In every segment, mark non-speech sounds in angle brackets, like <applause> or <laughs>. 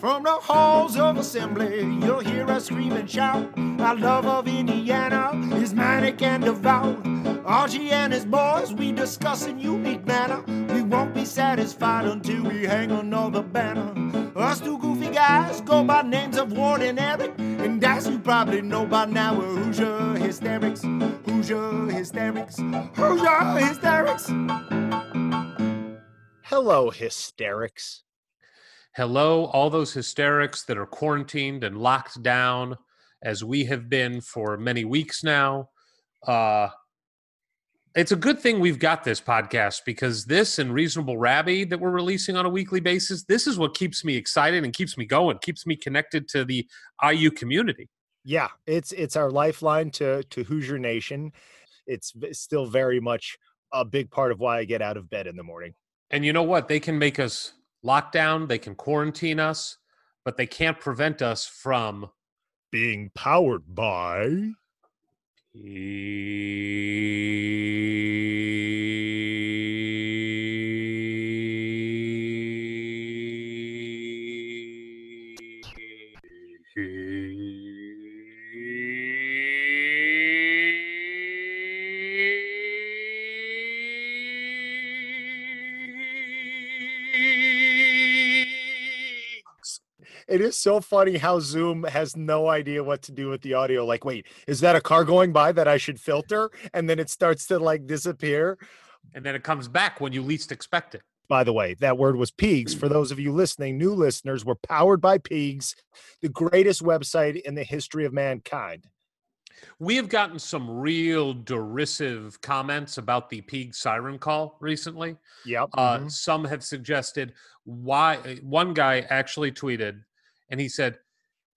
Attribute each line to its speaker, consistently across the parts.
Speaker 1: From the halls of assembly, you'll hear us scream and shout. Our love of Indiana is manic and devout. Archie and his boys, we discuss in unique manner. We won't be satisfied until we hang another banner. Us two goofy guys go by names of Ward and Eric. And as you probably know by now, we're Hoosier Hysterics. Hoosier Hysterics. Hoosier Hysterics.
Speaker 2: Hello, hysterics.
Speaker 3: Hello, all those hysterics that are quarantined and locked down, as we have been for many weeks now. Uh, it's a good thing we've got this podcast because this and Reasonable Rabbi that we're releasing on a weekly basis, this is what keeps me excited and keeps me going, keeps me connected to the IU community.
Speaker 2: Yeah, it's it's our lifeline to to Hoosier Nation. It's v- still very much a big part of why I get out of bed in the morning.
Speaker 3: And you know what? They can make us lock down, they can quarantine us, but they can't prevent us from
Speaker 2: Being powered by It is so funny how Zoom has no idea what to do with the audio. Like, wait, is that a car going by that I should filter? And then it starts to like disappear.
Speaker 3: and then it comes back when you least expect it.
Speaker 2: By the way, that word was Pigs. For those of you listening, new listeners, we're powered by Pigs, the greatest website in the history of mankind.
Speaker 3: We have gotten some real derisive comments about the Puig siren call recently.
Speaker 2: Yep.
Speaker 3: Uh,
Speaker 2: mhm.
Speaker 3: Some have suggested why. uh, One guy actually tweeted, and he said,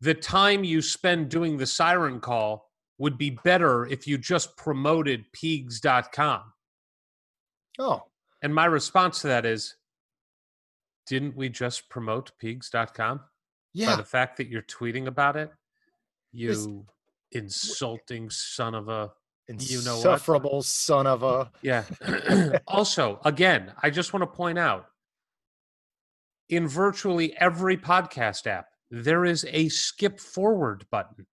Speaker 3: "The time you spend doing the siren call would be better if you just promoted Pigs.com."
Speaker 2: Oh,
Speaker 3: And my response to that is, "Didn't we just promote Pigs.com by
Speaker 2: yeah.
Speaker 3: the fact that you're tweeting about it?
Speaker 2: This-
Speaker 3: You insulting son of a." you know what?
Speaker 2: Insufferable son of a.
Speaker 3: Yeah. <clears throat> also, again, I just want to point out in virtually every podcast app, there is a skip forward button.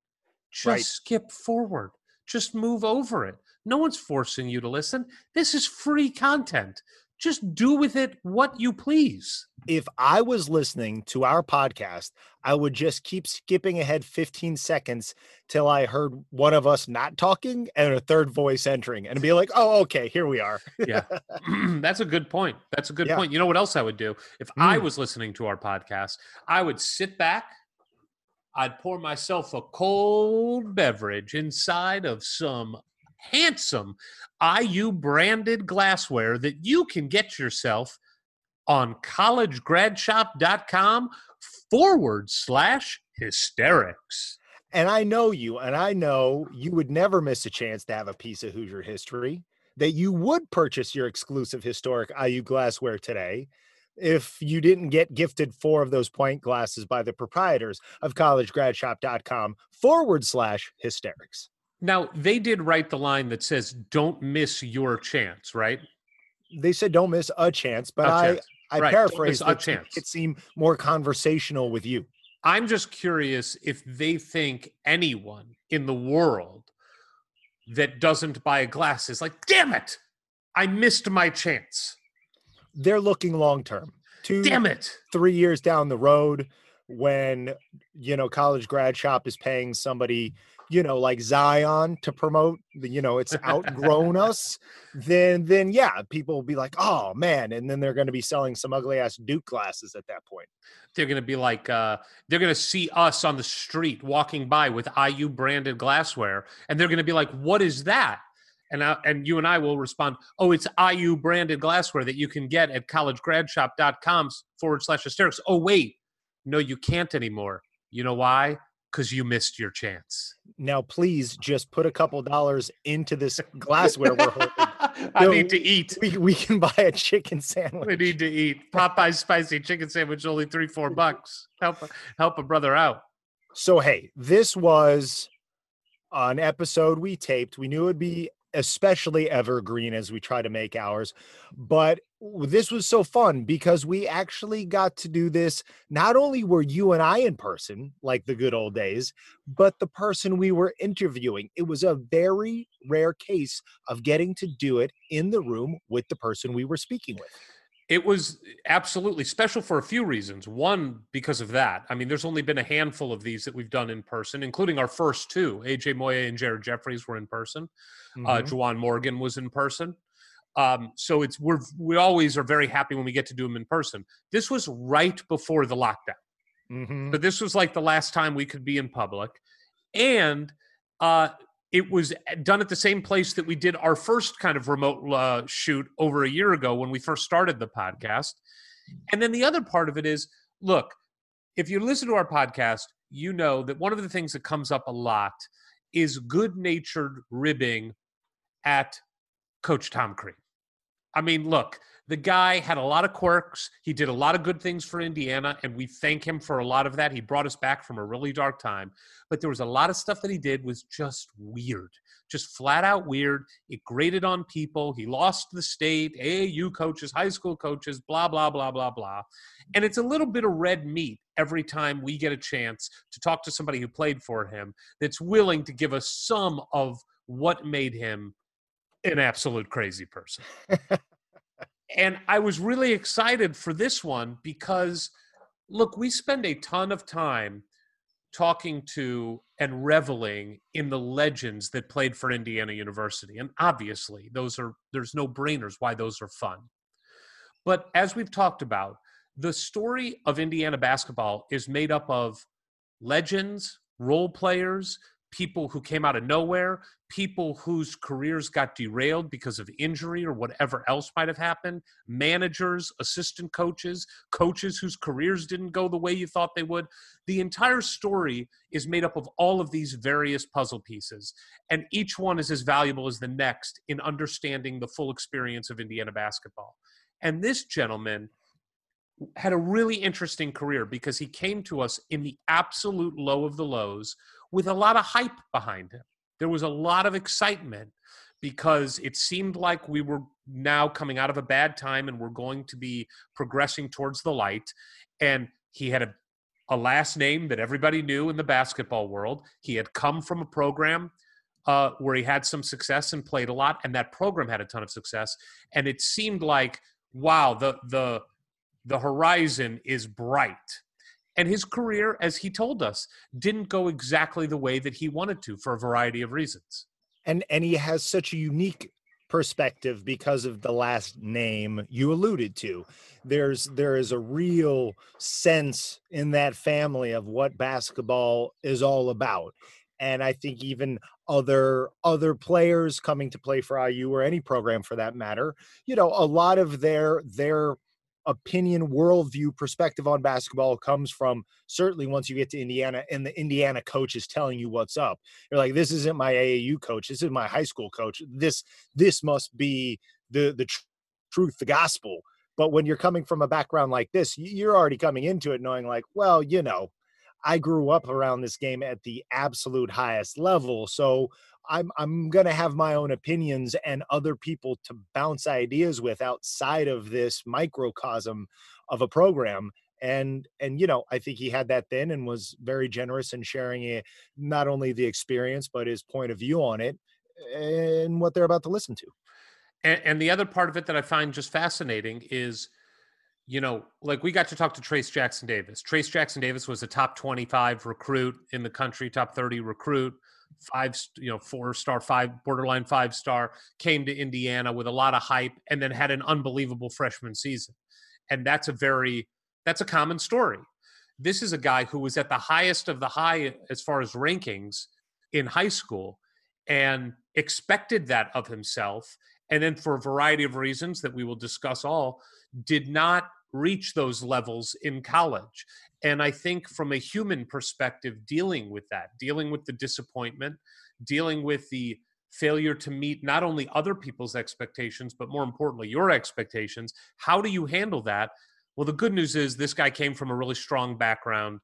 Speaker 3: Just
Speaker 2: Right.
Speaker 3: skip forward, just move over it. No one's forcing you to listen. This is free content. Just do with it what you please.
Speaker 2: If I was listening to our podcast, I would just keep skipping ahead 15 seconds till I heard one of us not talking and a third voice entering and be like, oh, okay, here we are. <laughs>
Speaker 3: Yeah. <clears throat> That's a good point. That's a good
Speaker 2: Yeah.
Speaker 3: point. You know what else I would do? If I
Speaker 2: Hmm.
Speaker 3: was listening to our podcast, I would sit back, I'd pour myself a cold beverage inside of some handsome IU branded glassware that you can get yourself on collegegradshop.com forward slash hysterics.
Speaker 2: And I know you, and I know you would never miss a chance to have a piece of Hoosier history, that you would purchase your exclusive historic IU glassware today if you didn't get gifted four of those pint glasses by the proprietors of collegegradshop.com forward slash hysterics.
Speaker 3: Now, they did write the line that says, don't miss your chance, right?
Speaker 2: They said don't miss a chance, but
Speaker 3: A
Speaker 2: I
Speaker 3: chance.
Speaker 2: I
Speaker 3: Right.
Speaker 2: paraphrase
Speaker 3: It's a
Speaker 2: it to make
Speaker 3: chance.
Speaker 2: it seem more conversational with you.
Speaker 3: I'm just curious if they think anyone in the world that doesn't buy a glass is like, damn it, I missed my chance.
Speaker 2: They're looking long term. Two
Speaker 3: Damn it.
Speaker 2: three years down the road when you know college grad shop is paying somebody you know like zion to promote the- you know it's outgrown us then then yeah people will be like oh man and then they're going to be selling some ugly ass duke glasses at that point
Speaker 3: They're going to be like, uh, they're going to see us on the street walking by with IU branded glassware. And they're going to be like, what is that? And, I, and you and I will respond, oh, it's IU branded glassware that you can get at collegegradshop.com s- forward slash hysterics. Oh, wait. No, you can't anymore. You know why? Because you missed your chance.
Speaker 2: now please just put a couple dollars into this glassware we're <laughs> holding.
Speaker 3: <laughs> I
Speaker 2: No,
Speaker 3: need to eat.
Speaker 2: We, we can buy a chicken
Speaker 3: We
Speaker 2: sandwich
Speaker 3: need to eat. Popeye's spicy chicken sandwich, only three, four bucks. Help, help a brother out.
Speaker 2: So hey, this was an episode we taped. We knew it'd be especially evergreen as we try to make ours, but w- this was so fun because we actually got to do this. Not only were you and I in person, like the good old days, but the person we were interviewing. It was a very rare case of getting to do it in the room with the person we were speaking with.
Speaker 3: It was absolutely special for a few reasons. One, because of that. I mean, there's only been a handful of these that we've done in person, including our first two. AJ Moya and Jared Jeffries were in person. Uh, Juwan Morgan was in person. Um, so it's we're we always are very happy when we get to do them in person. This was right before the lockdown.
Speaker 2: Mhm.
Speaker 3: but this was like the last time we could be in public and uh it was eh, done at the same place that we did our first kind of remote uh, shoot over a year ago when we first started the podcast and then the other part of it is look if you listen to our podcast you know that one of the things that comes up a lot is good natured ribbing at coach tom crean i mean look the guy had a lot of quirks. He did a lot of good things for Indiana, and we thank him for a lot of that. He brought us back from a really dark time. But there was a lot of stuff that he did was just weird, just flat out weird. It grated on people. He lost the state, AAU coaches, high school coaches, blah, blah, blah, blah, blah. And it's a little bit of red meat every time we get a chance to talk to somebody who played for him that's willing to give us some of what made him an absolute crazy person. and I was really excited for this one because, look, we spend a ton of time talking to and reveling in the legends that played for Indiana University. And obviously, those are, there's no brainers why those are fun. But as we've talked about, the story of Indiana basketball is made up of legends, role players, people who came out of nowhere, people whose careers got derailed because of injury or whatever else might have happened, managers, assistant coaches, coaches whose careers didn't go the way you thought they would. The entire story is made up of all of these various puzzle pieces, and each one is as valuable as the next in understanding the full experience of Indiana basketball. And this gentleman had a really interesting career because he came to us in the absolute low of the lows with a lot of hype behind him. There was a lot of excitement because it seemed like we were now coming out of a bad time and we're going to be progressing towards the light. And he had a, a last name that everybody knew in the basketball world. He had come from a program uh, where he had some success and played a lot, and that program had a ton of success. And it seemed like, wow, the the the horizon is bright. And his career, as he told us, didn't go exactly the way that he wanted to for a variety of reasons.
Speaker 2: and and he has such a unique perspective because of the last name you alluded to there's there is a real sense in that family of what basketball is all about and i think even other other players coming to play for iu or any program for that matter you know a lot of their their opinion worldview perspective on basketball comes from certainly once you get to indiana and the indiana coach is telling you what's up you're like, this isn't my AAU coach. This is my high school coach. This this must be the the tr- truth, the gospel. But when you're coming from a background like this, y- you're already coming into it knowing like, well, you know, I grew up around this game at the absolute highest level. So
Speaker 4: I'm I'm gonna have my own opinions and other people to bounce ideas with outside of this microcosm of a program. And and you know, I think he had that then and was very generous in sharing it, not only the experience but his point of view on it and what they're about to listen to.
Speaker 3: And, and the other part of it that I find just fascinating is, you know, like we got to talk to Trace Jackson Davis. Trace Jackson Davis was a top 25 recruit in the country, top 30 recruit, five, you know, four star, five, borderline five star, came to Indiana with a lot of hype and then had an unbelievable freshman season. And that's a very, that's a common story. This is a guy who was at the highest of the high as far as rankings in high school and expected that of himself and then for a variety of reasons that we will discuss all did not reach those levels in college and i think from a human perspective dealing with that dealing with the disappointment dealing with the failure to meet not only other people's expectations but more importantly your expectations how do you handle that well the good news is this guy came from a really strong background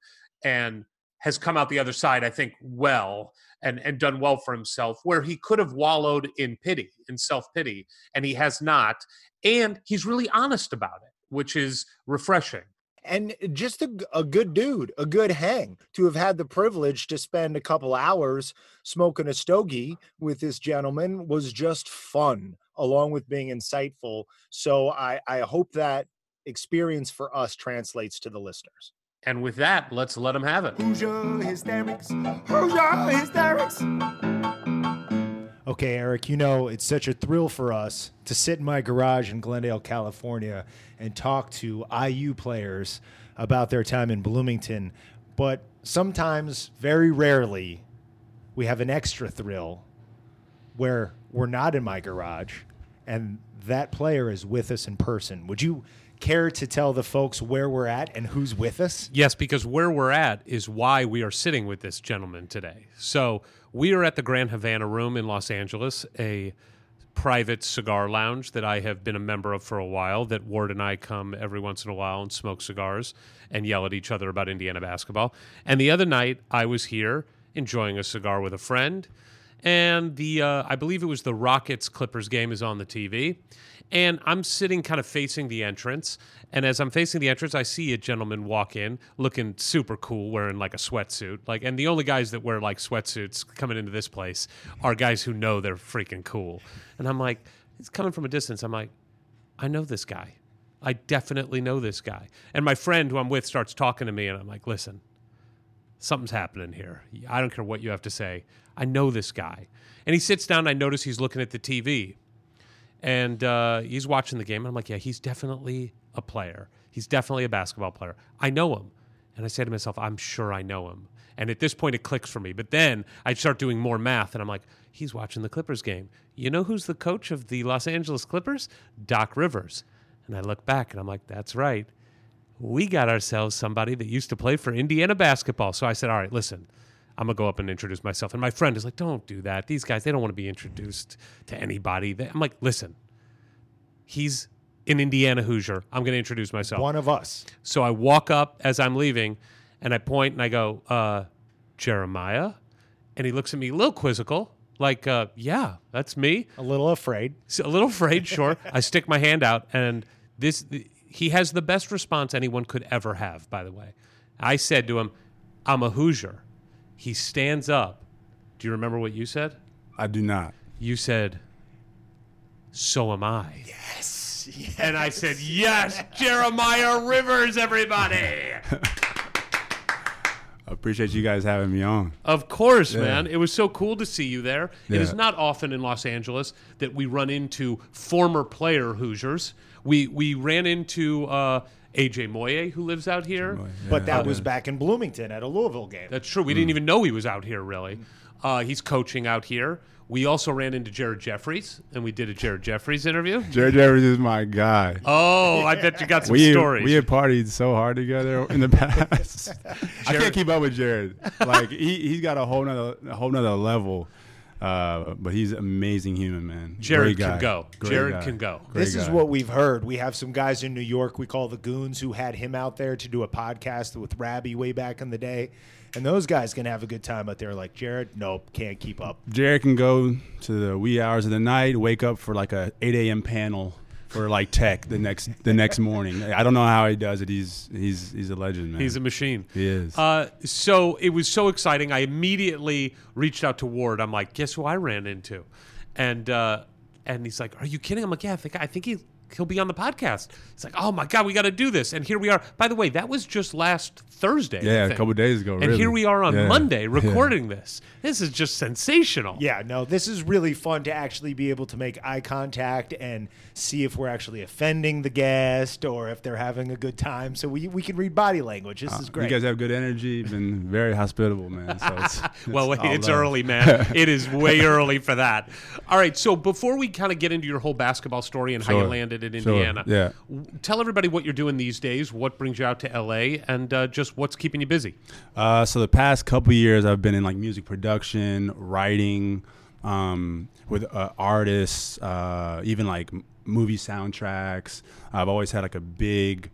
Speaker 3: and has come out the other side, I think, well and, and done well for himself, where he could have wallowed in pity, in self pity, and he has not. And he's really honest about it, which is refreshing.
Speaker 4: And just a, a good dude, a good hang to have had the privilege to spend a couple hours smoking a stogie with this gentleman was just fun, along with being insightful. So I, I hope that experience for us translates to the listeners.
Speaker 3: And with that, let's let them have it.
Speaker 1: Hoosier hysterics. Hoosier hysterics.
Speaker 2: Okay, Eric, you know, it's such a thrill for us to sit in my garage in Glendale, California, and talk to IU players about their time in Bloomington. But sometimes, very rarely, we have an extra thrill where we're not in my garage and that player is with us in person. Would you care to tell the folks where we're at and who's with us?
Speaker 3: Yes, because where we're at is why we are sitting with this gentleman today. So we are at the Grand Havana Room in Los Angeles, a private cigar lounge that I have been a member of for a while. That Ward and I come every once in a while and smoke cigars and yell at each other about Indiana basketball. And the other night, I was here enjoying a cigar with a friend. And the uh, I believe it was the Rockets Clippers game is on the TV, and I'm sitting kind of facing the entrance. And as I'm facing the entrance, I see a gentleman walk in looking super cool, wearing like a sweatsuit. Like, and the only guys that wear like sweatsuits coming into this place are guys who know they're freaking cool. And I'm like, it's coming from a distance. I'm like, I know this guy. I definitely know this guy. And my friend who I'm with starts talking to me, and I'm like, listen, something's happening here. I don't care what you have to say. I know this guy. And he sits down. I notice he's looking at the TV and uh, he's watching the game. And I'm like, yeah, he's definitely a player. He's definitely a basketball player. I know him. And I say to myself, I'm sure I know him. And at this point, it clicks for me. But then I start doing more math and I'm like, he's watching the Clippers game. You know who's the coach of the Los Angeles Clippers? Doc Rivers. And I look back and I'm like, that's right. We got ourselves somebody that used to play for Indiana basketball. So I said, all right, listen. I'm gonna go up and introduce myself. And my friend is like, "Don't do that. These guys, they don't want to be introduced to anybody." They- I'm like, "Listen, he's an Indiana Hoosier. I'm gonna introduce myself."
Speaker 2: One of us.
Speaker 3: So I walk up as I'm leaving, and I point and I go, uh, "Jeremiah," and he looks at me a little quizzical, like, uh, "Yeah, that's me."
Speaker 2: A little afraid.
Speaker 3: So a little afraid, <laughs> sure. I stick my hand out, and this he has the best response anyone could ever have. By the way, I said to him, "I'm a Hoosier." He stands up. Do you remember what you said?
Speaker 5: I do not.
Speaker 3: You said, "So am I." Yes. And I said, "Yes, Jeremiah Rivers, everybody."
Speaker 5: I appreciate you guys having me on.
Speaker 3: Of course, man. It was so cool to see you there. It is
Speaker 5: Yeah.
Speaker 3: not often in Los Angeles that we run into former player Hoosiers. We we ran into uh, AJ Moye, who lives out here.
Speaker 2: But that was back in Bloomington at a Louisville game.
Speaker 3: That's true. We
Speaker 5: Mm.
Speaker 3: didn't even know he was out here, really. Uh, he's coaching out here. We also ran into Jared Jeffries, and we did a Jared Jeffries
Speaker 5: <laughs>
Speaker 3: interview.
Speaker 5: Jerry Jeffers is my guy.
Speaker 3: Oh, I bet you got some
Speaker 5: we
Speaker 3: stories.
Speaker 5: we had partied so hard together
Speaker 3: <laughs>
Speaker 5: in the past. I can't keep up with Jared. Like he he's got a whole nother a whole nother level Uh, but he's an amazing human, man.
Speaker 3: Jared
Speaker 5: Great guy.
Speaker 3: can go.
Speaker 5: Great
Speaker 3: Jared
Speaker 5: guy.
Speaker 3: can go.
Speaker 5: Great
Speaker 2: this is
Speaker 5: guy.
Speaker 2: what we've heard. We have some guys in New York we call the Goons who had him out there to do a podcast with Rabbi way back in the day. And those guys can have a good time out there. Like, Jared, nope, can't keep up.
Speaker 5: Jared can go to the wee hours of the night, wake up for like a 8 a.m. panel for like tech the next the next morning. I don't know how he does it. He's he's he's a legend, man.
Speaker 3: He's a machine.
Speaker 5: He is.
Speaker 3: Uh, so it was so exciting. I immediately reached out to Ward. I'm like, guess who I ran into? And uh, and he's like, are you kidding? I'm like, yeah, I think I think he he'll be on the podcast. He's like, oh my god, we got to do this. And here we are. By the way, that was just last Thursday. I
Speaker 5: Yeah, a
Speaker 3: think.
Speaker 5: couple days ago,
Speaker 3: And
Speaker 5: really.
Speaker 3: here we are on
Speaker 5: Yeah.
Speaker 3: Monday
Speaker 5: Yeah.
Speaker 3: recording this. This is just sensational.
Speaker 2: Yeah, no, this is really fun to actually be able to make eye contact and see if we're actually offending the guest or if they're having a good time. So we, we can read body language. This is
Speaker 5: Uh, You
Speaker 2: great.
Speaker 5: guys have good energy. Been very hospitable, man. So
Speaker 3: <laughs>
Speaker 5: it's, it's
Speaker 3: Well, wait,
Speaker 5: all
Speaker 3: it's
Speaker 5: love.
Speaker 3: early, man. it is
Speaker 5: <laughs>
Speaker 3: way early for that. All right. So before we kind of get into your whole basketball story and how you
Speaker 5: Sure.
Speaker 3: landed in
Speaker 5: Sure.
Speaker 3: Indiana,
Speaker 5: Yeah.
Speaker 3: w- tell everybody what you're doing these days, what brings you out to LA, and uh, just what's keeping you busy.
Speaker 5: Uh, so the past couple years, I've been in like music production, writing, um, with uh, artists, uh, even like m- movie soundtracks. I've always had like a big,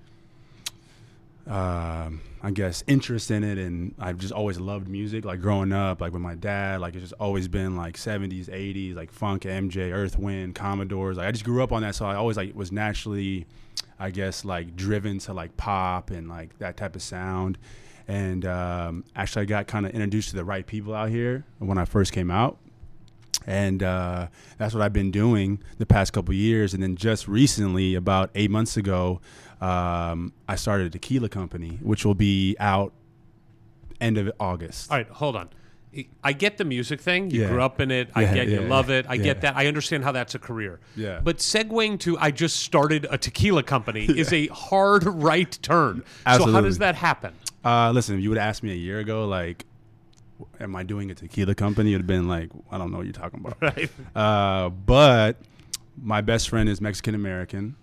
Speaker 5: um I guess, interest in it, and I've just always loved music. Like growing up, like with my dad, like it's just always been like '70s, '80s, like funk, MJ, Earth, Wind, Commodores. Like I just grew up on that, so I always like was naturally, I guess, like driven to like pop and like that type of sound. And um, actually, I got kind of introduced to the right people out here when I first came out and uh, that's what I've been doing the past couple years. And then just recently, about eight months ago, um, I started a tequila company, which will be out end of August.
Speaker 3: All right, hold on. I get the music thing. You
Speaker 5: Yeah.
Speaker 3: grew up in it. I
Speaker 5: Yeah,
Speaker 3: get you
Speaker 5: yeah,
Speaker 3: love it. I
Speaker 5: yeah.
Speaker 3: get that. I understand how that's a career.
Speaker 5: Yeah.
Speaker 3: But segueing to I just started a tequila
Speaker 5: <laughs>
Speaker 3: company is a hard right turn. So how
Speaker 5: Absolutely.
Speaker 3: does that happen?
Speaker 5: Uh, listen, if you would have asked me a year ago, like, am I doing a tequila company? It would have been like, I don't know what you're talking about. Right. Uh, but my best friend is Mexican American,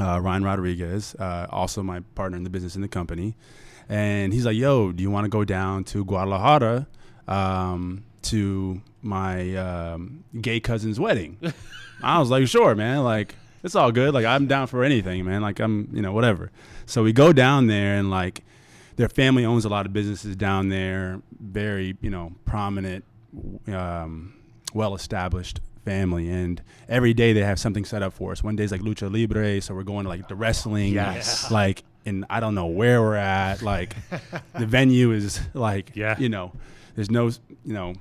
Speaker 5: uh, Ryan Rodriguez, uh, also my partner in the business in the company. And he's like, yo, do you want to go down to Guadalajara um, to my um, gay cousin's wedding? I was like, sure, man. Like, it's all good. Like, I'm down for anything, man. Like, I'm, you know, whatever. So we go down there and, like, their family owns a lot of businesses down there, very, you know, prominent, um, well established family. And every day they have something set up for us. One day's like Lucha Libre. So we're going to, like, the wrestling.
Speaker 3: Yes.
Speaker 5: Like, and I don't know where we're at. Like, the venue is, like,
Speaker 3: Yeah.
Speaker 5: you know, there's no, you know,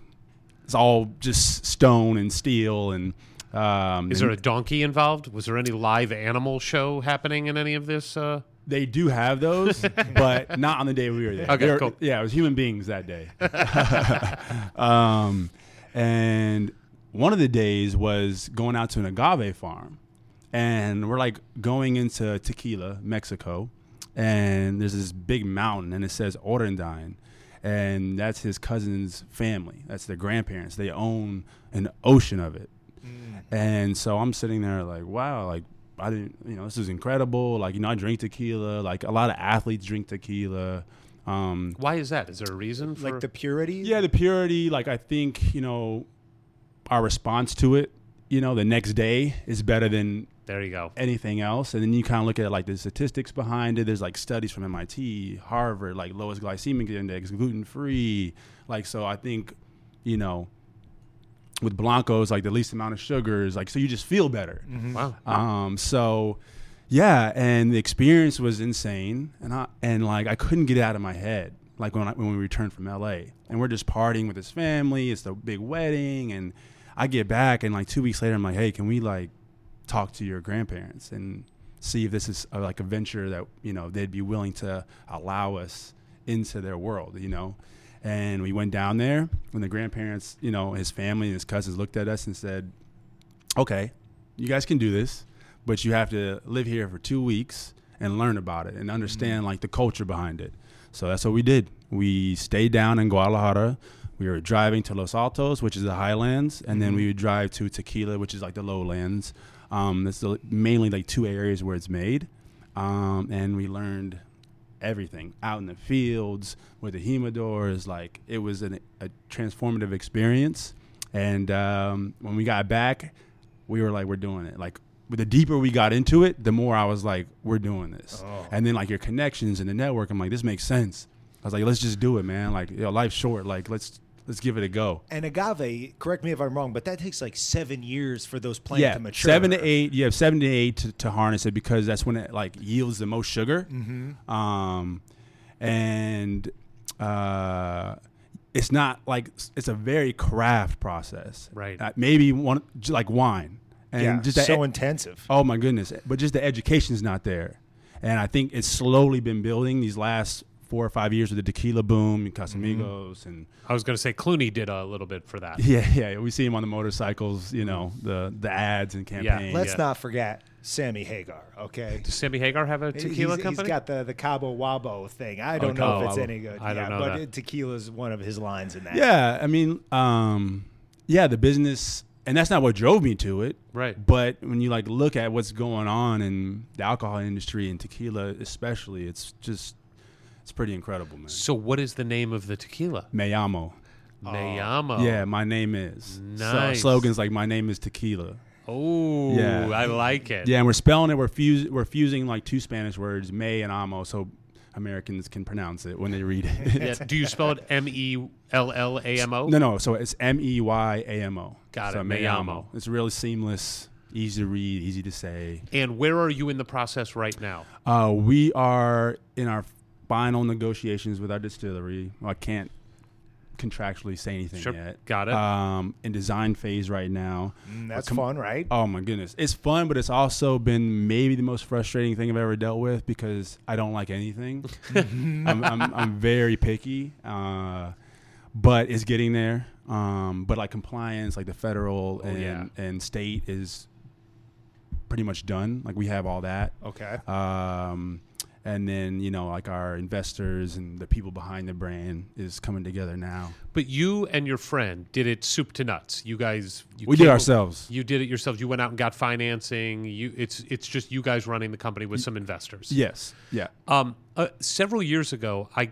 Speaker 5: it's all just stone and steel and um,
Speaker 3: Is
Speaker 5: and
Speaker 3: there a donkey involved? Was there any live animal show happening in any of this? Uh,
Speaker 5: they do have those,
Speaker 3: <laughs>
Speaker 5: but not on the day we were there.
Speaker 3: Okay,
Speaker 5: They were-
Speaker 3: cool.
Speaker 5: Yeah, it was human beings
Speaker 3: <laughs>
Speaker 5: that day. <laughs> um, and one of the days was going out to an agave farm, and we're like going into Tequila, Mexico, and there's this big mountain, and it says Orendine, and that's his cousin's family. That's their grandparents. They own an ocean of it. And so I'm sitting there like, wow, like I didn't, you know, this is incredible. Like, you know, I drink tequila. Like a lot of athletes drink tequila. Um,
Speaker 3: why is that? Is there a reason? For,
Speaker 2: like the purity?
Speaker 5: yeah, the purity. Like I think, you know, our response to it, you know, the next day is better than
Speaker 3: there you go.
Speaker 5: anything else. And then you kind of look at like the statistics behind it. There's like studies from MIT, Harvard, like lowest glycemic index, gluten free. Like so, I think you know with blancos, like the least amount of sugars. Like so, you just feel better.
Speaker 3: Wow.
Speaker 5: Um, so yeah, and the experience was insane, and I and like I couldn't get it out of my head. Like when I, when we returned from LA, and we're just partying with his family. It's the big wedding, and I get back, and like two weeks later, I'm like, hey, can we like talk to your grandparents and see if this is a, like a venture that you know they'd be willing to allow us into their world, you know. And we went down there when the grandparents, you know, his family and his cousins looked at us and said, okay, you guys can do this, but you have to live here for two weeks and learn about it and understand like the culture behind it. So that's what we did. We stayed down in Guadalajara. We were driving to Los Altos, which is the highlands, and then we would drive to Tequila, which is like the lowlands. Um, it's the, mainly like two areas where it's made. Um, and we learned everything out in the fields with the humidors. Like it was an, a transformative experience And um, when we got back, we were like, we're doing it. Like the deeper we got into it, the more I was like, we're doing this. And then like your connections and the network, I'm like, this makes sense. I was like, let's just do it, man. Like, yo, life's short. Like, let's let's give it a go.
Speaker 2: And agave, correct me if I'm wrong, but that takes like seven years for those plants
Speaker 5: yeah,
Speaker 2: to mature.
Speaker 5: seven to eight. You have seven to eight to, to harness it because that's when it like yields the most sugar.
Speaker 2: Mm-hmm.
Speaker 5: Um, and uh, it's not like it's a very craft process.
Speaker 3: Right.
Speaker 5: Uh, maybe one j- like wine and
Speaker 2: Yeah,
Speaker 5: just that
Speaker 2: so intensive.
Speaker 5: Oh my goodness! But just the education's not there, and I think it's slowly been building these last four or five years with the tequila boom and Casamigos
Speaker 2: Mm-hmm.
Speaker 5: and <laughs>
Speaker 3: I was going to say Clooney did a little bit for that.
Speaker 5: yeah, yeah. We see him on the motorcycles, you know, the the ads and campaigns.
Speaker 2: Let's
Speaker 3: yeah.
Speaker 2: not forget Sammy Hagar. Okay.
Speaker 3: Does Sammy Hagar have a tequila
Speaker 2: he's,
Speaker 3: company? Oh,
Speaker 2: He's got the, the Cabo Wabo thing. I don't know if
Speaker 3: Cabo
Speaker 2: it's
Speaker 3: Wabo.
Speaker 2: any good.
Speaker 3: I don't
Speaker 2: yeah,
Speaker 3: know
Speaker 2: but
Speaker 3: that.
Speaker 2: it- tequila's one of his lines in that.
Speaker 5: Yeah, I mean, um, yeah, the business, and that's not what drove me to it.
Speaker 3: Right.
Speaker 5: But when you like look at what's going on in the alcohol industry and tequila, especially, it's just it's pretty incredible, man.
Speaker 3: so what is the name of the tequila?
Speaker 5: Mayamo.
Speaker 3: Mayamo.
Speaker 5: Oh. Yeah, my name is.
Speaker 3: Oh. Nice.
Speaker 5: So slogans like "My name is tequila."
Speaker 3: Oh,
Speaker 5: Yeah.
Speaker 3: I like it.
Speaker 5: Yeah, and we're spelling it. We're fuse, we're fusing like two Spanish words, "may" and "amo," so Americans can pronounce it when they read
Speaker 3: <laughs>
Speaker 5: it.
Speaker 3: Yeah, Do you spell it M E L L A M O?
Speaker 5: No, no. So it's M E Y A M O.
Speaker 3: Got
Speaker 5: so
Speaker 3: it, Mayamo.
Speaker 5: It's really seamless, easy to read, easy to say.
Speaker 3: And where are you in the process right now?
Speaker 5: Uh, we are in our final negotiations with our distillery. Well, I can't contractually say anything
Speaker 3: Sure.
Speaker 5: yet.
Speaker 3: Got it.
Speaker 5: Um, in design phase right now.
Speaker 2: Mm, that's fun, right?
Speaker 5: Oh my goodness, it's fun, but it's also been maybe the most frustrating thing I've ever dealt with because I don't like anything. <laughs> I'm, I'm, I'm very picky, uh, but it's getting there. Um, but like compliance, like the federal and,
Speaker 3: yeah.
Speaker 5: and state is pretty much done. Like we have all that.
Speaker 2: Okay.
Speaker 3: Uh,
Speaker 5: Um, and then you know, like our investors and the people behind the brand is coming together now.
Speaker 3: But you and your friend did it soup to nuts. You guys, you
Speaker 5: We did
Speaker 3: came-
Speaker 5: ourselves.
Speaker 3: You did it yourselves. You went out and got financing. You, it's it's just you guys running the company with some investors.
Speaker 5: Yes. Yeah.
Speaker 3: Um, uh, several years ago, I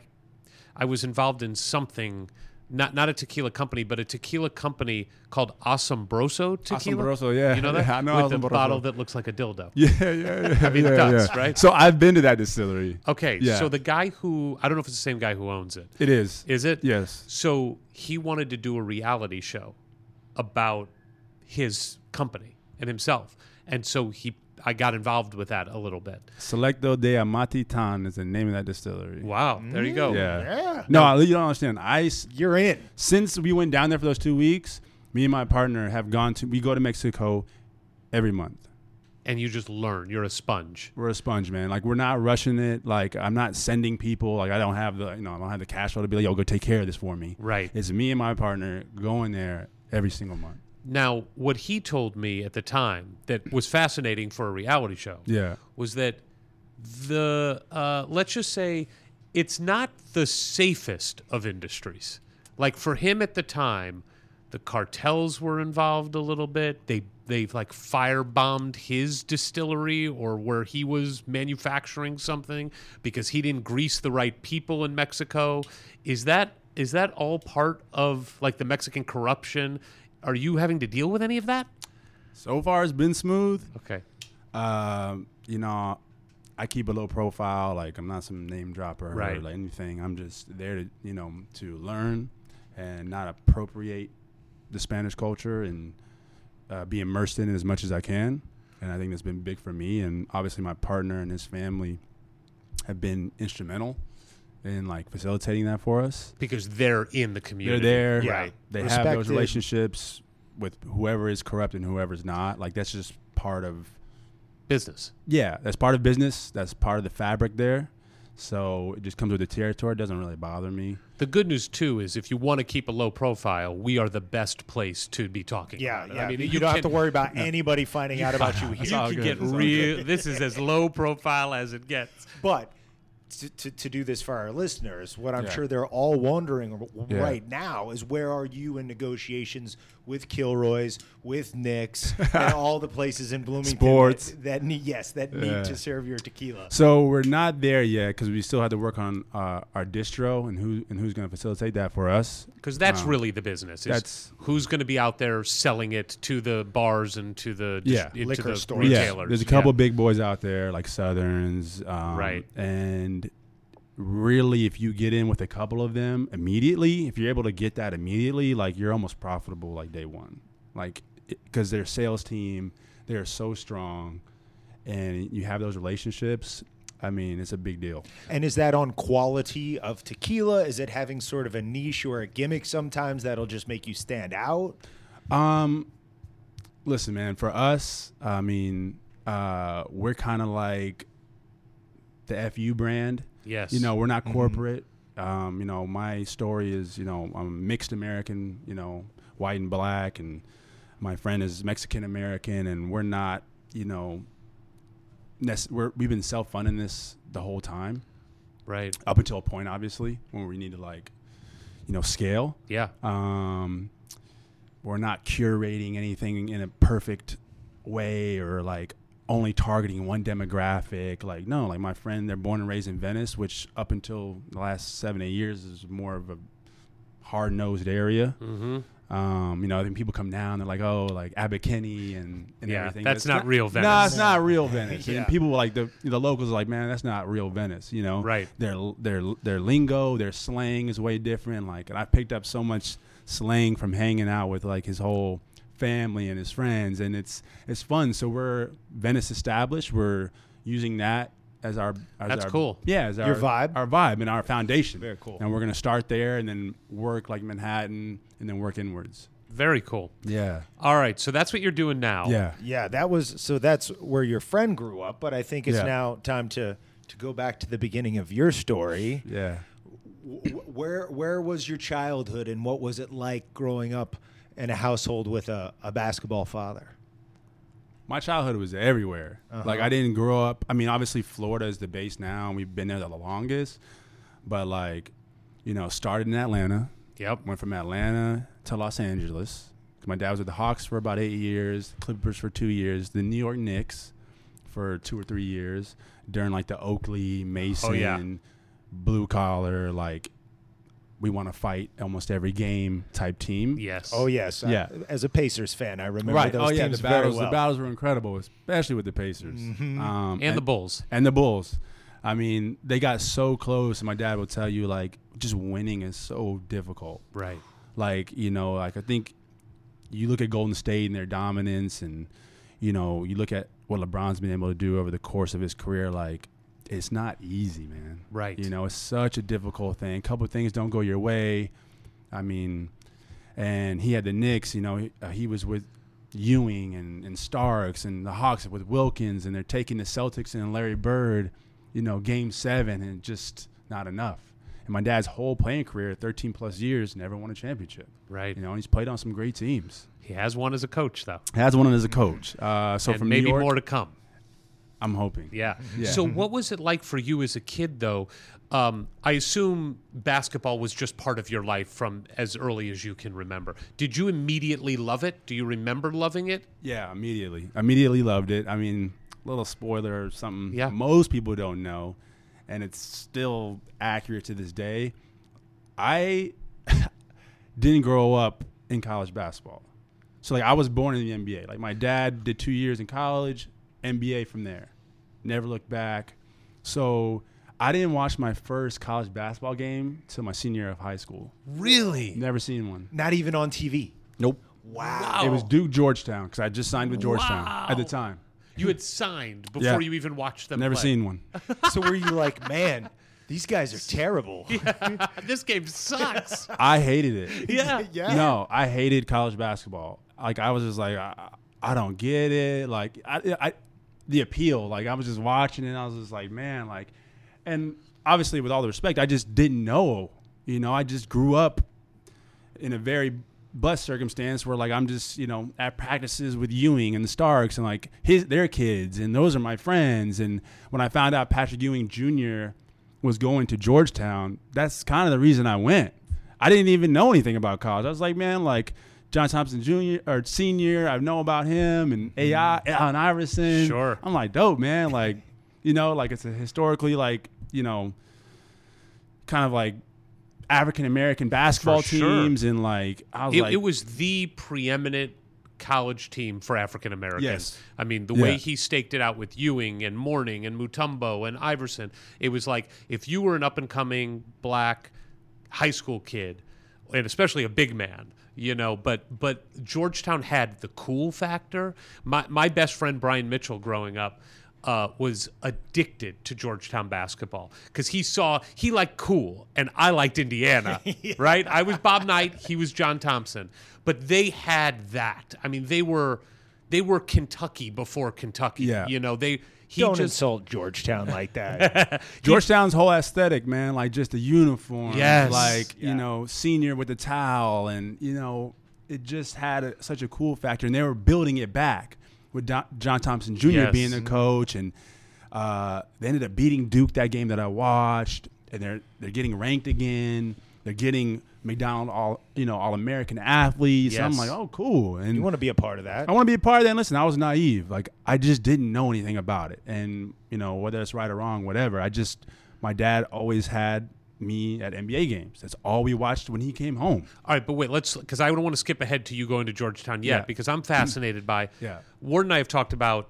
Speaker 3: I was involved in something, not not a tequila company, but a tequila company called Asombroso Tequila.
Speaker 5: Asombroso, yeah.
Speaker 3: you know that
Speaker 5: <laughs> Yeah, I know
Speaker 3: with the
Speaker 5: Asombroso.
Speaker 3: bottle that looks like a dildo.
Speaker 5: Yeah, yeah, yeah. <laughs> I
Speaker 3: mean,
Speaker 5: yeah,
Speaker 3: ducks, right?
Speaker 5: So I've been to that distillery.
Speaker 3: Okay,
Speaker 5: Yeah.
Speaker 3: so the guy who I don't know if it's the same guy who owns it.
Speaker 5: It is.
Speaker 3: Is it?
Speaker 5: Yes.
Speaker 3: So he wanted to do a reality show about his company and himself, and so he I got involved with that a little bit.
Speaker 5: Selecto de Amati Tan is the name of that distillery.
Speaker 3: Wow, there you go.
Speaker 5: Mm. Yeah.
Speaker 2: Yeah.
Speaker 5: No, I- you don't understand. I s-
Speaker 2: You're in.
Speaker 5: since we went down there for those two weeks, me and my partner have gone to. We go to Mexico every month.
Speaker 3: And you just learn. You're a sponge.
Speaker 5: We're a sponge, man. Like we're not rushing it. Like I'm not sending people. Like I don't have the you know I don't have the cash flow to be like yo go take care of this for me.
Speaker 3: Right.
Speaker 5: It's me and my partner going there every single month.
Speaker 3: Now, what he told me at the time that was fascinating for a reality show
Speaker 5: Yeah.
Speaker 3: was that the, uh, let's just say, it's not the safest of industries. Like for him at the time, the cartels were involved a little bit. They they've like firebombed his distillery or where he was manufacturing something because he didn't grease the right people in Mexico. Is that is that all part of like the Mexican corruption? Are you having to deal with any of that?
Speaker 5: So far it's been smooth.
Speaker 3: Okay.
Speaker 5: Um, you know, I keep a low profile. Like I'm not some name dropper or
Speaker 3: Right.
Speaker 5: like anything. I'm just there to you know to learn and not appropriate the Spanish culture and uh, be immersed in it as much as I can. And I think that's been big for me. And obviously, my partner and his family have been instrumental in like facilitating that for us.
Speaker 3: Because they're in the
Speaker 5: They're
Speaker 3: community.
Speaker 5: there.
Speaker 3: Right.
Speaker 5: They have
Speaker 2: Respected.
Speaker 5: those relationships with whoever is corrupt and whoever's not. Like that's just part of
Speaker 3: Business.
Speaker 5: yeah, that's part of business. That's part of the fabric there. So it just comes with the territory. It doesn't really bother me.
Speaker 3: The good news too is if you want to keep a low profile, we are the best place to be talking.
Speaker 2: Yeah,
Speaker 3: about it.
Speaker 2: yeah.
Speaker 3: I mean,
Speaker 2: you,
Speaker 3: you,
Speaker 2: don't have to
Speaker 3: can-
Speaker 2: worry
Speaker 3: <laughs>
Speaker 2: about anybody finding out about you
Speaker 3: You
Speaker 2: here.
Speaker 3: <laughs> can get real. This is as low profile as it gets.
Speaker 2: But to, to, to do this for our listeners, what I'm
Speaker 6: Yeah.
Speaker 2: sure they're all wondering r-
Speaker 6: Yeah.
Speaker 2: right now is where are you in negotiations with Kilroy's, with
Speaker 5: <laughs>
Speaker 2: Nick's, and all the places in Bloomington
Speaker 5: Sports.
Speaker 2: that, that need yes that
Speaker 5: Yeah.
Speaker 2: need to serve your tequila.
Speaker 5: So we're not there yet because we still had to work on uh, our distro and who and who's going to facilitate that for us.
Speaker 3: Because that's really the business. Is
Speaker 5: That's-
Speaker 3: who's going to be out there selling it to the bars and to the dis-
Speaker 5: Yeah.
Speaker 3: to
Speaker 2: Liquor
Speaker 3: the
Speaker 2: stores.
Speaker 5: Yeah,
Speaker 3: retailers.
Speaker 5: there's a couple big boys out there like Southerns, um,
Speaker 3: Right.
Speaker 5: And really, if you get in with a couple of them immediately, if you're able to get that immediately, like you're almost profitable like day one, like because their sales team they're so strong, and you have those relationships. I mean, it's a big deal.
Speaker 2: And is that on quality of tequila? Is it having sort of a niche or a gimmick sometimes that'll just make you stand out?
Speaker 5: Um, listen, man. For us, I mean, uh, we're kind of like the fu brand.
Speaker 3: Yes.
Speaker 5: You know, we're not corporate. Um, you know, my story is, you know, I'm a mixed American. You know, white and black, and my friend is Mexican American, and we're not, you know, nec- we're, we've been self funding this the whole time
Speaker 3: Right.
Speaker 5: up until a point, obviously, when we need to like, you know, scale.
Speaker 3: Yeah.
Speaker 5: Um, we're not curating anything in a perfect way or like only targeting one demographic. Like, no, like my friend, they're born and raised in Venice, which up until the last seven, eight years is more of a hard nosed area.
Speaker 3: Mm-hmm.
Speaker 5: Um, you know, then people come down, they're like, oh, like Abercini and, and
Speaker 3: Yeah,
Speaker 5: everything.
Speaker 3: that's
Speaker 5: It's
Speaker 3: not real
Speaker 5: No,
Speaker 3: Venice.
Speaker 5: it's not real Venice.
Speaker 2: Yeah.
Speaker 5: And people were like the the locals are like, man, that's not real Venice. You know,
Speaker 3: Right.
Speaker 5: Their their their lingo, their slang is way different. Like, and I picked up so much slang from hanging out with like his whole family and his friends, and it's it's fun. So we're Venice established. We're using that as our as
Speaker 3: That's
Speaker 5: our-
Speaker 3: cool.
Speaker 5: Yeah, as our
Speaker 2: Your vibe?
Speaker 5: our vibe, and our foundation.
Speaker 2: Very cool.
Speaker 5: And we're gonna start there, and then work like Manhattan, and then work inwards.
Speaker 3: Very cool.
Speaker 5: Yeah.
Speaker 3: All right. So that's what you're doing now.
Speaker 5: Yeah.
Speaker 2: Yeah, that was so that's where your friend grew up, but I think it's
Speaker 5: Yeah.
Speaker 2: now time to to go back to the beginning of your story.
Speaker 5: Yeah.
Speaker 2: W- Where where was your childhood and what was it like growing up in a household with a, a basketball father?
Speaker 5: my childhood was everywhere. Like I didn't grow up. I mean, obviously Florida is the base now, and we've been there the longest. But like, you know, started in Atlanta,
Speaker 3: Yep.
Speaker 5: went from Atlanta to Los Angeles. My dad was with the Hawks for about eight years, Clippers for two years, the New York Knicks for two or three years during like the Oakley Mason blue collar like we want to fight almost every game type team.
Speaker 3: Yes.
Speaker 2: Oh yes, I-
Speaker 5: Yeah.
Speaker 2: as a Pacers fan, I remember those
Speaker 5: oh yeah,
Speaker 2: teams
Speaker 5: the battles.
Speaker 2: very well.
Speaker 5: The battles were incredible, especially with the Pacers um,
Speaker 3: And the Bulls.
Speaker 5: and the Bulls. I mean, they got so close. And my dad will tell you, like, just winning is so difficult.
Speaker 3: Right.
Speaker 5: Like, you know, like I think you look at Golden State and their dominance, and you know, you look at what LeBron's been able to do over the course of his career. Like, it's not easy, man.
Speaker 3: Right.
Speaker 5: You know, it's such a difficult thing. A couple of things don't go your way. I mean, and he had the Knicks. You know, he, uh, he was with Ewing and, and Starks and the Hawks with Wilkins, and they're taking the Celtics and Larry Bird. You know, Game Seven, and just not enough. And my dad's whole playing career, 13 plus years, never won a championship.
Speaker 3: Right.
Speaker 5: You know, and he's played on some great teams.
Speaker 3: He has one as a coach though.
Speaker 5: Has one as a coach. Uh, so
Speaker 3: and
Speaker 5: from
Speaker 3: maybe
Speaker 5: New York,
Speaker 3: more to come.
Speaker 5: I'm hoping.
Speaker 3: Yeah. So
Speaker 5: Mm-hmm.
Speaker 3: what was it like for you as a kid though? Um, I assume basketball was just part of your life from as early as you can remember. Did you immediately love it? Do you remember loving it?
Speaker 5: Yeah, immediately. Immediately loved it. I mean, little spoiler or something.
Speaker 3: Yeah.
Speaker 5: Most people don't know, and it's still accurate to this day. I <laughs> didn't grow up in college basketball. So like I was born in the NBA. Like my dad did two years in college, NBA from there. Never looked back. So I didn't watch my first college basketball game till my senior year of high school.
Speaker 3: Really?
Speaker 5: Never seen one.
Speaker 2: Not even on TV.
Speaker 5: Nope.
Speaker 2: Wow.
Speaker 5: It was Duke Georgetown because I just signed with Georgetown at
Speaker 3: Oh.
Speaker 5: the
Speaker 3: Wow.
Speaker 5: time.
Speaker 3: You had signed before
Speaker 5: Yeah.
Speaker 3: you even watched them.
Speaker 5: Never
Speaker 3: play. <laughs>
Speaker 5: seen one.
Speaker 2: <laughs> so were you like, man, these guys are
Speaker 5: <laughs>
Speaker 2: terrible?
Speaker 3: This game sucks.
Speaker 5: I hated
Speaker 3: <laughs>
Speaker 5: it.
Speaker 3: yeah.
Speaker 2: Yeah.
Speaker 5: No, I hated college basketball. Like I was just like, I, I don't get it. Like I, I, the appeal. Like I was just watching it. And I was just like, man. Like, and obviously with all the respect, I just didn't know. You know, I just grew up in a very blessed circumstance where like I'm just you know at practices with Ewing and the Starks and like his their kids and those are my friends and when I found out Patrick Ewing Jr. was going to Georgetown, that's kind of the reason I went. I didn't even know anything about college. I was like, man, like John Thompson Jr. or Senior, I know about him and AI Allen Iverson.
Speaker 3: Mm-hmm. Sure.
Speaker 5: I'm like, dope, man. Like, you know, like it's a historically like, you know, kind of like African American basketball
Speaker 3: sure.
Speaker 5: teams and like I was
Speaker 3: It,
Speaker 5: like
Speaker 3: it was the preeminent college team for African Americans.
Speaker 5: Yes.
Speaker 3: I mean, the
Speaker 5: Yeah.
Speaker 3: way he staked it out with Ewing and Morning and Mutombo and Iverson, it was like if you were an up and coming black high school kid, and especially a big man, you know, but but Georgetown had the cool factor. My my best friend Brian Mitchell growing up uh, was addicted to Georgetown basketball because he saw he liked cool and I liked Indiana, right? I was Bob Knight, he was John Thompson, but they had that. I mean, they were they were Kentucky before Kentucky.
Speaker 5: Yeah.
Speaker 3: you know they he
Speaker 2: Don't
Speaker 3: just
Speaker 2: insult Georgetown like that.
Speaker 5: Georgetown's whole aesthetic, man, like just the uniform,
Speaker 3: Yes.
Speaker 5: like you know, senior with the towel, and you know, it just had a, such a cool factor, and they were building it back with Don, John Thompson Jr.
Speaker 3: Yes.
Speaker 5: being the coach, and uh, they ended up beating Duke that game that I watched, and they're they're getting ranked again, they're getting McDonald all you know all American athletes. I'm
Speaker 3: Yes.
Speaker 5: like, oh, cool, and
Speaker 2: you want to be a part of that?
Speaker 5: I want to be a part of that. And listen, I was naive. Like I just didn't know anything about it. And you know, whether it's right or wrong, whatever. I just my dad always had me at NBA games. That's all we watched when he came home.
Speaker 3: All right, but wait, let's because I don't want to skip ahead to you going to Georgetown yet
Speaker 5: Yeah.
Speaker 3: because I'm
Speaker 2: <clears throat>
Speaker 3: fascinated by.
Speaker 5: Yeah.
Speaker 3: Ward and I have talked about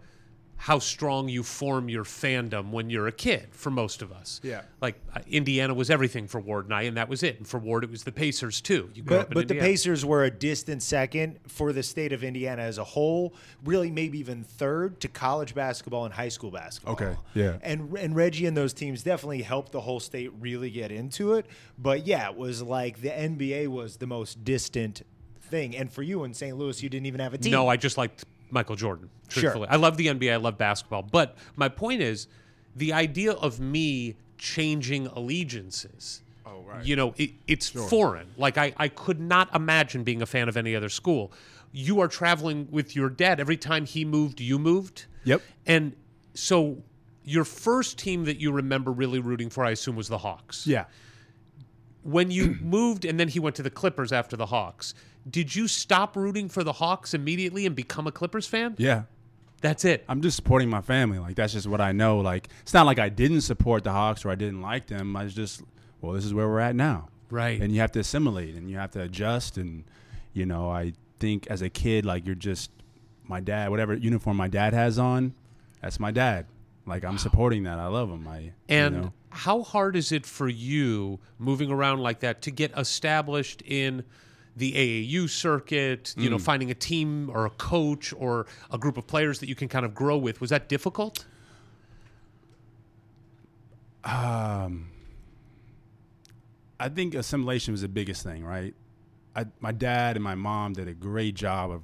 Speaker 3: how strong you form your fandom when you're a kid for most of us.
Speaker 5: Yeah.
Speaker 3: Like uh, Indiana was everything for Ward and I, and that was it. And for Ward, it was the Pacers too. You grew up
Speaker 2: But,
Speaker 3: in
Speaker 2: but the
Speaker 3: Indiana.
Speaker 2: Pacers were a distant second for the state of Indiana as a whole, really maybe even third to college basketball and high school basketball.
Speaker 5: Okay, yeah.
Speaker 2: And and Reggie and those teams definitely helped the whole state really get into it. But yeah, it was like the NBA was the most distant thing. And for you in St. Louis, you didn't even have a team.
Speaker 3: No, I just liked Michael Jordan.
Speaker 2: Sure.
Speaker 3: Truthfully, I love the NBA. I love basketball. But my point is, the idea of me changing allegiances. Oh right. You know, it, it's foreign. Like I, I could not imagine being a fan of any other school. You are traveling with your dad. Every time he moved, you moved.
Speaker 5: Yep.
Speaker 3: And so, your first team that you remember really rooting for, I assume, was the Hawks
Speaker 5: Yeah.
Speaker 3: when you <clears throat> moved and then he went to the Clippers after the Hawks, did you stop rooting for the Hawks immediately and become a Clippers fan?
Speaker 5: Yeah.
Speaker 3: That's it.
Speaker 5: I'm just supporting my family. Like that's just what I know. Like it's not like I didn't support the Hawks or I didn't like them. I was just well, this is where we're at now.
Speaker 3: Right.
Speaker 5: And you have to assimilate and you have to adjust and you know, I think as a kid like you're just my dad, whatever uniform my dad has on, that's my dad. Like I'm supporting that. I love him. I
Speaker 3: And
Speaker 5: you know.
Speaker 3: how hard is it for you moving around like that to get established in the AAU circuit, you know,
Speaker 5: Mm.
Speaker 3: finding a team or a coach or a group of players that you can kind of grow with? Was that difficult?
Speaker 5: um, I think assimilation was the biggest thing, right? I, my dad and my mom did a great job of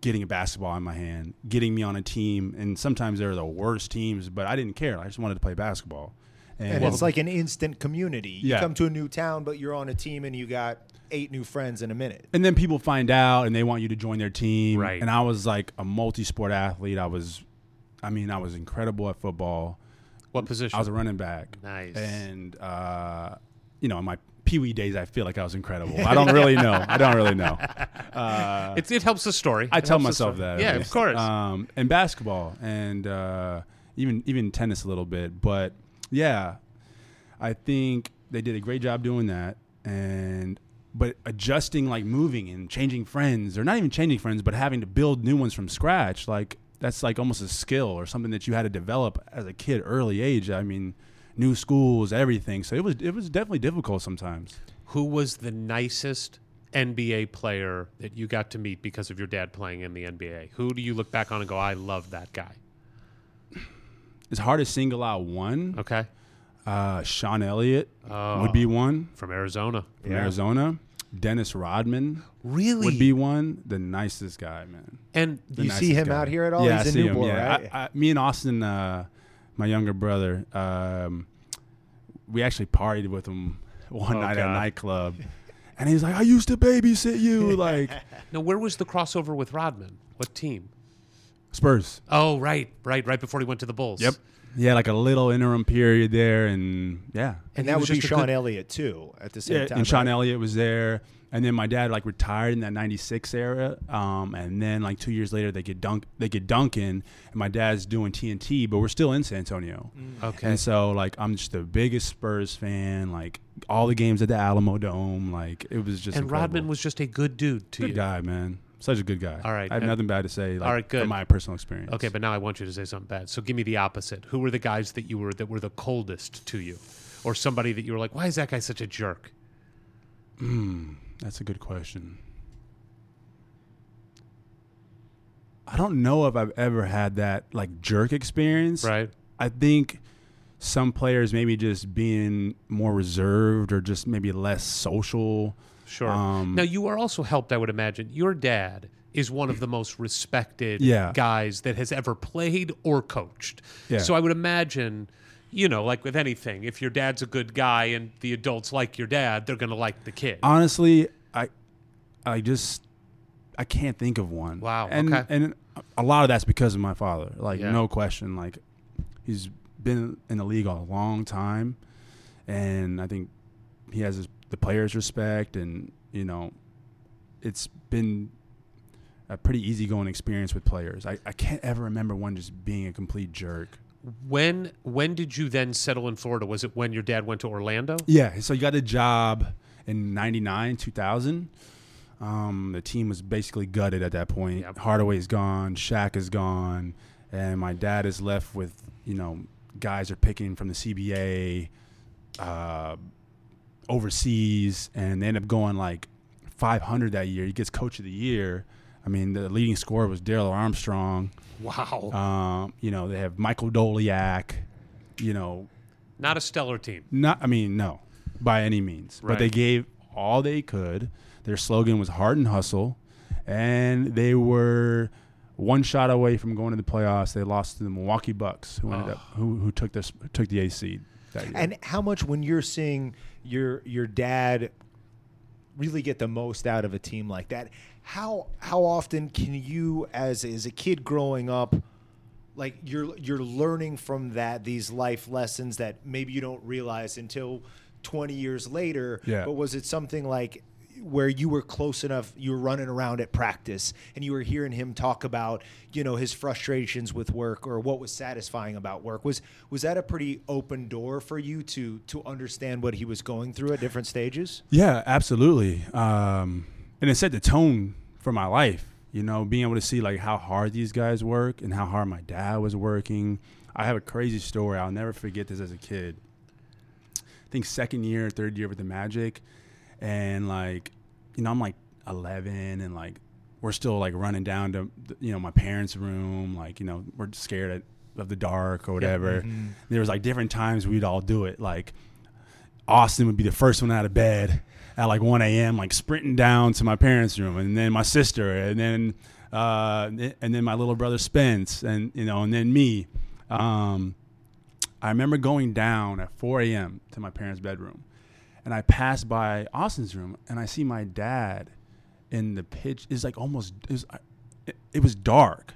Speaker 5: getting a basketball in my hand, getting me on a team, and sometimes they were the worst teams, but I didn't care. I just wanted to play basketball.
Speaker 2: And it's like an instant community. You
Speaker 5: Yeah.
Speaker 2: come to a new town, but you're on a team and you got eight new friends in a minute.
Speaker 5: and then people find out and they want you to join their team.
Speaker 3: Right.
Speaker 5: And I was like a multi-sport athlete. I was, I mean, I was incredible at football.
Speaker 3: What position?
Speaker 5: I was a running back.
Speaker 3: Nice.
Speaker 5: And uh, you know, in my Pee Wee days, I feel like I was incredible. I don't really know. I don't really know.
Speaker 3: it, it helps the story.
Speaker 5: I
Speaker 3: It
Speaker 5: tell
Speaker 3: helps the
Speaker 5: myself
Speaker 3: story.
Speaker 5: that.
Speaker 3: Yeah,
Speaker 5: at
Speaker 3: of
Speaker 5: least.
Speaker 3: course.
Speaker 5: Um, and basketball, and uh, even even tennis a little bit, but yeah, I think they did a great job doing that. And but adjusting, like moving and changing friends, or not even changing friends, but having to build new ones from scratch, like that's like almost a skill or something that you had to develop as a kid, early age. I mean, new schools, everything. So it was it was definitely difficult sometimes.
Speaker 3: Who was the nicest NBA player that you got to meet because of your dad playing in the NBA? Who do you look back on and go, I love that guy?
Speaker 5: It's hard to single out one.
Speaker 3: Okay. Oh.
Speaker 5: Uh, Sean Elliott would be one.
Speaker 3: From Arizona.
Speaker 5: from Arizona. Dennis Rodman
Speaker 3: Really?
Speaker 5: would be one, the nicest guy, man.
Speaker 3: and
Speaker 5: The
Speaker 2: You see
Speaker 5: nicest
Speaker 2: him out here at all?
Speaker 5: Yeah,
Speaker 2: He's
Speaker 5: I
Speaker 2: a
Speaker 5: see
Speaker 2: new
Speaker 5: him.
Speaker 2: boy,
Speaker 5: yeah,
Speaker 2: right?
Speaker 5: I, I, me and Austin, uh, my younger brother, um, we actually partied with him <laughs> one
Speaker 2: Oh,
Speaker 5: night at a
Speaker 3: God.
Speaker 5: nightclub, and he's like,
Speaker 2: <laughs>
Speaker 5: "I used to babysit you." Like,
Speaker 3: now, where was the crossover with Rodman? What team?
Speaker 5: Spurs.
Speaker 3: Oh, right, right, right before he went to the Bulls.
Speaker 5: Yep. Yeah, like a little interim period there, and yeah,
Speaker 2: And
Speaker 5: he
Speaker 2: that
Speaker 5: was
Speaker 2: would be
Speaker 5: just a
Speaker 2: Sean
Speaker 5: good-
Speaker 2: Elliott too at the same
Speaker 5: Yeah,
Speaker 2: time.
Speaker 5: and Sean
Speaker 2: right?
Speaker 5: Elliott was there, and then my dad like retired in that '96 era, um, and then like two years later they get dunk they get Duncan, and my dad's doing TNT, but we're still in San Antonio.
Speaker 3: Mm, Okay.
Speaker 5: And so like I'm just the biggest Spurs fan, like all the games at the Alamo Dome, like it was just
Speaker 3: and Rodman
Speaker 5: incredible.
Speaker 3: was just a good dude to you.
Speaker 5: good guy, man, such a good guy.
Speaker 3: All right,
Speaker 5: I have
Speaker 3: uh,
Speaker 5: nothing bad to say. Like,
Speaker 3: all right, good.
Speaker 5: From my personal experience.
Speaker 3: Okay, but now I want you to say something bad. So give me the opposite. Who were the guys that you were that were the coldest to you, or somebody that you were like, why is that guy such a jerk?
Speaker 5: That's a good question. I don't know if I've ever had that like jerk experience.
Speaker 3: Right.
Speaker 5: I think some players maybe just being more reserved or just maybe less social.
Speaker 3: Sure.
Speaker 5: Um,
Speaker 3: now you are also helped, I would imagine. Your dad is one of the most respected
Speaker 5: Yeah.
Speaker 3: guys that has ever played or coached.
Speaker 5: Yeah.
Speaker 3: So I would imagine, you know, like with anything, if your dad's a good guy and the adults like your dad, they're going to like the kid.
Speaker 5: Uh, Honestly, I I just I can't think of one.
Speaker 3: Wow,
Speaker 5: And
Speaker 3: okay.
Speaker 5: and a lot of that's because of my father. Like
Speaker 3: Yeah.
Speaker 5: no question. Like he's been in the league a long time, and I think he has his, the players' respect, and you know, it's been a pretty easygoing experience with players. I, I can't ever remember one just being a complete jerk.
Speaker 3: when when did you then settle in Florida? Was it when your dad went to Orlando?
Speaker 5: Yeah, so you got a job in 99, 2000. Um, the team was basically gutted at that point.
Speaker 3: Yep.
Speaker 5: Hardaway's gone, Shaq is gone, and my dad is left with, you know, guys are picking from the CBA uh, overseas, and they end up going like 500 that year. He gets coach of the year. I mean, the leading scorer was Daryl Armstrong.
Speaker 3: Wow.
Speaker 5: Um, you know, they have Michael Doliak, you know,
Speaker 3: Not a stellar team.
Speaker 5: not, I mean, no, by any means. But they
Speaker 3: Right.
Speaker 5: gave all they could. Their slogan was hard and hustle, and they were one shot away from going to the playoffs. They lost to the Milwaukee Bucks, who ended up who, who took this took the eighth seed that year.
Speaker 2: And how much when you're seeing your your dad really get the most out of a team like that? How how often can you as as a kid growing up like you're you're learning from that these life lessons that maybe you don't realize until 20 years later
Speaker 5: Yeah.
Speaker 2: but was it something like where you were close enough you were running around at practice and you were hearing him talk about you know his frustrations with work or what was satisfying about work was was that a pretty open door for you to to understand what he was going through at different stages
Speaker 5: Yeah, absolutely. Um, and it set the tone for my life. You know, being able to see like how hard these guys work and how hard my dad was working. I have a crazy story. I'll never forget this as a kid. I think second year, third year with the Magic, and like, you know, I'm like 11, and like we're still like running down to you know my parents' room. Like, you know, we're scared at, of the dark or whatever. There was like different times we'd all do it. Like, Austin would be the first one out of bed at like 1 a.m., like sprinting down to my parents' room, and then my sister, and then uh, and then my little brother Spence, and you know, and then me. Um, I remember going down at 4 a.m. to my parents' bedroom, and I passed by Austin's room, and I see my dad in the pitch. It's like almost it was, it was dark,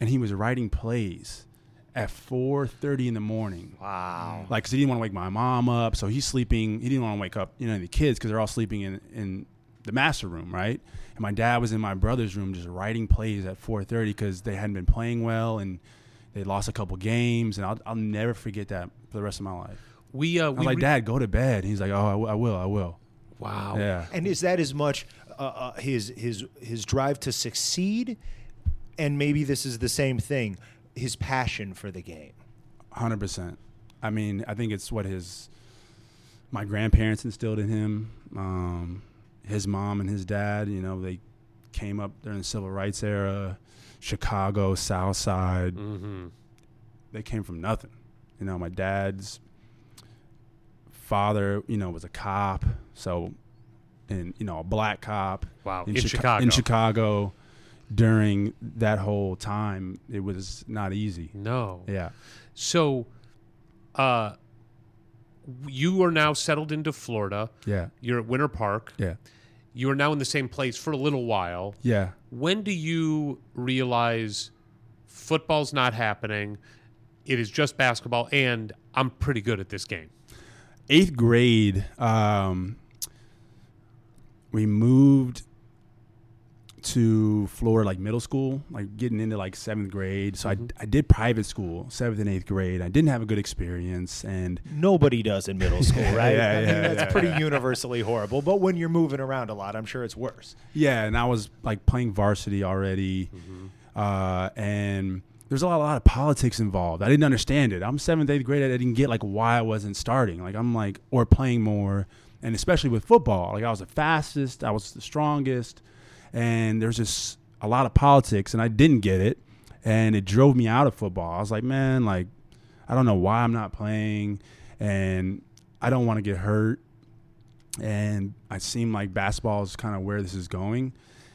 Speaker 5: and he was writing plays at 4:30 in the morning. Wow! Like, 'cause he didn't want to wake my mom up, so he's sleeping. He didn't want to wake up, you know, the kids because they're all sleeping in in the master room, right? And my dad was in my brother's room just writing plays at 4:30 because they hadn't been playing well and they lost a couple games, and I'll, I'll never forget that for the rest of my life.
Speaker 3: We uh,
Speaker 5: I
Speaker 3: we
Speaker 5: was like,
Speaker 3: re-
Speaker 5: Dad, go to bed. And he's like, Oh, I, w- I will, I will.
Speaker 3: Wow.
Speaker 5: Yeah.
Speaker 2: and is that as much uh, uh, his his his drive to succeed and maybe this is the same thing his passion for the game
Speaker 5: Hundred percent. I mean, I think it's what his my grandparents instilled in him. Um, his mom and his dad, you know, they came up during the civil rights era, Chicago, South Side.
Speaker 3: Mm-hmm.
Speaker 5: They came from nothing. You know, my dad's father, you know, was a cop, so and you know, a black cop.
Speaker 3: Wow,
Speaker 5: in,
Speaker 3: in
Speaker 5: Chica-
Speaker 3: Chicago.
Speaker 5: In Chicago, during that whole time, it was not easy.
Speaker 3: No.
Speaker 5: Yeah.
Speaker 3: So, uh, you are now settled into Florida.
Speaker 5: Yeah.
Speaker 3: You're at Winter Park.
Speaker 5: Yeah.
Speaker 3: You are now in the same place for a little while.
Speaker 5: Yeah.
Speaker 3: When do you realize Football's not happening. It is just basketball, and I'm pretty good at this game.
Speaker 5: eighth grade, um, we moved to Florida, like middle school, like getting into like seventh grade. So I, I did private school, seventh and eighth grade. I didn't have a good experience, and
Speaker 2: Nobody does in middle
Speaker 5: <laughs>
Speaker 2: school, right?
Speaker 5: yeah,
Speaker 2: I mean,
Speaker 5: yeah,
Speaker 2: that's
Speaker 5: yeah,
Speaker 2: pretty universally horrible. But when you're moving around a lot, I'm sure it's worse.
Speaker 5: yeah, and I was like playing varsity already, uh, and there's a lot, a lot of politics involved. I didn't understand it. I'm seventh, eighth grade. I didn't get like why I wasn't starting. Like I'm like or playing more, and especially with football. Like I was the fastest. I was the strongest, and there's just a lot of politics, and I didn't get it, and it drove me out of football. I was like, man, like I don't know why I'm not playing, and I don't want to get hurt and I seem like basketball is kind of where this is going.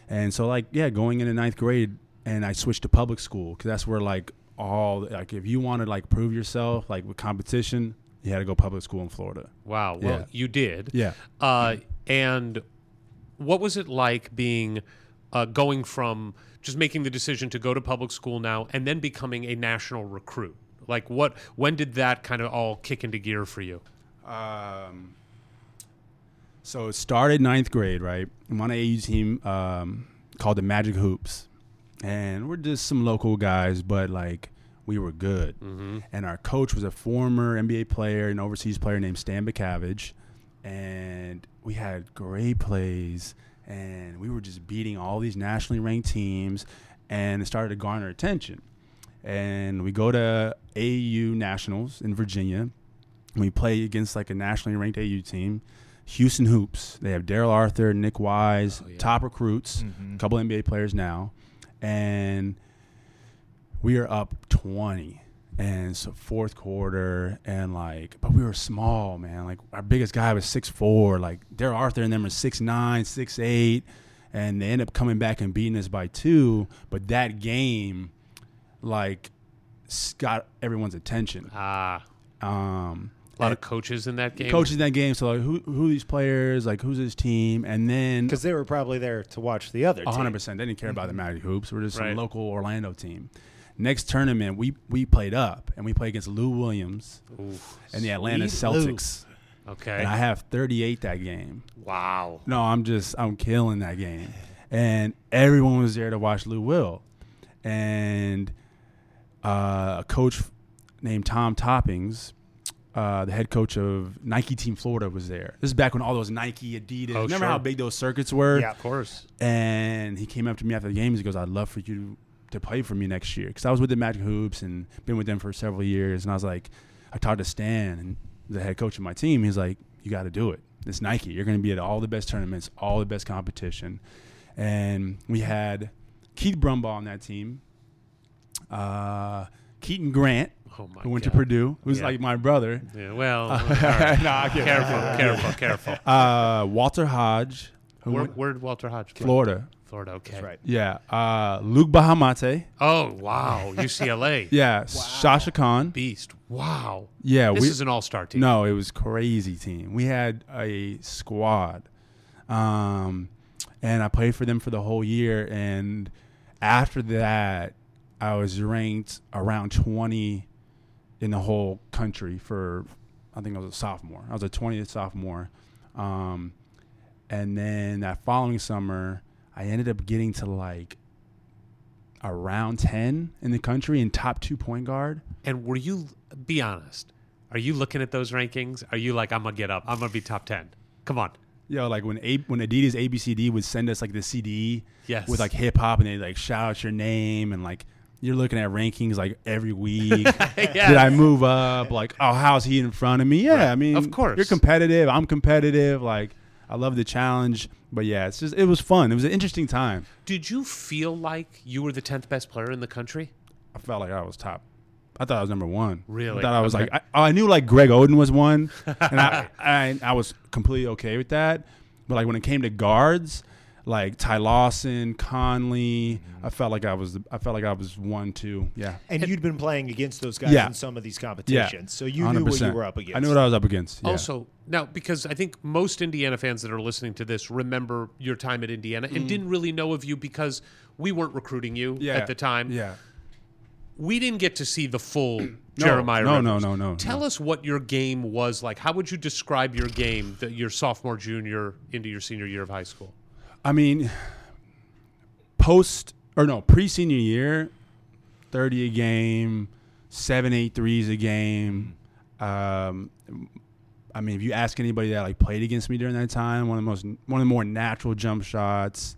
Speaker 5: And so, like, yeah, going into ninth grade, and I switched to public school because that's where like all like if you want to like prove yourself like with competition, you had to go public school in Florida.
Speaker 3: Wow. Well,
Speaker 5: Yeah.
Speaker 3: you did.
Speaker 5: Yeah.
Speaker 3: Uh, and what was it like being uh, going from just making the decision to go to public school now and then becoming a national recruit? Like, what? When did that kind of all kick into gear for you?
Speaker 5: Um, so it started ninth grade, right? I'm on an AU team um, called the Magic Hoops, and we're just some local guys, but like we were good. And our coach was a former NBA player and overseas player named Stan Bacavage, and we had great plays, and we were just beating all these nationally ranked teams, and it started to garner attention. And we go to AU Nationals in Virginia, we play against like a nationally ranked AU team, Houston Hoops. They have Daryl Arthur, Nick Wise, top recruits, a couple NBA players now, and we are up twenty. And so fourth quarter, and like, but we were small, man. Like our biggest guy was six four. Like Daryl Arthur and them are six nine, six eight, and they end up coming back and beating us by two. But that game, like, s- got everyone's attention.
Speaker 3: Ah,
Speaker 5: Um,
Speaker 3: a lot of coaches in that game.
Speaker 5: coaches in that game. So like, who who are these players? Like, who's his team? And then
Speaker 2: Because they were probably there to watch the other
Speaker 5: a hundred
Speaker 2: team.
Speaker 5: percent, they didn't care about the
Speaker 2: Mm-hmm.
Speaker 5: Magic Hoops. We're just a
Speaker 3: Right.
Speaker 5: local Orlando team. Next tournament, we we played up and we played against Lou Williams and the Atlanta
Speaker 2: Sweet Lou.
Speaker 5: Celtics.
Speaker 3: Okay.
Speaker 5: And I have 38 that game.
Speaker 3: wow.
Speaker 5: No, I'm just I'm killing that game. And everyone was there to watch Lou Will. And uh, a coach named Tom Toppings, uh, the head coach of Nike Team Florida, was there. This is back when all those Nike, Adidas.
Speaker 3: Oh,
Speaker 5: remember
Speaker 3: sure.
Speaker 5: how big those circuits were?
Speaker 2: Yeah.
Speaker 3: Of course.
Speaker 5: And he came up to me after the games. He goes, "I'd love for you to play for me next year," because I was with the Magic Hoops and been with them for several years. And I was like, I talked to Stan and the head coach of my team. He's like, "You got to do it. It's Nike. You're going to be at all the best tournaments, all the best competition." And we had Keith Brumbaugh on that team. Uh, Keaton Grant,
Speaker 3: Oh my
Speaker 5: who went
Speaker 3: God.
Speaker 5: to Purdue, who's
Speaker 3: Yeah.
Speaker 5: like my
Speaker 3: <laughs>
Speaker 5: brother.
Speaker 3: Yeah,
Speaker 5: <laughs>
Speaker 3: well, all right. careful, careful, careful.
Speaker 5: Uh, Walter Hodge, who
Speaker 3: Where,
Speaker 5: went to
Speaker 3: where did Walter Hodge play?
Speaker 5: Florida.
Speaker 3: Florida. Okay.
Speaker 2: That's right.
Speaker 5: Yeah. Uh, Luke Bahamate.
Speaker 3: Oh wow, UCLA.
Speaker 5: <laughs> Yeah, Sasha Khan.
Speaker 3: Beast. Wow.
Speaker 5: Yeah,
Speaker 3: This
Speaker 5: we-
Speaker 3: is an all-star team.
Speaker 5: No, it was crazy team. We had a squad, um, and I played for them for the whole year. And after that, I was ranked around twenty in the whole country for. I think I was a sophomore. I was a twentieth sophomore, um, and then that following summer, I ended up getting to like around ten in the country and top two point guard.
Speaker 3: And were you? Be honest. Are you looking at those rankings? Are you like, I'm gonna get up. I'm gonna be top ten. Come on.
Speaker 5: Yo, like when A- when Adidas ABCD would send us like the CD
Speaker 3: Yes.
Speaker 5: with like hip hop and they like shout out your name and like you're looking at rankings like every week.
Speaker 3: <laughs>
Speaker 5: Did I move up? Like, oh, how's he in front of me? Yeah, I mean,
Speaker 3: Of course.
Speaker 5: you're competitive. I'm competitive. Like, I love the challenge. But yeah, it's just it was fun. It was an interesting time.
Speaker 3: Did you feel like you were the tenth best player in the country?
Speaker 5: I felt like I was top. I thought I was number one.
Speaker 3: Really?
Speaker 5: I thought I was
Speaker 3: Okay.
Speaker 5: like I, I knew like Greg Oden
Speaker 3: <laughs>
Speaker 5: was one, and I, I I was completely okay with that. But like when it came to guards, like Ty Lawson, Conley,
Speaker 3: Mm-hmm.
Speaker 5: I felt like I was the- I felt like I was one two. Yeah.
Speaker 2: And you'd been playing against those guys
Speaker 5: Yeah.
Speaker 2: in some of these
Speaker 5: Yeah,
Speaker 2: competitions, so you knew what you
Speaker 5: 100%.
Speaker 2: were up against.
Speaker 5: I knew what I was up against. yeah.
Speaker 3: Also, now because I think most Indiana fans that are listening to this remember your time at Indiana and didn't really know of you because we weren't recruiting you
Speaker 5: Mm. Yeah.
Speaker 3: at the time.
Speaker 5: yeah,
Speaker 3: we didn't get to see the <clears throat> full Jeremiah.
Speaker 5: no, no,
Speaker 3: Rivers.
Speaker 5: no, no, no.
Speaker 3: Tell us what your game was like. How would you describe your game, that your sophomore, junior, into your senior year of high school?
Speaker 5: I mean, post or no pre senior year, thirty a game, seven eight threes a game. Um, I mean, if you ask anybody that like played against me during that time, one of the most one of the more natural jump shots.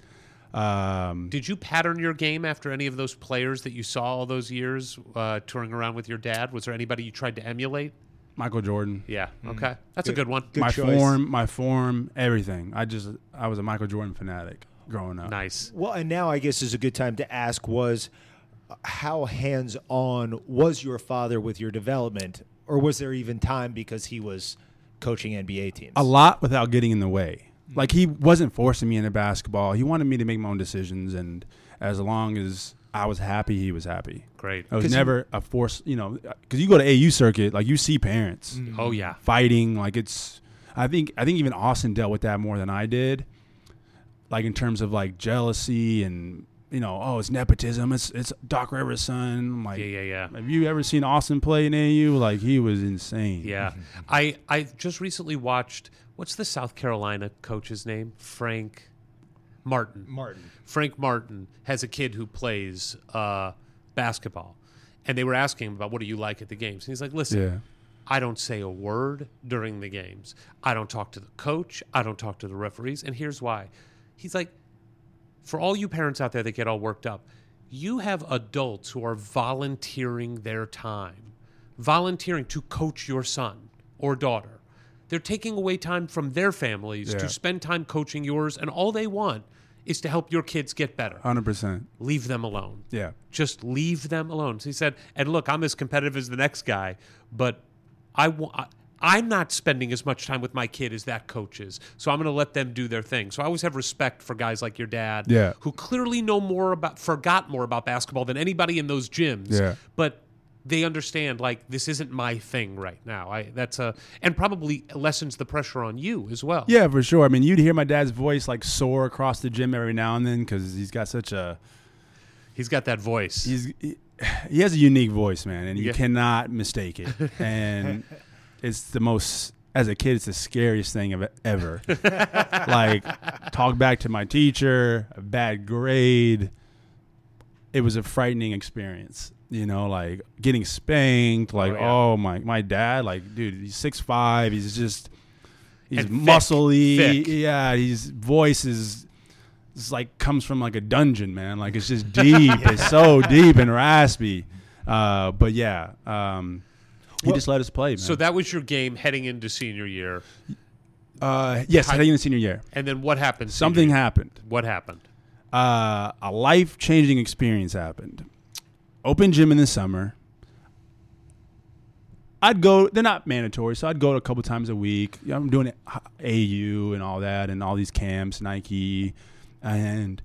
Speaker 5: Um,
Speaker 3: Did you pattern your game after any of those players that you saw all those years uh, touring around with your dad? Was there anybody you tried to emulate?
Speaker 5: Michael Jordan.
Speaker 3: Yeah. Okay. That's a good one.
Speaker 2: Good
Speaker 5: my
Speaker 2: choice.
Speaker 5: form, my form, everything. I just I was a Michael Jordan fanatic growing up.
Speaker 3: Nice.
Speaker 2: Well, and now I guess is a good time to ask was uh, how hands on was your father with your development, or was there even time because he was coaching NBA teams?
Speaker 5: a lot without getting in the way. Like he wasn't forcing me into basketball. He wanted me to make my own decisions, and as long as I was happy, he was happy.
Speaker 3: Great.
Speaker 5: I was
Speaker 2: 'Cause you-
Speaker 5: never a force, you know, because you go to AU circuit, like you see parents
Speaker 3: Oh yeah.
Speaker 5: fighting. Like it's, I think, I think even Austin dealt with that more than I did. Like in terms of like jealousy and you know, oh, it's nepotism. It's it's Doc Rivers' son. I'm like,
Speaker 3: Yeah, yeah, yeah.
Speaker 5: Have you ever seen Austin play in AU? Like he was
Speaker 3: <laughs>
Speaker 5: insane. <laughs>
Speaker 3: Yeah. I I just recently watched what's the South Carolina coach's name? Frank Martin.
Speaker 2: Martin.
Speaker 3: Frank Martin has a kid who plays uh, basketball. And they were asking him about what do you like at the games? And he's like, listen,
Speaker 5: Yeah.
Speaker 3: I don't say a word during the games. I don't talk to the coach. I don't talk to the referees. And here's why. He's like, for all you parents out there that get all worked up, you have adults who are volunteering their time, volunteering to coach your son or daughter. They're taking away time from their families
Speaker 5: Yeah.
Speaker 3: to spend time coaching yours, and all they want is to help your kids get better.
Speaker 5: hundred percent.
Speaker 3: Leave them alone
Speaker 5: Yeah.
Speaker 3: just leave them alone. So he said, and look, I'm as competitive as the next guy, but I want. I'm not spending as much time with my kid as that coach is, so I'm going to let them do their thing. So I always have respect for guys like your dad,
Speaker 5: Yeah.
Speaker 3: who clearly know more about, forgot more about basketball than anybody in those gyms,
Speaker 5: Yeah.
Speaker 3: but they understand like this isn't my thing right now. I that's a and probably lessens the pressure on you as well.
Speaker 5: Yeah, for sure. I mean, you'd hear my dad's voice like soar across the gym every now and then because he's got such a
Speaker 3: he's got that voice.
Speaker 5: he's he, <sighs> he has a unique voice, man, and you
Speaker 3: Yeah.
Speaker 5: cannot
Speaker 3: <laughs>
Speaker 5: mistake it. And it's the most as a kid, it's the scariest thing of e,
Speaker 3: <laughs>
Speaker 5: ever. like talk back to my teacher, a bad grade. It was a frightening experience. You know, like getting spanked, like, oh,
Speaker 3: Oh, yeah.
Speaker 5: my my dad, like, dude, he's six five, he's just he's
Speaker 3: And thick,
Speaker 5: muscly.
Speaker 3: thick.
Speaker 5: Yeah, his voice is it's like comes from like a dungeon, man. Like it's just deep.
Speaker 3: <laughs>
Speaker 5: It's so deep and raspy. Uh, but yeah, um, he just let us play, man.
Speaker 3: so that was your game heading into senior year,
Speaker 5: uh, yes,
Speaker 3: Hi-
Speaker 5: heading into senior year,
Speaker 3: and then what happened? senior
Speaker 5: something
Speaker 3: year?
Speaker 5: happened.
Speaker 3: What happened?
Speaker 5: Uh, a life changing experience happened. Open gym in the summer. I'd go. They're not mandatory, so I'd go a couple times a week. You know, I'm doing it, AU and all that, and all these camps, Nike, and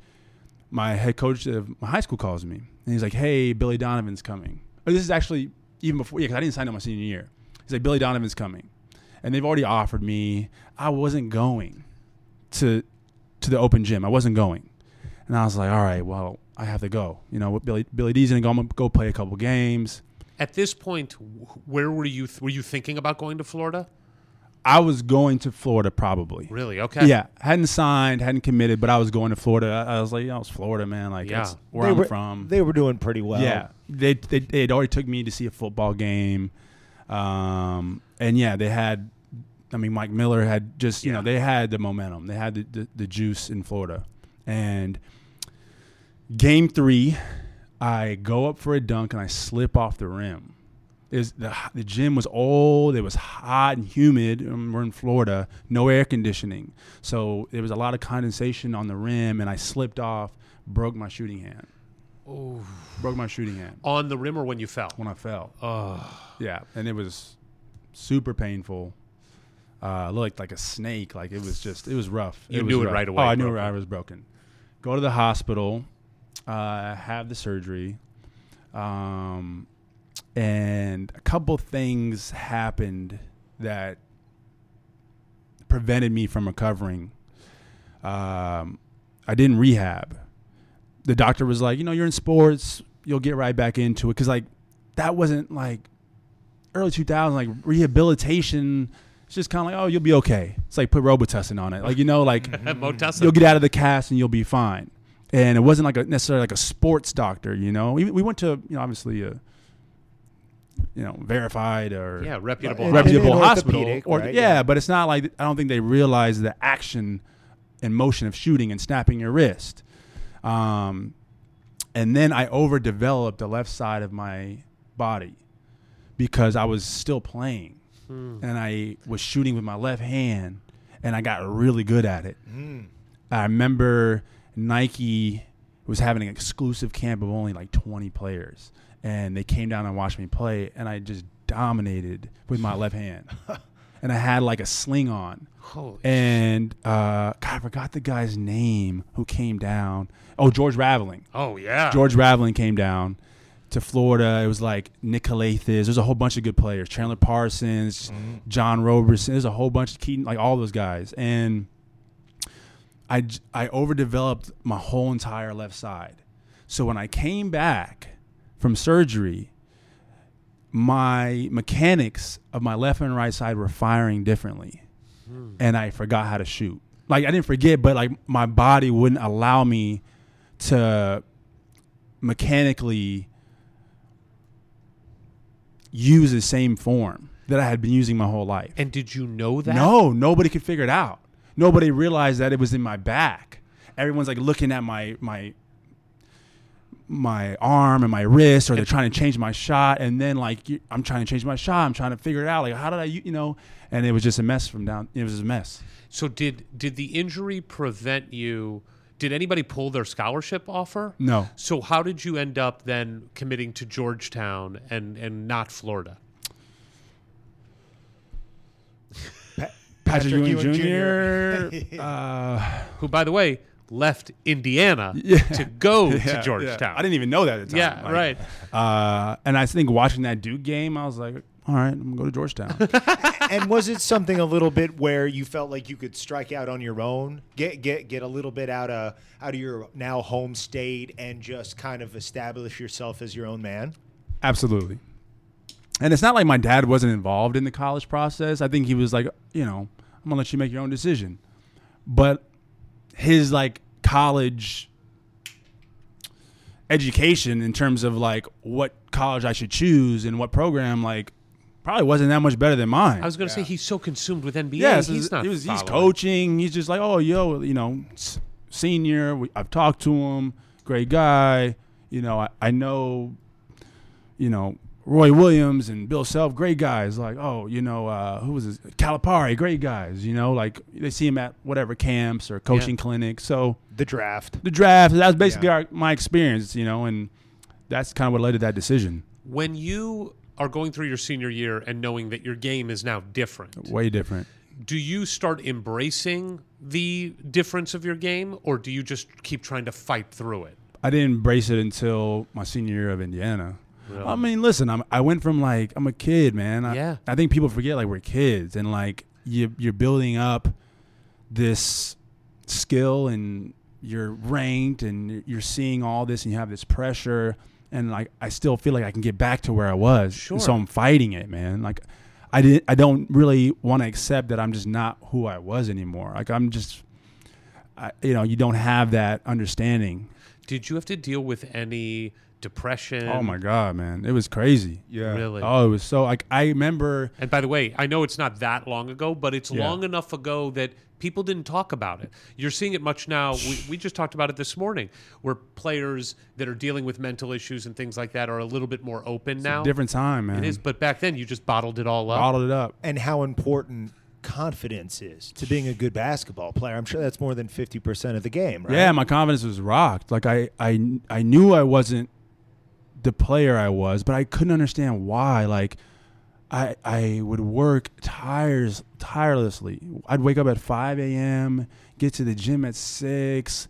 Speaker 5: my head coach of my high school calls me and he's like, "Hey, Billy Donovan's coming." Oh, this is actually even before, yeah, because I didn't sign up my senior year. He's like, "Billy Donovan's coming," and they've already offered me. I wasn't going to to the open gym. I wasn't going, and I was like, "All right, well, I have to go." You know, with Billy Billy D's gonna go. I'm gonna go play a couple games.
Speaker 3: At this point, wh- where were you? Were you thinking about going to Florida?
Speaker 5: I was going to Florida probably.
Speaker 3: Really? Okay.
Speaker 5: Yeah, hadn't signed, hadn't committed, but I was going to Florida. I, I was like, "Yo, it's Florida, man. Like,
Speaker 3: Yeah.
Speaker 5: that's where
Speaker 2: they
Speaker 5: I'm
Speaker 2: were,
Speaker 5: from."
Speaker 2: They were doing pretty well.
Speaker 5: Yeah, Um, they they they had already took me to see a football game, um, and yeah, they had. I mean, Mike Miller had just you know they had the momentum, they had the, the, the juice in Florida, and game three, I go up for a dunk and I slip off the rim. Is the the gym was old, it was hot and humid. and We're in Florida, no air conditioning, so there was a lot of condensation on the rim, and I slipped off, broke my shooting hand. Broke my shooting hand
Speaker 3: On the rim or when you fell?
Speaker 5: when I fell. Yeah, and it was super painful. Uh, I looked like a snake. Like it was just, it was rough.
Speaker 3: You
Speaker 5: was
Speaker 3: knew it
Speaker 5: rough.
Speaker 3: right away,
Speaker 5: Oh, I knew
Speaker 3: broken.
Speaker 5: I was broken. Go to the hospital, uh, have the surgery, um, and a couple things happened that prevented me from recovering. Um, I didn't rehab. The doctor was like, you know, you're in sports. you'll get right back into it because like that wasn't like early 2000 like rehabilitation. It's just kind of like oh you'll be okay. It's like put Robitussin on it, like you know like
Speaker 6: Motussin.
Speaker 5: you'll get out of the cast and you'll be fine. And it wasn't like a necessarily like a sports doctor, you know. We, we went to you know obviously a you know verified or
Speaker 3: Yeah, reputable.
Speaker 2: Well, and-
Speaker 3: hospital.
Speaker 5: reputable
Speaker 2: an
Speaker 5: hospital.
Speaker 2: orthopedic,
Speaker 5: Or
Speaker 2: right?
Speaker 5: yeah,
Speaker 2: Yeah.
Speaker 5: but it's not like I don't think they realize the action and motion of shooting and snapping your wrist. Um, and then I overdeveloped the left side of my body because I was still playing
Speaker 2: Hmm.
Speaker 5: and I was shooting with my left hand and I got really good at it. I remember Nike was having an exclusive camp of only like 20 players, and they came down and watched me play, and I just dominated with my left hand, and I had like a sling on.
Speaker 3: Holy
Speaker 5: and uh, God, I forgot the guy's name who came down. Oh, George Raveling.
Speaker 3: Oh yeah.
Speaker 5: George Raveling came down to Florida. It was like Nick Calathis. There's a whole bunch of good players. Chandler Parsons, John Roberson. There's a whole bunch of Keaton, like all those guys. And I, j- I overdeveloped my whole entire left side. So when I came back from surgery, my mechanics of my left and right side were firing differently. And I forgot how to shoot. Like I didn't forget, but like my body wouldn't allow me to mechanically use the same form that I had been using my whole life.
Speaker 3: And did you know that?
Speaker 5: No, nobody could figure it out. Nobody realized that it was in my back. Everyone's like looking at my my my arm and my wrist, or they're trying to change my shot. And then like you- I'm trying to change my shot. I'm trying to figure it out. Like how did I you you know? And it was just a mess from down. It was just a mess.
Speaker 3: So did did the injury prevent you? Did anybody pull their scholarship offer?
Speaker 5: No.
Speaker 3: So how did you end up then committing to Georgetown and and not Florida?
Speaker 5: Patrick,
Speaker 2: Patrick
Speaker 5: Ewing, <laughs>
Speaker 2: Ewing
Speaker 5: Jr.
Speaker 3: Who, by the way, left Indiana to
Speaker 5: <laughs>
Speaker 3: go to Georgetown.
Speaker 5: I didn't even know that at the time.
Speaker 3: Yeah,
Speaker 5: Like,
Speaker 3: right.
Speaker 5: Uh, and I think watching that Duke game, I was like, all right, I'm gonna go to Georgetown.
Speaker 2: <laughs> and was it something a little bit where you felt like you could strike out on your own, get get get a little bit out of out of your now home state, and just kind of establish yourself as your own man?
Speaker 5: Absolutely. And it's not like my dad wasn't involved in the college process. I think he was like, you know, I'm gonna let you make your own decision. But his like college education in terms of like what college I should choose and what program, like, probably wasn't that much better than mine.
Speaker 3: I was going to say he's so consumed with NBA.
Speaker 5: yeah, so
Speaker 3: he's not.
Speaker 5: he was, he's
Speaker 3: following.
Speaker 5: coaching. He's just like, oh, yo, you know, s- senior. We, I've talked to him. Great guy. You know, I, I know, you know, Roy Williams and Bill Self, great guys. Like, oh, you know, uh, who was this? Calipari, great guys. You know, like they see him at whatever camps or coaching clinics. So
Speaker 2: The draft.
Speaker 5: the draft, that was basically
Speaker 2: Yeah.
Speaker 5: our, my experience, you know, and that's kind of what led to that decision.
Speaker 3: When you are going through your senior year and knowing that your game is now different,
Speaker 5: Way different.
Speaker 3: do you start embracing the difference of your game, or do you just keep trying to fight through it?
Speaker 5: I didn't embrace it until my senior year of Indiana. I mean, listen, I'm, I went from like I'm a kid, man. I,
Speaker 3: Yeah.
Speaker 5: I think people forget like we're kids, and like you, you're building up this skill, and you're ranked, and you're seeing all this, and you have this pressure, and like I still feel like I can get back to where I was, And so
Speaker 3: Sure.
Speaker 5: I'm fighting it, man. Like I didn't, I don't really want to accept that I'm just not who I was anymore. Like I'm just, I, you know, you don't have that understanding
Speaker 3: Did you have to deal with any depression?
Speaker 5: Oh my god, man, it was crazy.
Speaker 2: Yeah.
Speaker 3: Really?
Speaker 5: Oh, it was so like I remember.
Speaker 3: And by the way, I know it's not that long ago, but it's long enough ago that people didn't talk about it. You're seeing it much now. We, we just talked about it this morning, where players that are dealing with mental issues and things like that are a little bit more open now.
Speaker 5: Different time, man.
Speaker 3: It is, but back then you just bottled it all up.
Speaker 5: bottled it up.
Speaker 2: and how important confidence is to being a good basketball player. I'm sure that's more than 50% of the game, right?
Speaker 5: Yeah, my confidence was rocked. Like I, I, I knew I wasn't the player I was, but I couldn't understand why. Like I, I would work tires tirelessly. I'd wake up at five a.m., get to the gym at six,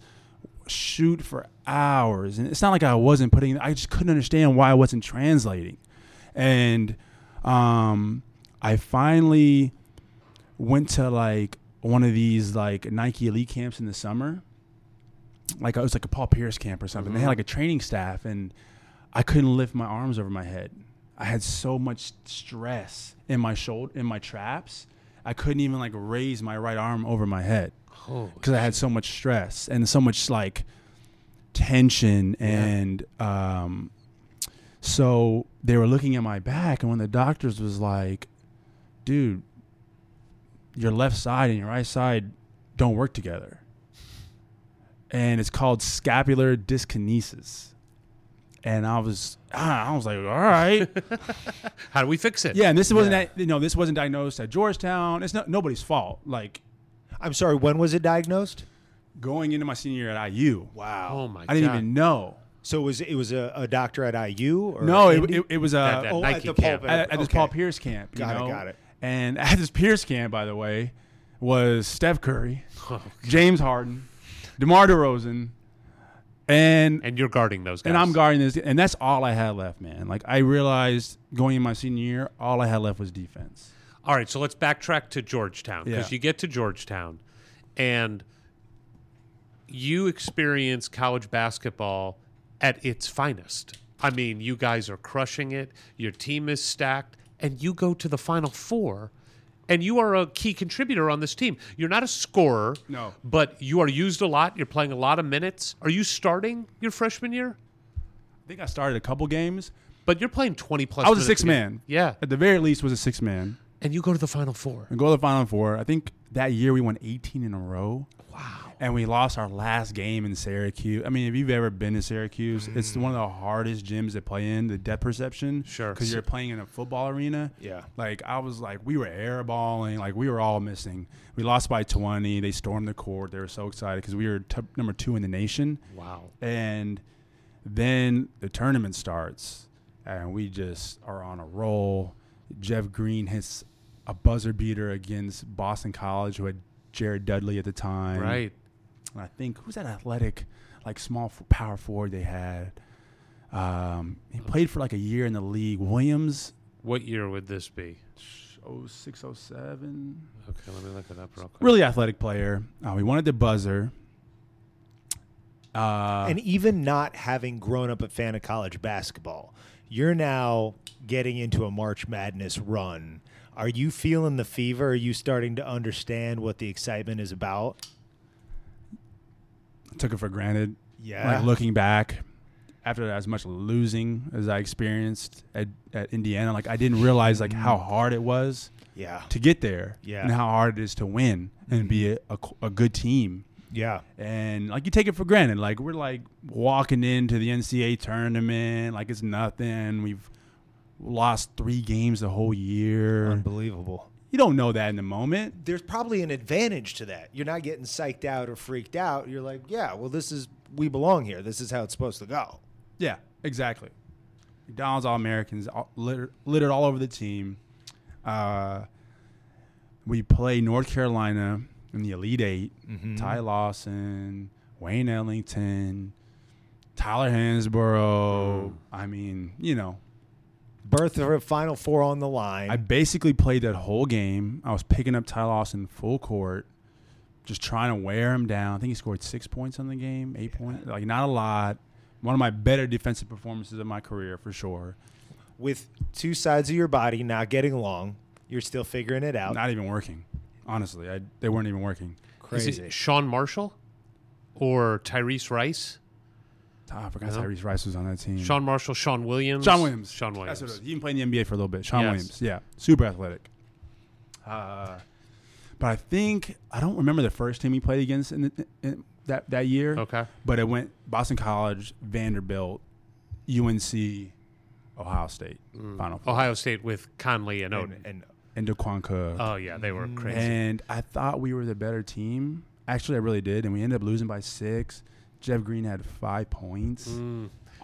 Speaker 5: shoot for hours, and it's not like I wasn't putting. I just couldn't understand why I wasn't translating, and um, I finally went to like one of these like Nike elite camps in the summer. Like it was like a Paul Pierce camp or something. They had like a training staff, and I couldn't lift my arms over my head. I had so much stress in my shoulder, in my traps. I couldn't even like raise my right arm over my head because I had so much stress and so much like tension and um, so they were looking at my back and when the doctors was like, "Dude, your left side and your right side don't work together," and it's called scapular dyskinesis. And I was, ah, I was like,
Speaker 2: <laughs>
Speaker 5: all right,
Speaker 3: How do we fix it?
Speaker 5: yeah. And this wasn't, that you know, this wasn't diagnosed at Georgetown. It's not nobody's fault. Like
Speaker 2: I'm sorry. When was it diagnosed?
Speaker 5: going into my senior year at IU.
Speaker 2: Wow.
Speaker 3: Oh my
Speaker 5: I didn't
Speaker 3: God.
Speaker 5: even know.
Speaker 2: So it was it was a, a doctor at IU? Or
Speaker 5: No, it,
Speaker 2: Indy?
Speaker 5: it, it was a
Speaker 3: That- that
Speaker 2: oh,
Speaker 3: Nike
Speaker 2: at the
Speaker 3: camp.
Speaker 2: pulpit.
Speaker 5: at, at this
Speaker 2: Okay.
Speaker 5: Paul Pierce camp. you
Speaker 2: Got it,
Speaker 5: know?
Speaker 2: got it.
Speaker 5: And <laughs> at this Pierce camp, by the way, was Steph Curry,
Speaker 2: Oh,
Speaker 5: James Harden, DeMar DeRozan, and
Speaker 3: And you're guarding those guys.
Speaker 5: and I'm guarding this, and that's all I had left, man. Like I realized going in my senior year, all I had left was defense.
Speaker 3: All right, so let's backtrack to Georgetown because
Speaker 5: Yeah.
Speaker 3: you get to Georgetown and you experience college basketball at its finest. I mean, you guys are crushing it, your team is stacked, and you go to the Final Four. And you are a key contributor on this team. You're not a scorer,
Speaker 5: No.
Speaker 3: but you are used a lot. You're playing a lot of minutes. Are you starting your freshman year?
Speaker 5: I think I started a couple games.
Speaker 3: But you're playing 20 plus.
Speaker 5: I was a
Speaker 3: minutes
Speaker 5: six
Speaker 3: game.
Speaker 5: man.
Speaker 3: Yeah,
Speaker 5: At the very least, was a six man.
Speaker 3: and you go to the Final Four.
Speaker 5: and go to the final four. I think that year we won 18 in a row. Wow. And we lost our last game in Syracuse. I mean, if you've ever been to Syracuse, it's one of the hardest gyms to play in, the depth perception.
Speaker 3: Mm. Sure.
Speaker 5: Because you're playing in a football arena.
Speaker 2: Yeah.
Speaker 5: Like, I was like, we were airballing. Like, we were all missing. We lost by 20. They stormed the court. They were so excited because we were t- number two in the nation.
Speaker 3: Wow.
Speaker 5: And then the tournament starts, and we just are on a roll. Jeff Green hits a buzzer beater against Boston College, who had Jared Dudley at the time.
Speaker 3: Right.
Speaker 5: And I think, who's that athletic, like small f- power forward they had? Um, he played for like a year in the league. Williams,
Speaker 3: What year would this be?
Speaker 5: 06, 07.
Speaker 3: Okay, let me look it up real quick.
Speaker 5: Really athletic player. Uh, we wanted the buzzer. Uh,
Speaker 2: and even not having grown up a fan of college basketball, you're now getting into a March Madness run. Are you feeling the fever? Are you starting to understand what the excitement is about?
Speaker 5: took it for granted.
Speaker 2: Yeah.
Speaker 5: Like looking back after as much losing as I experienced at, at Indiana, like I didn't realize like how hard it was
Speaker 2: Yeah.
Speaker 5: to get there
Speaker 2: Mm-hmm. Yeah. Mm-hmm.
Speaker 5: and how hard it is to win and be a, a, a good team.
Speaker 2: Yeah.
Speaker 5: And like you take it for granted. Like we're like walking into the NCAA tournament, like it's nothing. We've lost three games the whole year.
Speaker 2: Unbelievable.
Speaker 5: You don't know that in the moment.
Speaker 2: There's probably an advantage to that. You're not getting psyched out or freaked out. You're like, yeah, well, this is, we belong here. This is how it's supposed to go.
Speaker 5: Yeah, exactly. McDonald's All Americans all, litter, littered all over the team. Uh, we play North Carolina in the Elite 8 Ty Lawson, Wayne Ellington, Tyler Hansborough. I mean, you know,
Speaker 2: Birth of a Final Four on the line.
Speaker 5: I basically played that whole game. I was picking up Ty Lawson full court, just trying to wear him down. I think he scored six points on the game, eight points, like not a lot. One of my better defensive performances of my career for sure.
Speaker 2: with two sides of your body not getting along. You're still figuring it
Speaker 3: Oh.
Speaker 2: out.
Speaker 5: not even working. Honestly, I, they weren't even working.
Speaker 3: Is it Sean Marshall or Tyrese Rice?
Speaker 5: Ah, I forgot
Speaker 3: No.
Speaker 5: Tyrese Rice was on that team.
Speaker 3: Sean Marshall, Sean Williams.
Speaker 5: Sean Williams.
Speaker 3: Sean
Speaker 5: That's
Speaker 3: Williams.
Speaker 5: what it was. He didn't play in the NBA for a little bit. Sean
Speaker 3: Yes.
Speaker 5: Williams, yeah, super athletic. Uh, but I think I don't remember the first team he played against in, the, in that that year.
Speaker 3: Okay.
Speaker 5: but it went Boston College, Vanderbilt, UNC, Ohio State, Final
Speaker 3: Mm.
Speaker 5: Four,
Speaker 3: Ohio State with Conley and
Speaker 2: And,
Speaker 3: Odin.
Speaker 2: and
Speaker 5: and DeQuan Cook.
Speaker 3: oh yeah, they were crazy.
Speaker 5: And I thought we were the better team. Actually, I really did, and we ended up losing by six. Jeff Green had five points.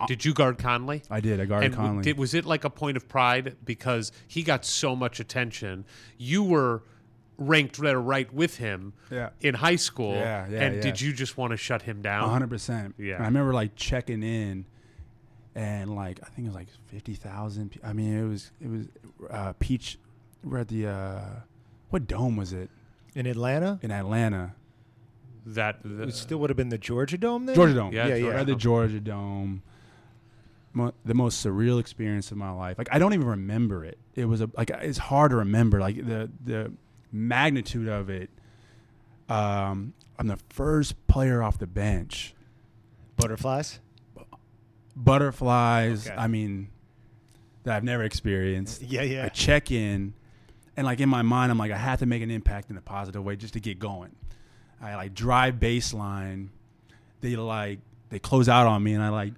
Speaker 3: did you guard Conley?
Speaker 5: I did. I guarded
Speaker 3: Mm. and w-
Speaker 5: Conley.
Speaker 3: Did, was it like a point of pride because he got so much attention? You were ranked there right with him
Speaker 5: Yeah.
Speaker 3: in high school.
Speaker 5: Yeah, yeah,
Speaker 3: and
Speaker 5: yeah.
Speaker 3: did you just want to shut him down?
Speaker 5: hundred percent.
Speaker 3: Oh. Yeah.
Speaker 5: And I remember like checking in, and like I think it was like fifty thousand. I mean, it was it was uh, peach. We're at the uh, what dome was it
Speaker 2: in Atlanta,
Speaker 5: in Atlanta?
Speaker 3: That the,
Speaker 2: it still would have been the Georgia Dome then?
Speaker 5: Georgia Dome.
Speaker 3: Uh, Yeah,
Speaker 2: Yeah,
Speaker 5: We're
Speaker 2: yeah.
Speaker 5: at the Georgia Dome. mo- the most surreal experience of my life. Like I don't even remember it. It was a like it's hard to remember. Like the the magnitude of it. Um, I'm the first player off the bench.
Speaker 2: Butterflies.
Speaker 5: Butterflies.
Speaker 2: Okay.
Speaker 5: I mean, that I've never experienced.
Speaker 2: Yeah, yeah.
Speaker 5: I check in, and like in my mind, I'm like, I have to make an impact in a positive way just to get going. I like drive baseline. They like they close out on me, and I like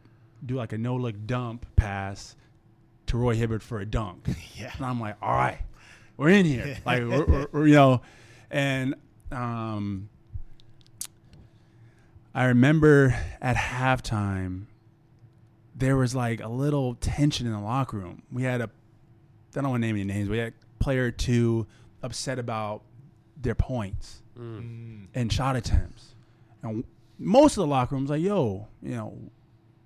Speaker 5: do like a no look dump pass to Roy Hibbert for a dunk.
Speaker 2: <laughs> Yeah.
Speaker 5: and I'm like, all right, we're
Speaker 2: <laughs>
Speaker 5: in here. like we're, we're- we're, you know, and um, I remember at halftime there was like a little tension in the locker room. We had a I don't want to name any names. We had player two upset about their points and shot attempts, and most of the locker room's like, "Yo, you know,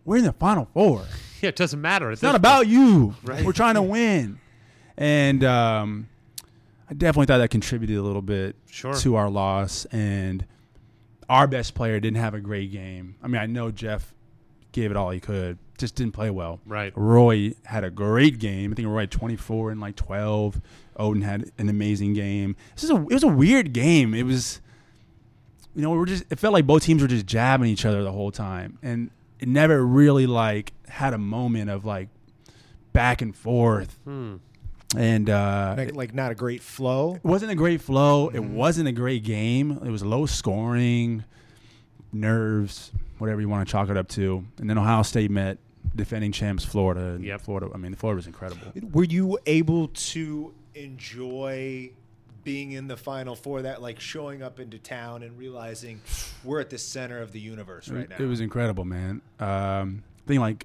Speaker 5: we're in the final four.
Speaker 3: Yeah, it doesn't matter.
Speaker 5: It's not about you. We're trying to win." And um, I definitely thought that contributed a little bit
Speaker 3: Sure.
Speaker 5: to our loss. And our best player didn't have a great game. I mean, I know Jeff gave it all he could, just didn't play well.
Speaker 3: Right.
Speaker 5: Roy had a great game. I think Roy had 24 and like 12. Odin had an amazing game. This is a it was a weird game. It was you know, we were just it felt like both teams were just jabbing each other the whole time and it never really like had a moment of like back and forth. And uh
Speaker 2: Like, like <laughs> not a great flow.
Speaker 5: it wasn't a great flow. It wasn't a great game. It was low scoring, nerves, whatever you want to chalk it up to. And then Ohio State met defending champs Florida. And
Speaker 3: Yep.
Speaker 5: Florida. I mean, Florida was incredible.
Speaker 2: Were you able to enjoy being in the final four? That like showing up into town and realizing we're at the center of the universe right now.
Speaker 5: It was incredible, man. Um, thing like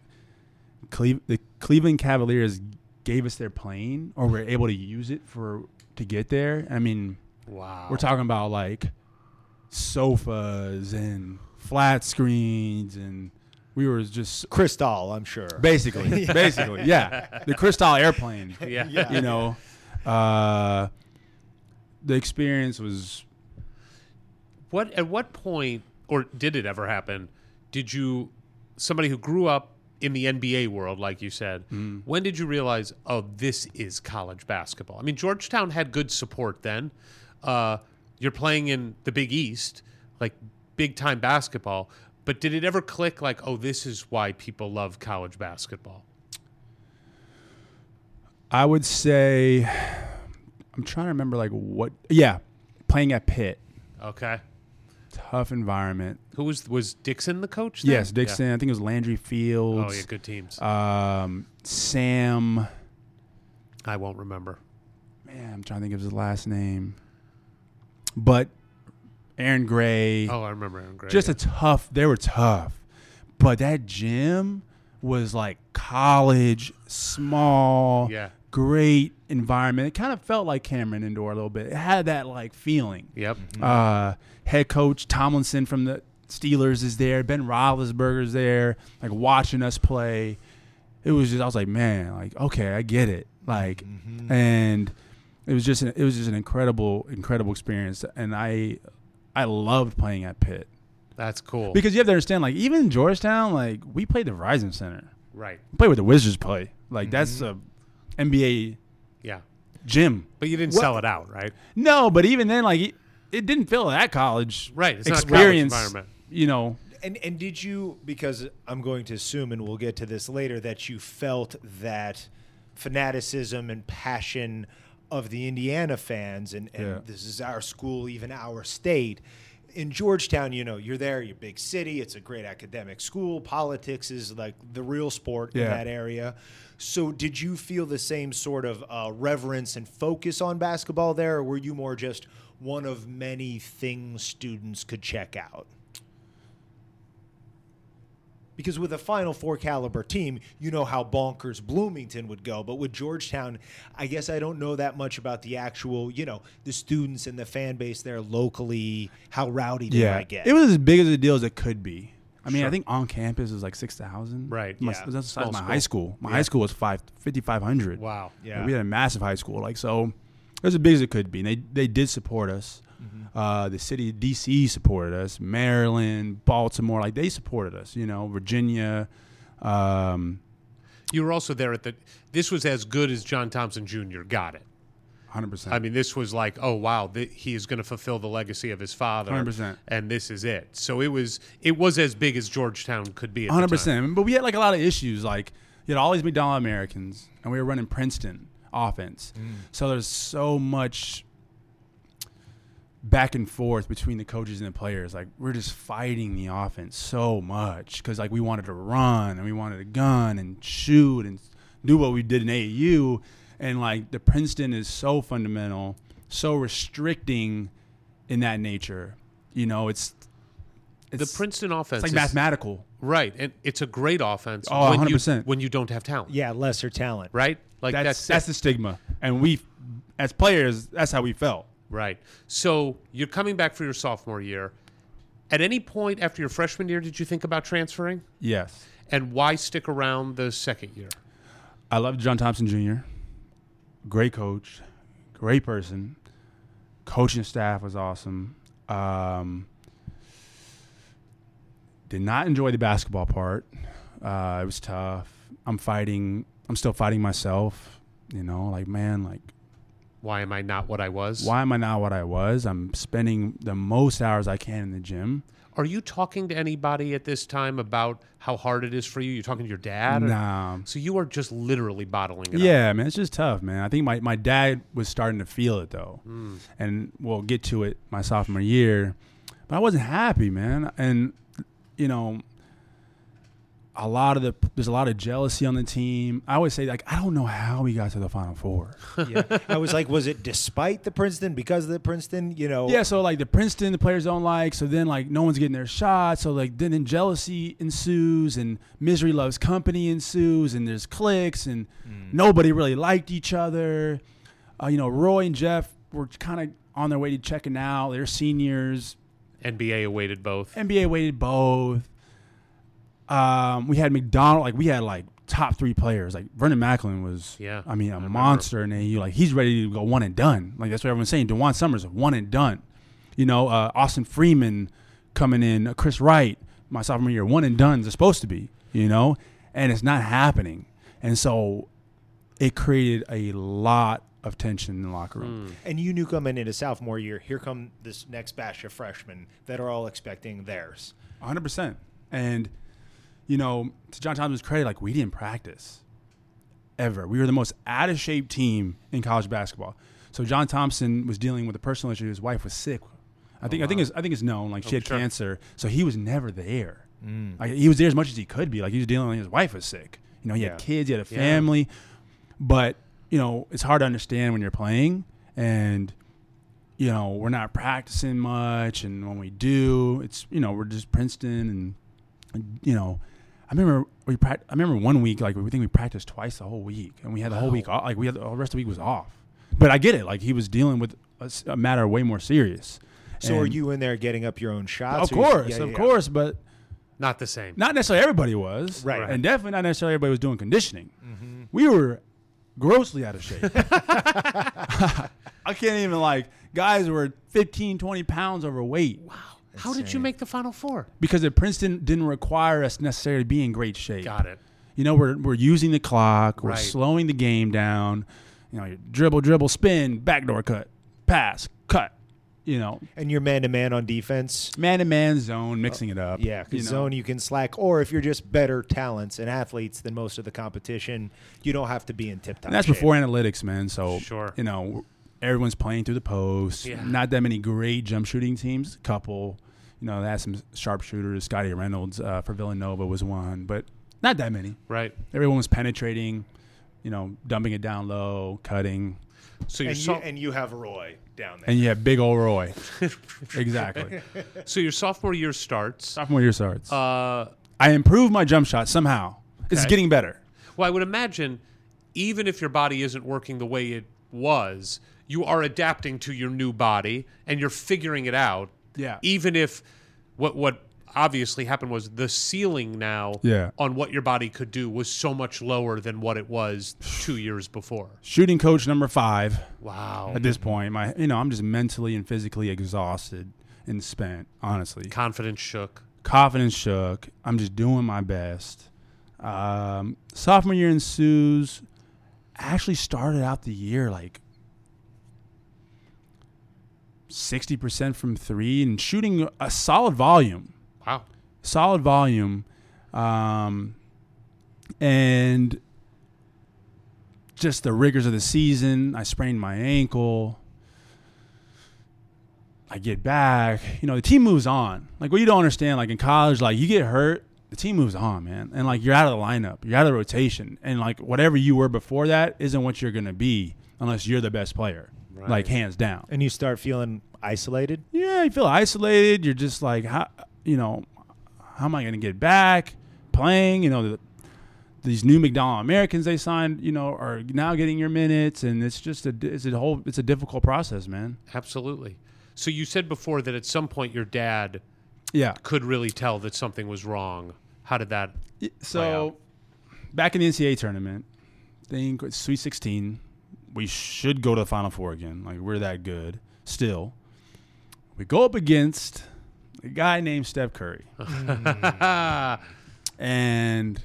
Speaker 5: Cleve- the Cleveland Cavaliers gave us their plane, or were able to use it for to get there. I mean,
Speaker 3: Wow.
Speaker 5: We're talking about like sofas and flat screens, and we were just
Speaker 2: Crystal, I'm sure.
Speaker 3: <laughs>
Speaker 5: Basically, basically, yeah. The Crystal airplane.
Speaker 3: Yeah.
Speaker 5: You know, uh, the experience was
Speaker 3: <laughs> What at what point or did it ever happen? Did you somebody who grew up in the NBA world, like you said,
Speaker 5: Mm.
Speaker 3: when did you realize, oh, this is college basketball? I mean, Georgetown had good support then. Uh, you're playing in the Big East, like big time basketball. But did it ever click like, oh, this is why people love college basketball?
Speaker 5: I would say I'm trying to remember like what. Yeah, playing at Pitt,
Speaker 3: Okay.
Speaker 5: tough environment.
Speaker 3: Who was was Dixon the coach? then?
Speaker 5: Yes, Dixon. I think it was Landry
Speaker 3: Yeah. Oh
Speaker 5: Fields.
Speaker 3: yeah, good teams.
Speaker 5: Um, Sam.
Speaker 3: I won't remember.
Speaker 5: Man, I'm trying to think of his last name. But Aaron Gray.
Speaker 3: Oh, I remember Aaron Gray.
Speaker 5: just
Speaker 3: yeah.
Speaker 5: a tough. They were tough, but that gym was like college, small,
Speaker 3: Yeah.
Speaker 5: great environment. It kind of felt like Cameron Indoor a little bit. It had that like feeling.
Speaker 3: Yep.
Speaker 5: Uh, head coach Tomlinson from the Steelers is there. Ben Roethlisberger's there, like watching us play. It was just I was like, man, like okay, I get it. Like, and it was just an, it was just an incredible, incredible experience. And I, I loved playing at Pitt
Speaker 3: That's cool.
Speaker 5: because you have to understand, like even Georgetown, like we played the Verizon Center,
Speaker 3: right.
Speaker 5: we played where the Wizards play. Like
Speaker 3: Mm-hmm.
Speaker 5: that's a NBA
Speaker 3: Yeah.
Speaker 5: gym.
Speaker 3: But you didn't sell it out, right?
Speaker 5: No, but even then, like it, it didn't feel that college
Speaker 3: Right, it's not a college
Speaker 5: experience.
Speaker 3: environment.
Speaker 5: You know,
Speaker 2: And and did you because I'm going to assume and we'll get to this later that you felt that fanaticism and passion of the Indiana fans and, and
Speaker 5: Yeah.
Speaker 2: this is our school, even our state. In Georgetown, you know, you're there, you're big city, it's a great academic school. Politics is like the real sport in
Speaker 5: Yeah.
Speaker 2: that area. So did you feel the same sort of uh, reverence and focus on basketball there, or were you more just one of many things students could check out? Because with a Final Four caliber team, you know how bonkers Bloomington would go. But with Georgetown, I guess I don't know that much about the actual, you know, the students and the fan base there locally, how rowdy they might get.
Speaker 5: It was as big as a deal as it could be. I mean, I think on campus is like six thousand.
Speaker 3: Right,
Speaker 5: My,
Speaker 3: yeah.
Speaker 5: That's the size
Speaker 3: Small
Speaker 5: of my
Speaker 3: school.
Speaker 5: high school. My high school was five fifty five hundred.
Speaker 3: Wow.
Speaker 5: Like, we had a massive high school. Like so, it was as big as it could be. And they they did support us.
Speaker 3: Mm-hmm.
Speaker 5: Uh, the city of DC supported us. Maryland, Baltimore, like they supported us. You know, Virginia. Um,
Speaker 3: You were also there at the. This was as good as John Thompson Jr. got it.
Speaker 5: 100%.
Speaker 3: I mean, this was like, oh wow, th- he is going to fulfill the legacy of his father,
Speaker 5: 100%.
Speaker 3: and this is it. So it was, it was as big as Georgetown could be. At
Speaker 5: hundred
Speaker 3: the time.
Speaker 5: percent. But we had like a lot of issues. Like you had all these McDonald Americans, and we were running Princeton offense. So there's so much back and forth between the coaches and the players. Like we're just fighting the offense so much because like we wanted to run and we wanted to gun and shoot and do what we did in AAU, and like the Princeton is so fundamental, so restricting in that nature. You know, it's.
Speaker 3: The
Speaker 5: It's,
Speaker 3: Princeton offense,
Speaker 5: it's
Speaker 3: is-
Speaker 5: like mathematical.
Speaker 3: right? And it's a great offense.
Speaker 5: Oh,
Speaker 3: when you-
Speaker 5: 100%.
Speaker 3: When you don't have talent,
Speaker 2: Yeah, lesser talent.
Speaker 3: right? Like
Speaker 5: that's that's,
Speaker 3: that's it.
Speaker 5: the stigma, and we, as players, that's how we felt.
Speaker 3: Right. So you're coming back for your sophomore year. At any point after your freshman year, did you think about transferring?
Speaker 5: Yes,
Speaker 3: And why stick around the second year?
Speaker 5: I loved John Thompson Jr. Great coach, great person. Coaching staff was awesome. Um, did not enjoy the basketball part. Uh, it was tough. I'm fighting. I'm still fighting myself. You know, like man, like
Speaker 3: Why am I not what I was?
Speaker 5: why am I not what I was? I'm spending the most hours I can in the gym.
Speaker 3: Are you talking to anybody at this time about how hard it is for you? You're talking to your dad? or-
Speaker 5: Nah,
Speaker 3: So you are just literally bottling it up.
Speaker 5: Yeah, man, it's just tough, man. I think my, my dad was starting to feel it though,
Speaker 3: Hmm.
Speaker 5: and we'll get to it my sophomore year, but I wasn't happy, man, and you know, a lot of the there's a lot of jealousy on the team. I always say like I don't know how we got to the final four.
Speaker 2: Yeah. I was like, was it despite the Princeton, because of the Princeton? You know,
Speaker 5: Yeah, so like the Princeton, the players don't like. So then like no one's getting their shot. So like then, then jealousy ensues, and misery loves company ensues, and there's cliques, and nobody really liked each other. Uh, you know, Roy and Jeff were kind of on their way to checking out. They're seniors.
Speaker 3: NBA awaited both.
Speaker 5: NBA waited both. Um, we had McDonald. Like we had like top three players. Like Vernon Macklin was.
Speaker 3: Yeah,
Speaker 5: I mean,
Speaker 3: I
Speaker 5: a
Speaker 3: remember.
Speaker 5: monster in AU. Like he's ready to go one and done. Like that's what everyone's saying. Dewan Summers one and done. You know, uh, Austin Freeman coming in. uh, Chris Wright, my sophomore year, one and done is supposed to be. You know, and it's not happening. And so, it created a lot of tension in the locker room.
Speaker 3: Hmm.
Speaker 2: and you knew coming into sophomore year, here come this next batch of freshmen that are all expecting theirs.
Speaker 5: 100%. And, you know, to John Thompson's credit, like, we didn't practice ever. We were the most out of shape team in college basketball. So John Thompson was dealing with a personal issue. His wife was sick. I think, I, think it's, I think it's known. Like, she had
Speaker 3: sure.
Speaker 5: cancer. So he was never there. Like, he was there as much as he could be. Like, he was dealing with his wife was sick. You know, he
Speaker 2: Yeah.
Speaker 5: had kids, he had a family. But, you know, it's hard to understand when you're playing. And, you know, we're not practicing much, and when we do, it's you know we're just Princeton, and, and, you know, I remember we prac- I remember one week like we think we practiced twice the whole week, and we had the whole week off. Like we had the rest of the week was off. But I get it. Like he was dealing with a, s- a matter way more serious.
Speaker 2: So are
Speaker 5: And-
Speaker 2: you in there getting up your own shots?
Speaker 5: Of
Speaker 2: Or you-
Speaker 5: course,
Speaker 2: yeah,
Speaker 5: of
Speaker 2: yeah, yeah.
Speaker 5: course, but
Speaker 3: Not the same.
Speaker 5: not necessarily everybody was,
Speaker 2: Right. Mm-hmm.
Speaker 5: And definitely not necessarily everybody was doing conditioning. We were grossly out
Speaker 2: <laughs>
Speaker 5: of shape. I can't even like guys were 15, 20 pounds overweight
Speaker 3: How did you make the Final Four?
Speaker 5: because at Princeton didn't require us necessarily to be in great shape.
Speaker 3: Got it.
Speaker 5: You know, we're we're using the clock, we're
Speaker 3: Right.
Speaker 5: slowing the game down. You know, you dribble, dribble, spin, backdoor cut, pass, cut. You know,
Speaker 2: And you're man to man on defense.
Speaker 5: man to man zone, mixing it up.
Speaker 2: Yeah, 'cause
Speaker 5: you know.
Speaker 2: zone you can slack, or if you're just better talents and athletes than most of the competition, you don't have to be in tip top.
Speaker 5: And that's before analytics, man. So
Speaker 3: Sure.
Speaker 5: you know, everyone's playing through the post.
Speaker 3: Yeah.
Speaker 5: Not that many great jump shooting teams. Couple, you know, they had some sharpshooters. Scotty Reynolds uh, for Villanova was one, but not that many.
Speaker 3: Right.
Speaker 5: Everyone was penetrating, you know, dumping it down low, cutting,
Speaker 3: So you're
Speaker 2: And you,
Speaker 3: so-
Speaker 2: and you have Roy down there.
Speaker 5: and you have big
Speaker 3: <laughs>
Speaker 5: old Roy. exactly.
Speaker 3: So your sophomore year starts.
Speaker 5: Sophomore year starts.
Speaker 3: Uh,
Speaker 5: I improved my jump shot somehow. It's
Speaker 3: Okay.
Speaker 5: getting better.
Speaker 3: well, I would imagine, even if your body isn't working the way it was, you are adapting to your new body and you're figuring it out.
Speaker 5: Yeah.
Speaker 3: Even if what what obviously happened was the ceiling now
Speaker 5: Yeah.
Speaker 3: on what your body could do was so much lower than what it was two years before.
Speaker 5: Shooting coach number five.
Speaker 3: Wow.
Speaker 5: at this point my you know i'm just mentally and physically exhausted and spent honestly
Speaker 3: Confidence shook.
Speaker 5: confidence shook i'm just doing my best Um, sophomore year ensues. Actually, started out the year like sixty percent from three and shooting a solid volume,
Speaker 3: Wow.
Speaker 5: solid volume, um, and just the rigors of the season. I sprained my ankle. I get back. You know, the team moves on. Like what you don't understand, like in college, like you get hurt, the team moves on, man. And like you're out of the lineup, you're out of the rotation, and like whatever you were before that isn't what you're gonna be unless you're the best player, like hands down.
Speaker 2: and you start feeling isolated.
Speaker 5: Yeah, you feel isolated. You're just like, how, you know, how am I going to get back playing? You know, the, these new McDonald Americans they signed, you know, are now getting your minutes, and it's just a, it's a whole, it's a difficult process, man.
Speaker 3: Absolutely. So you said before that at some point your dad
Speaker 5: Yeah.
Speaker 3: could really tell that something was wrong. How did that?
Speaker 5: So, back in the NCAA tournament, think it's Sweet 16. We should go to the Final Four again. Like we're that good still. We go up against a guy named Steph Curry. <laughs> and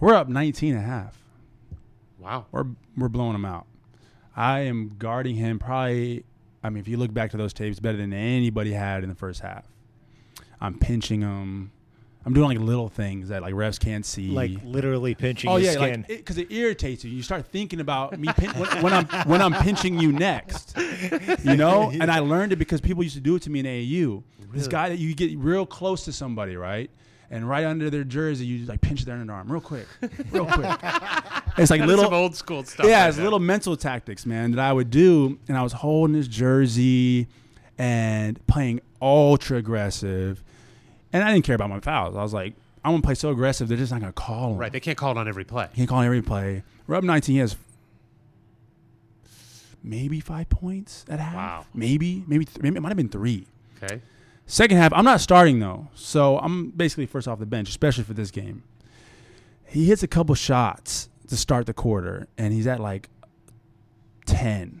Speaker 5: we're up 19 and a half.
Speaker 3: Wow.
Speaker 5: We're we're blowing him out. I am guarding him probably I mean if you look back to those tapes better than anybody had in the first half. I'm pinching him. I'm doing like little things that like refs can't see.
Speaker 2: Like literally pinching
Speaker 5: oh
Speaker 2: your
Speaker 5: yeah,
Speaker 2: skin.
Speaker 5: like because it, irritates you. You start thinking about me pin- when, when I'm when I'm pinching you next.
Speaker 2: <laughs>
Speaker 5: You know, and I learned it because people used to do it to me in AAU. This guy that you get real close to somebody, right? And right under their jersey, you like pinch their underarm real quick, real
Speaker 2: <laughs>
Speaker 5: quick. It's like
Speaker 3: That's
Speaker 5: little
Speaker 3: some old school stuff.
Speaker 5: yeah,
Speaker 3: like
Speaker 5: it's
Speaker 3: that.
Speaker 5: little mental tactics, man, that I would do. And I was holding his jersey and playing ultra aggressive. And I didn't care about my fouls. I was like, I'm gonna play so aggressive, they're just not gonna call him.
Speaker 3: Right. They can't call it on every play.
Speaker 5: He can call every play. We're up 19. He has maybe five points at half.
Speaker 3: Wow.
Speaker 5: Maybe, maybe, th- maybe it might have been three.
Speaker 3: Okay.
Speaker 5: Second half, I'm not starting though, so I'm basically first off the bench, especially for this game. He hits a couple shots to start the quarter, and he's at like ten.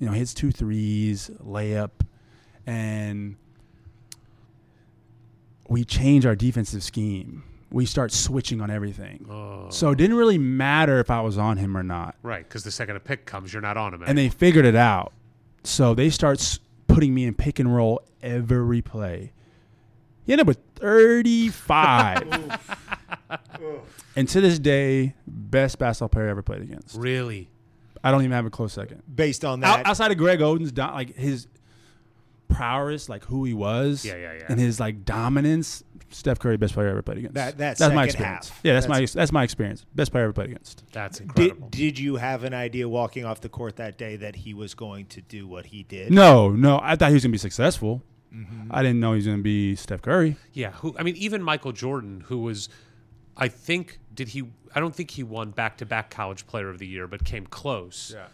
Speaker 5: You know, hits two threes, layup, and we change our defensive scheme. We start switching on everything. So it didn't really matter if I was on him or not
Speaker 3: Right. Because the second a pick comes, you're not on him.
Speaker 5: and they figured it out. So they start s- putting me in pick and roll every play. He ended up with
Speaker 2: <laughs>
Speaker 5: 35. and to this day, best basketball player I ever played against.
Speaker 3: really.
Speaker 5: I don't even have a close second.
Speaker 2: based on
Speaker 5: Out,
Speaker 2: that,
Speaker 5: outside of Greg Oden's, do- like his prowess, like who he was,
Speaker 3: Yeah, yeah, yeah.
Speaker 5: and his like dominance, Steph Curry, best player I ever played against.
Speaker 2: That- that
Speaker 5: that's my
Speaker 2: second
Speaker 5: experience.
Speaker 2: half.
Speaker 5: Yeah, that's,
Speaker 2: That's-
Speaker 5: my that's my experience. Best player I ever played against.
Speaker 3: That's incredible.
Speaker 2: did, did you have an idea walking off the court that day that he was going to do what he did?
Speaker 5: No, no, I thought he was gonna be successful. I didn't know he was gonna be Steph Curry.
Speaker 3: yeah. Who? I mean, even Michael Jordan, who was, I think, did he? I don't think he won back-to-back College Player of the Year, but came close. Yeah.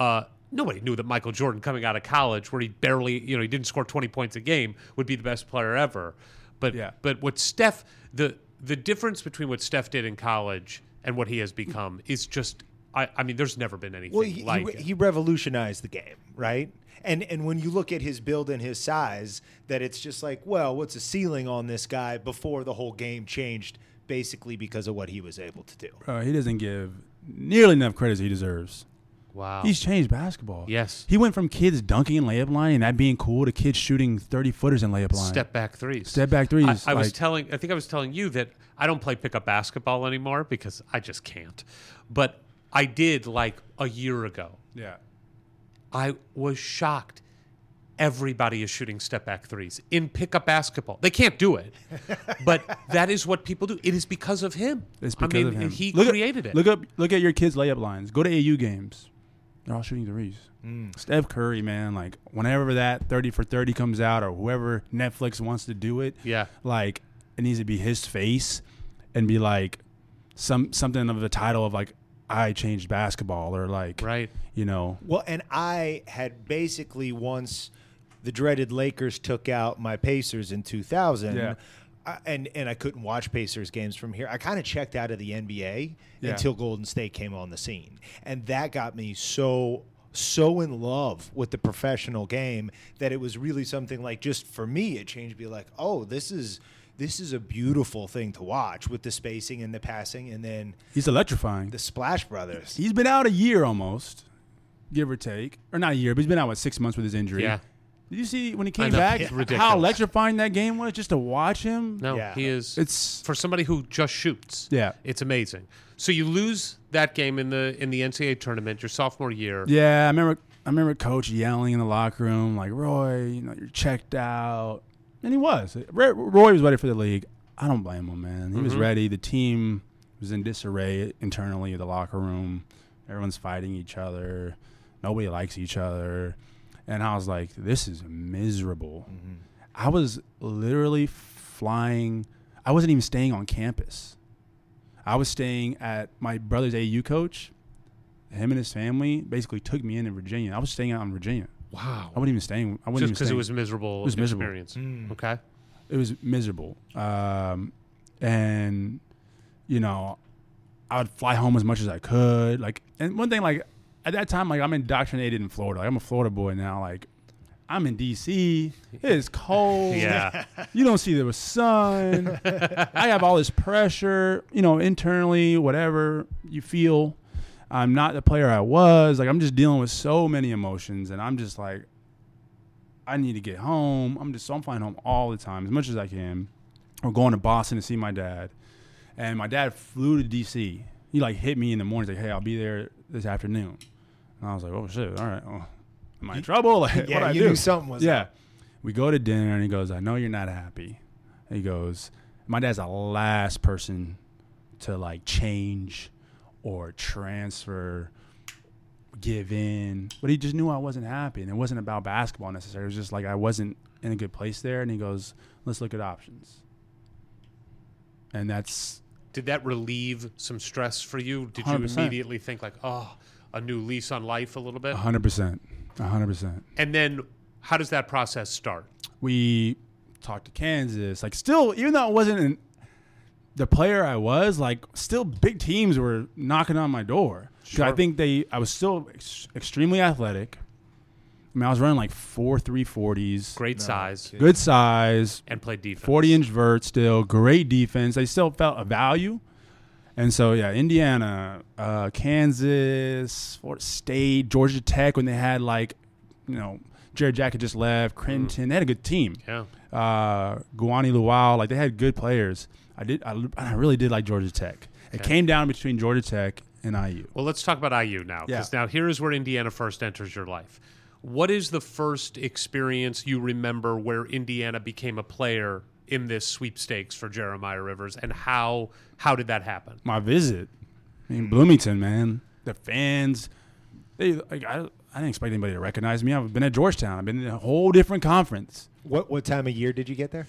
Speaker 3: Uh, nobody knew that Michael Jordan, coming out of college, where he barely, you know, he didn't score 20 points a game, would be the best player ever. But
Speaker 5: Yeah.
Speaker 3: but what Steph, the the difference between what Steph did in college and what he has become is just. I, I mean, there's never been anything
Speaker 2: Well, he,
Speaker 3: like
Speaker 2: he,
Speaker 3: it.
Speaker 2: he revolutionized the game, right? And and when you look at his build and his size, that it's just like, well, what's the ceiling on this guy before the whole game changed, basically because of what he was able to do.
Speaker 5: Uh, he doesn't give nearly enough credit as he deserves.
Speaker 3: wow.
Speaker 5: He's changed basketball.
Speaker 3: Yes.
Speaker 5: He went from kids dunking in layup line and that being cool to kids shooting 30 footers in layup line.
Speaker 3: Step back threes.
Speaker 5: Step back threes,
Speaker 3: I, I was
Speaker 5: like-
Speaker 3: telling. I think I was telling you that I don't play pickup basketball anymore because I just can't. But I did like a year ago.
Speaker 5: Yeah.
Speaker 3: I was shocked. Everybody is shooting step back threes in pickup basketball. They can't do
Speaker 5: <laughs>
Speaker 3: it, but that is what people do. It is because of him.
Speaker 5: It's because
Speaker 3: I mean,
Speaker 5: of him.
Speaker 3: he
Speaker 5: Look at-
Speaker 3: created it.
Speaker 5: Look up look at your kids' layup lines. Go to AU games. They're all shooting threes.
Speaker 3: Mm.
Speaker 5: Steph Curry, man, like whenever that 30 for 30 comes out or whoever Netflix wants to do it,
Speaker 3: Yeah.
Speaker 5: like it needs to be his face and be like some something of the title of like I changed basketball or like
Speaker 3: Right.
Speaker 5: you know
Speaker 2: Well, and I had basically once the dreaded Lakers took out my Pacers in 2000.
Speaker 5: Yeah.
Speaker 2: I, and and I couldn't watch Pacers games from here. I kind of checked out of the NBA
Speaker 5: Yeah.
Speaker 2: until Golden State came on the scene. And that got me so so in love with the professional game that it was really something like just for me it changed to be like, "Oh, this is this is a beautiful thing to watch with the spacing and the passing, and then
Speaker 5: He's electrifying.
Speaker 2: the Splash Brothers.
Speaker 5: He's been out a year almost, give or take, or not a year, but he's been out what six months with his injury.
Speaker 3: Yeah.
Speaker 5: Did you see when he came
Speaker 3: know,
Speaker 5: back?
Speaker 3: it's <laughs>
Speaker 5: How
Speaker 3: ridiculous.
Speaker 5: electrifying that game was just to watch him.
Speaker 3: No,
Speaker 2: Yeah.
Speaker 3: he is.
Speaker 5: It's-
Speaker 3: for somebody who just shoots.
Speaker 5: Yeah.
Speaker 3: it's amazing. So you lose that game in the in the NCAA tournament your sophomore year.
Speaker 5: Yeah, I remember. I remember Coach yelling in the locker room like, "Roy, you know, you're checked out," and he was. Roy, Roy was ready for the league. I don't blame him, man. He was ready. The team was in disarray internally in the locker room. Everyone's fighting each other. Nobody likes each other, and I was like, "This is miserable." I was literally flying. I wasn't even staying on campus. I was staying at my brother's AU coach him and his family basically took me in in Virginia. I was staying out in Virginia.
Speaker 3: Wow.
Speaker 5: I wasn't even staying. I
Speaker 3: Just
Speaker 5: wasn't even
Speaker 3: because it
Speaker 5: staying.
Speaker 3: was a miserable. It
Speaker 5: was miserable.
Speaker 3: Experience.
Speaker 5: Mm. <laughs>
Speaker 3: Okay.
Speaker 5: it was miserable. Um, and you know, I would fly home as much as I could. Like, and one thing, like at that time, like I'm indoctrinated in Florida. Like, I'm a Florida boy now. Like, I'm in D.C. It is cold.
Speaker 3: Yeah.
Speaker 5: you don't see the sun. I have all this pressure, you know, internally, whatever you feel. I'm not the player I was. Like I'm just dealing with so many emotions, and I'm just like, I need to get home. I'm just so I'm flying home all the time as much as I can, or going to Boston to see my dad. And my dad flew to D.C. He like hit me in the morning, like, "Hey, I'll be there this afternoon." And I was like, "Oh shit! All right, well, am I in trouble? <laughs> Like,
Speaker 2: Yeah,
Speaker 5: what I
Speaker 2: you
Speaker 5: do?"
Speaker 2: knew something was
Speaker 5: yeah. We go to dinner, and he goes, "I know you're not happy." He goes, "My dad's the last person to like change or transfer." give in. But he just knew I wasn't happy, and it wasn't about basketball necessarily. It was just like I wasn't in a good place there. And he goes, "Let's look at options." And that's
Speaker 3: Did that relieve some stress for you? Did you
Speaker 5: 100%.
Speaker 3: immediately think like, oh, a new lease on life a little bit?
Speaker 5: 100 percent, 100 percent.
Speaker 3: And then how does that process start?
Speaker 5: We talked to Kansas, like still, even though I wasn't in, the player I was, like still big teams were knocking on my door. 'Cause I
Speaker 3: Sure.
Speaker 5: think they, I was still ex- extremely athletic. I mean, I was running like four three forties,
Speaker 3: Great size
Speaker 5: good size,
Speaker 3: and play defense.
Speaker 5: 40 inch vert still great defense they still felt a value and so yeah indiana uh, kansas Florida state georgia tech when they had like you know jared jack had just left crinton they had a good team
Speaker 3: Mm-hmm. Yeah.
Speaker 5: uh, Guani Luau. Like they had good players. I did. I, I really did like Georgia Tech. It came down between Georgia Tech and IU.
Speaker 3: Well, let's talk about IU now, because
Speaker 5: Yeah.
Speaker 3: now here is where Indiana first enters your life. What is the first experience you remember where Indiana became a player in this sweepstakes for Jeremiah Rivers, and how how did that happen?
Speaker 5: my visit. I mean, Bloomington, man. The fans, they like I. I didn't expect anybody to recognize me. I've been at Georgetown. I've been in a whole different conference.
Speaker 2: What what time of year did you get there?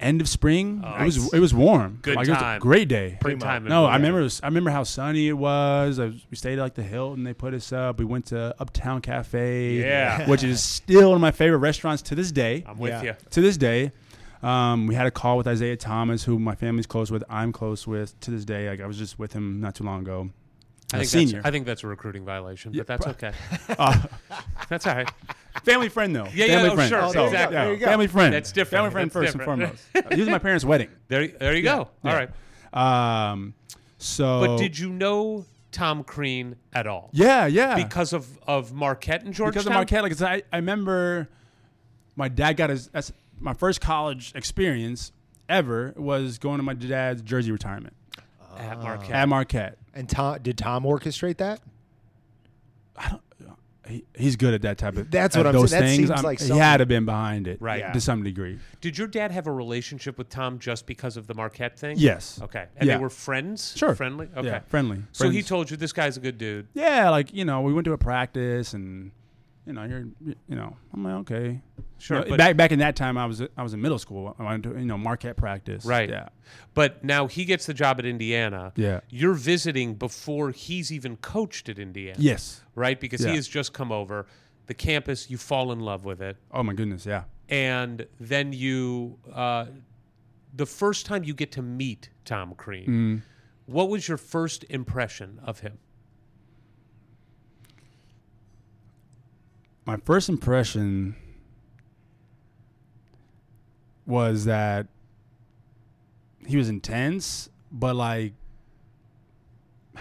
Speaker 5: End of spring, it
Speaker 3: nice.
Speaker 5: was it was warm.
Speaker 3: Good
Speaker 5: like, It was
Speaker 3: time.
Speaker 5: a great day.
Speaker 3: Great time. in
Speaker 5: No, I
Speaker 3: Bloomington.
Speaker 5: remember. it was- I remember how sunny it was. I was we stayed at like the Hilton. They put us up. We went to Uptown Cafe,
Speaker 3: Yeah.
Speaker 5: which is still one of my favorite restaurants to this day.
Speaker 3: I'm with
Speaker 2: Yeah.
Speaker 3: you.
Speaker 5: to this day. Um, we had a call with Isaiah Thomas, who my family's close with. I'm close with to this day. Like I was just with him not too long ago.
Speaker 3: I
Speaker 5: A
Speaker 3: think,
Speaker 5: senior,
Speaker 3: That's, I think that's a recruiting violation, but that's okay.
Speaker 5: <laughs> Uh,
Speaker 3: that's all right.
Speaker 5: family friend though.
Speaker 3: Yeah, yeah,
Speaker 5: family
Speaker 3: oh,
Speaker 5: friend.
Speaker 3: sure,
Speaker 5: So,
Speaker 3: exactly.
Speaker 5: yeah,
Speaker 3: There
Speaker 2: you go.
Speaker 5: Family friend.
Speaker 3: That's different.
Speaker 5: Family friend
Speaker 3: That's
Speaker 5: first
Speaker 3: different.
Speaker 5: and foremost. he was at my parents' wedding.
Speaker 3: <laughs> There, there you go. All right.
Speaker 5: Um, so.
Speaker 3: But did you know Tom Crean at all?
Speaker 5: Yeah, yeah.
Speaker 3: Because of, of Marquette and Georgetown?
Speaker 5: because of Marquette. Like 'cause I, I remember my dad got his that's my first college experience ever was going to my dad's jersey retirement Uh,
Speaker 3: At Marquette.
Speaker 5: at Marquette.
Speaker 2: And Tom did Tom orchestrate that?
Speaker 5: He, he's good at that type of.
Speaker 2: That's
Speaker 5: at
Speaker 2: what I'm
Speaker 5: those
Speaker 2: saying. That
Speaker 5: things.
Speaker 2: seems
Speaker 5: I'm-
Speaker 2: like
Speaker 5: he
Speaker 2: something-
Speaker 5: had to been behind it,
Speaker 3: Right.
Speaker 5: to some degree.
Speaker 3: Did your dad have a relationship with Tom just because of the Marquette thing?
Speaker 5: Yes.
Speaker 3: Okay. And
Speaker 5: Yeah.
Speaker 3: they were friends?
Speaker 5: Sure.
Speaker 3: Friendly?
Speaker 5: Yeah,
Speaker 3: Okay.
Speaker 5: friendly.
Speaker 3: So he
Speaker 5: Friends.
Speaker 3: told you this guy's a good dude.
Speaker 5: Yeah, like you know, we went to a practice, and you know, you're, you know, I'm like, okay,
Speaker 3: Sure,
Speaker 5: You know,
Speaker 3: but-
Speaker 5: back back in that time, I was I was in middle school. I went to you know Marquette practice.
Speaker 3: Right.
Speaker 5: Yeah.
Speaker 3: But now he gets the job at Indiana.
Speaker 5: Yeah.
Speaker 3: You're visiting before he's even coached at Indiana.
Speaker 5: Yes.
Speaker 3: Right? Because
Speaker 5: Yeah.
Speaker 3: he has just come over. The campus, you fall in love with it.
Speaker 5: Oh my goodness. Yeah.
Speaker 3: and then you uh, the first time you get to meet Tom Crean,
Speaker 5: Mm.
Speaker 3: what was your first impression of him?
Speaker 5: my first impression was that he was intense, but like, <sighs>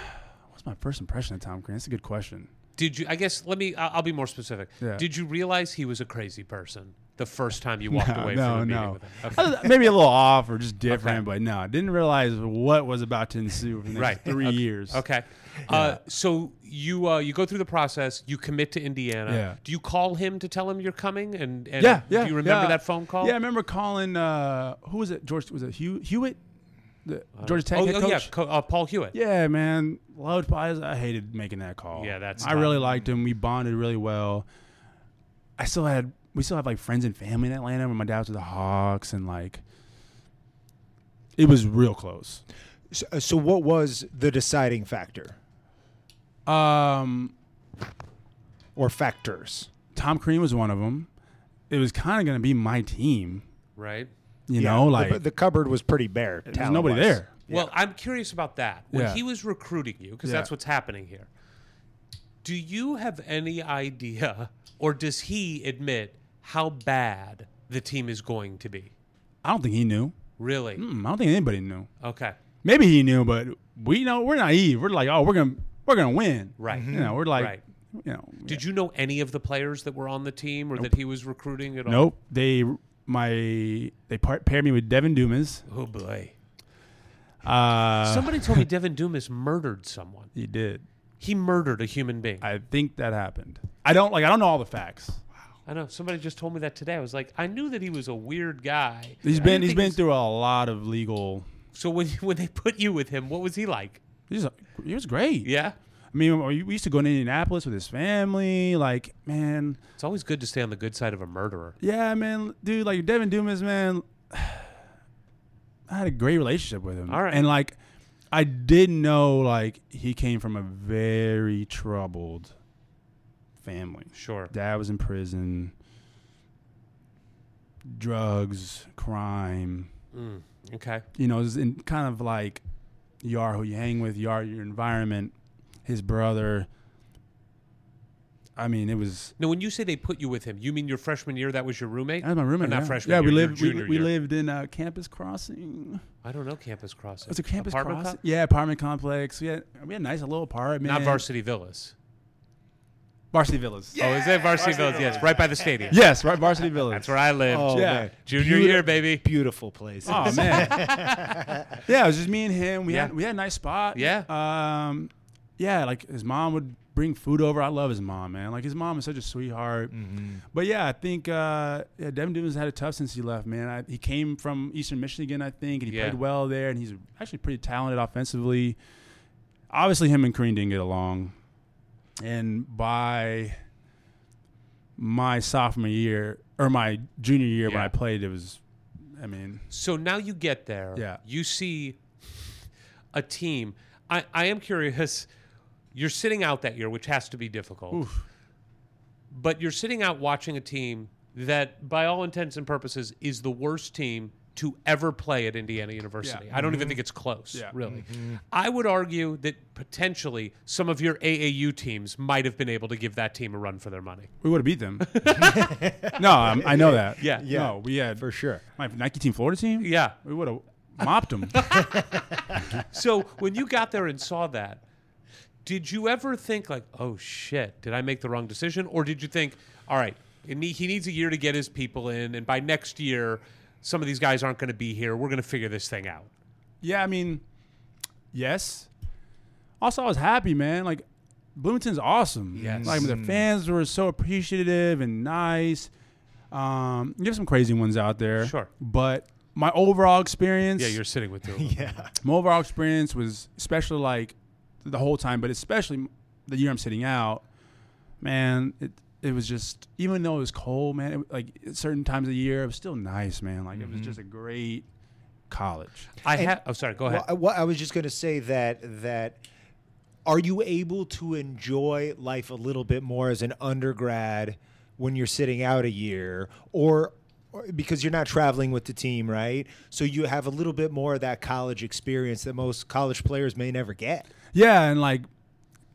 Speaker 5: what's my first impression of Tom Green? That's a good question.
Speaker 3: Did you? I guess let me. I'll, I'll be more specific.
Speaker 5: Yeah.
Speaker 3: Did you realize he was a crazy person the first time you walked
Speaker 5: No,
Speaker 3: away
Speaker 5: no,
Speaker 3: from a meeting
Speaker 5: no.
Speaker 3: with him? Okay.
Speaker 5: <laughs> Uh, Maybe a little off or just different,
Speaker 3: Okay.
Speaker 5: but no, I didn't realize what was about to ensue for the next
Speaker 3: Right.
Speaker 5: three years.
Speaker 3: Okay. Uh, so you uh, you go through the process. You commit to Indiana.
Speaker 5: Yeah.
Speaker 3: Do you call him to tell him you're coming? And, and uh,
Speaker 5: Yeah, yeah.
Speaker 3: Do you remember
Speaker 5: yeah.
Speaker 3: that phone call?
Speaker 5: Yeah, I remember calling. Uh, who was it? George was it Hew- Hewitt? The Georgia Tech
Speaker 3: Oh,
Speaker 5: head
Speaker 3: oh yeah,
Speaker 5: coach?
Speaker 3: co- uh, Paul Hewitt.
Speaker 5: Yeah, man. Loud pies. I hated making that call.
Speaker 3: Yeah, that's
Speaker 5: I
Speaker 3: tough.
Speaker 5: really liked him. We bonded really well. I still had. We still have like friends and family in Atlanta. When my dad was with the Hawks, and like, it was real close.
Speaker 2: So, uh, so what was the deciding factor
Speaker 5: Um,
Speaker 2: or factors?
Speaker 5: Tom Crean was one of them. It was kind of going to be my team.
Speaker 3: Right.
Speaker 5: You
Speaker 2: Yeah,
Speaker 5: know,
Speaker 2: the-
Speaker 5: like
Speaker 2: the, cupboard was pretty bare.
Speaker 5: there's nobody there.
Speaker 3: Well, I'm curious about that. When
Speaker 5: Yeah.
Speaker 3: he was recruiting you, because
Speaker 5: Yeah.
Speaker 3: that's what's happening here, do you have any idea, or does he admit how bad the team is going to be?
Speaker 5: I don't think he knew.
Speaker 3: Really?
Speaker 5: Mm, I don't think anybody knew.
Speaker 3: Okay.
Speaker 5: Maybe he knew, but we know we're naive. We're like, oh, we're gonna we're gonna win.
Speaker 3: Right.
Speaker 5: You know, we're like,
Speaker 3: Right.
Speaker 5: you know,
Speaker 3: Did you know any of the players that were on the team or that he was recruiting at all?
Speaker 5: Nope. They my they par- paired me with Devin Dumas.
Speaker 3: Oh, boy.
Speaker 5: Uh,
Speaker 3: Somebody told me
Speaker 5: <laughs>
Speaker 3: Devin Dumas murdered someone.
Speaker 5: he did.
Speaker 3: He murdered a human being. I,
Speaker 5: I think that happened. I don't like. I don't know all the facts.
Speaker 3: know. Somebody just told me that today. I was like, I knew that he was a weird guy.
Speaker 5: He's
Speaker 3: I
Speaker 5: been
Speaker 3: didn't
Speaker 5: he's
Speaker 3: think
Speaker 5: been through a lot of legal.
Speaker 3: So when <laughs> when they put you with him, what was he like?
Speaker 5: He's he was great.
Speaker 3: Yeah.
Speaker 5: I mean, we we used to go to Indianapolis with his family. Like, man,
Speaker 3: It's always good to stay on the good side of a murderer.
Speaker 5: yeah, man, dude, like Devin Dumas, man. <sighs> I had a great relationship with him.
Speaker 3: All right.
Speaker 5: and like, I didn't know like he came from a very troubled family.
Speaker 3: Sure.
Speaker 5: Dad was in prison. Drugs, crime.
Speaker 3: Mm, Okay.
Speaker 5: You know, it was in kind of like you are who you hang with. You are your environment. His brother. I mean, it was.
Speaker 3: Now, when you say they put you with him, you mean your freshman year? That was your roommate.
Speaker 5: That was my roommate.
Speaker 3: Or not
Speaker 5: yeah.
Speaker 3: freshman.
Speaker 5: Yeah,
Speaker 3: year,
Speaker 5: we
Speaker 3: your
Speaker 5: lived. We,
Speaker 3: junior
Speaker 5: we
Speaker 3: year.
Speaker 5: lived in uh, Campus Crossing.
Speaker 3: I don't know campus crossing.
Speaker 5: It's a campus
Speaker 3: Apartment
Speaker 5: crossing.
Speaker 3: co-
Speaker 5: Yeah, apartment complex. We had we had a nice little apartment.
Speaker 3: Not varsity villas.
Speaker 5: Varsity villas.
Speaker 3: Oh, is that varsity, villas? Yes, right by the stadium.
Speaker 5: Yes, right. Varsity villas.
Speaker 3: That's where I lived.
Speaker 2: Oh,
Speaker 5: Yeah.
Speaker 2: man.
Speaker 3: Junior
Speaker 2: Beauti-
Speaker 3: year, baby.
Speaker 2: Beautiful
Speaker 3: <laughs>
Speaker 2: place.
Speaker 5: Oh man. yeah, it was just me and him. We
Speaker 3: Yeah.
Speaker 5: had we had a nice spot.
Speaker 3: Yeah.
Speaker 5: Um, yeah, like his mom would bring food over. I love his mom, man. Like his mom is such a sweetheart.
Speaker 3: Mm-hmm.
Speaker 5: But yeah, I think uh, yeah, Devin Dumas had it tough since he left, man. I, he came from Eastern Michigan, I think, and he
Speaker 3: Yeah.
Speaker 5: played well there. And he's actually pretty talented offensively. Obviously, him and Kareem didn't get along, and by my sophomore year or my junior year when
Speaker 3: Yeah.
Speaker 5: I played, it was, I mean,
Speaker 3: So now you get there.
Speaker 5: Yeah.
Speaker 3: You see a team. I, I am curious. You're sitting out that year, which has to be difficult. But you're sitting out watching a team that, by all intents and purposes, is the worst team to ever play at Indiana University. I don't even think it's close,
Speaker 5: Mm-hmm. Yeah. Mm-hmm.
Speaker 3: really. I would argue that potentially some of your AAU teams might have been able to give that team a run for their money.
Speaker 5: We would have beat them. <laughs> no, um, I know that.
Speaker 3: Yeah.
Speaker 5: yeah. No, we had
Speaker 2: for sure.
Speaker 5: my Nike team, Florida team.
Speaker 3: Yeah.
Speaker 5: we would have
Speaker 3: <laughs>
Speaker 5: mopped them.
Speaker 3: so when you got there and saw that, did you ever think like, "Oh shit, did I make the wrong decision?" Or did you think, "All right, it ne- he needs a year to get his people in, and by next year, some of these guys aren't going to be here. We're going to figure this thing out."
Speaker 5: yeah, I mean, yes. Also, I was happy, man. Like Bloomington's awesome.
Speaker 3: Yes.
Speaker 5: like the fans were so appreciative and nice. Um, you have some crazy ones out there,
Speaker 3: Sure.
Speaker 5: But my overall experience,
Speaker 3: Yeah, you're sitting with
Speaker 5: <laughs>
Speaker 3: them.
Speaker 5: my overall experience was especially like the whole time, but especially the year I'm sitting out, man, it it was just even though it was cold, man, it, like certain times of the year, it was still nice, man. Like it was just a great college.
Speaker 3: I have. Oh, sorry. Go ahead.
Speaker 2: Well, I, well, I was just going to say that that are you able to enjoy life a little bit more as an undergrad when you're sitting out a year or, or because you're not traveling with the team, right? So you have a little bit more of that college experience that most college players may never get.
Speaker 5: Yeah, and like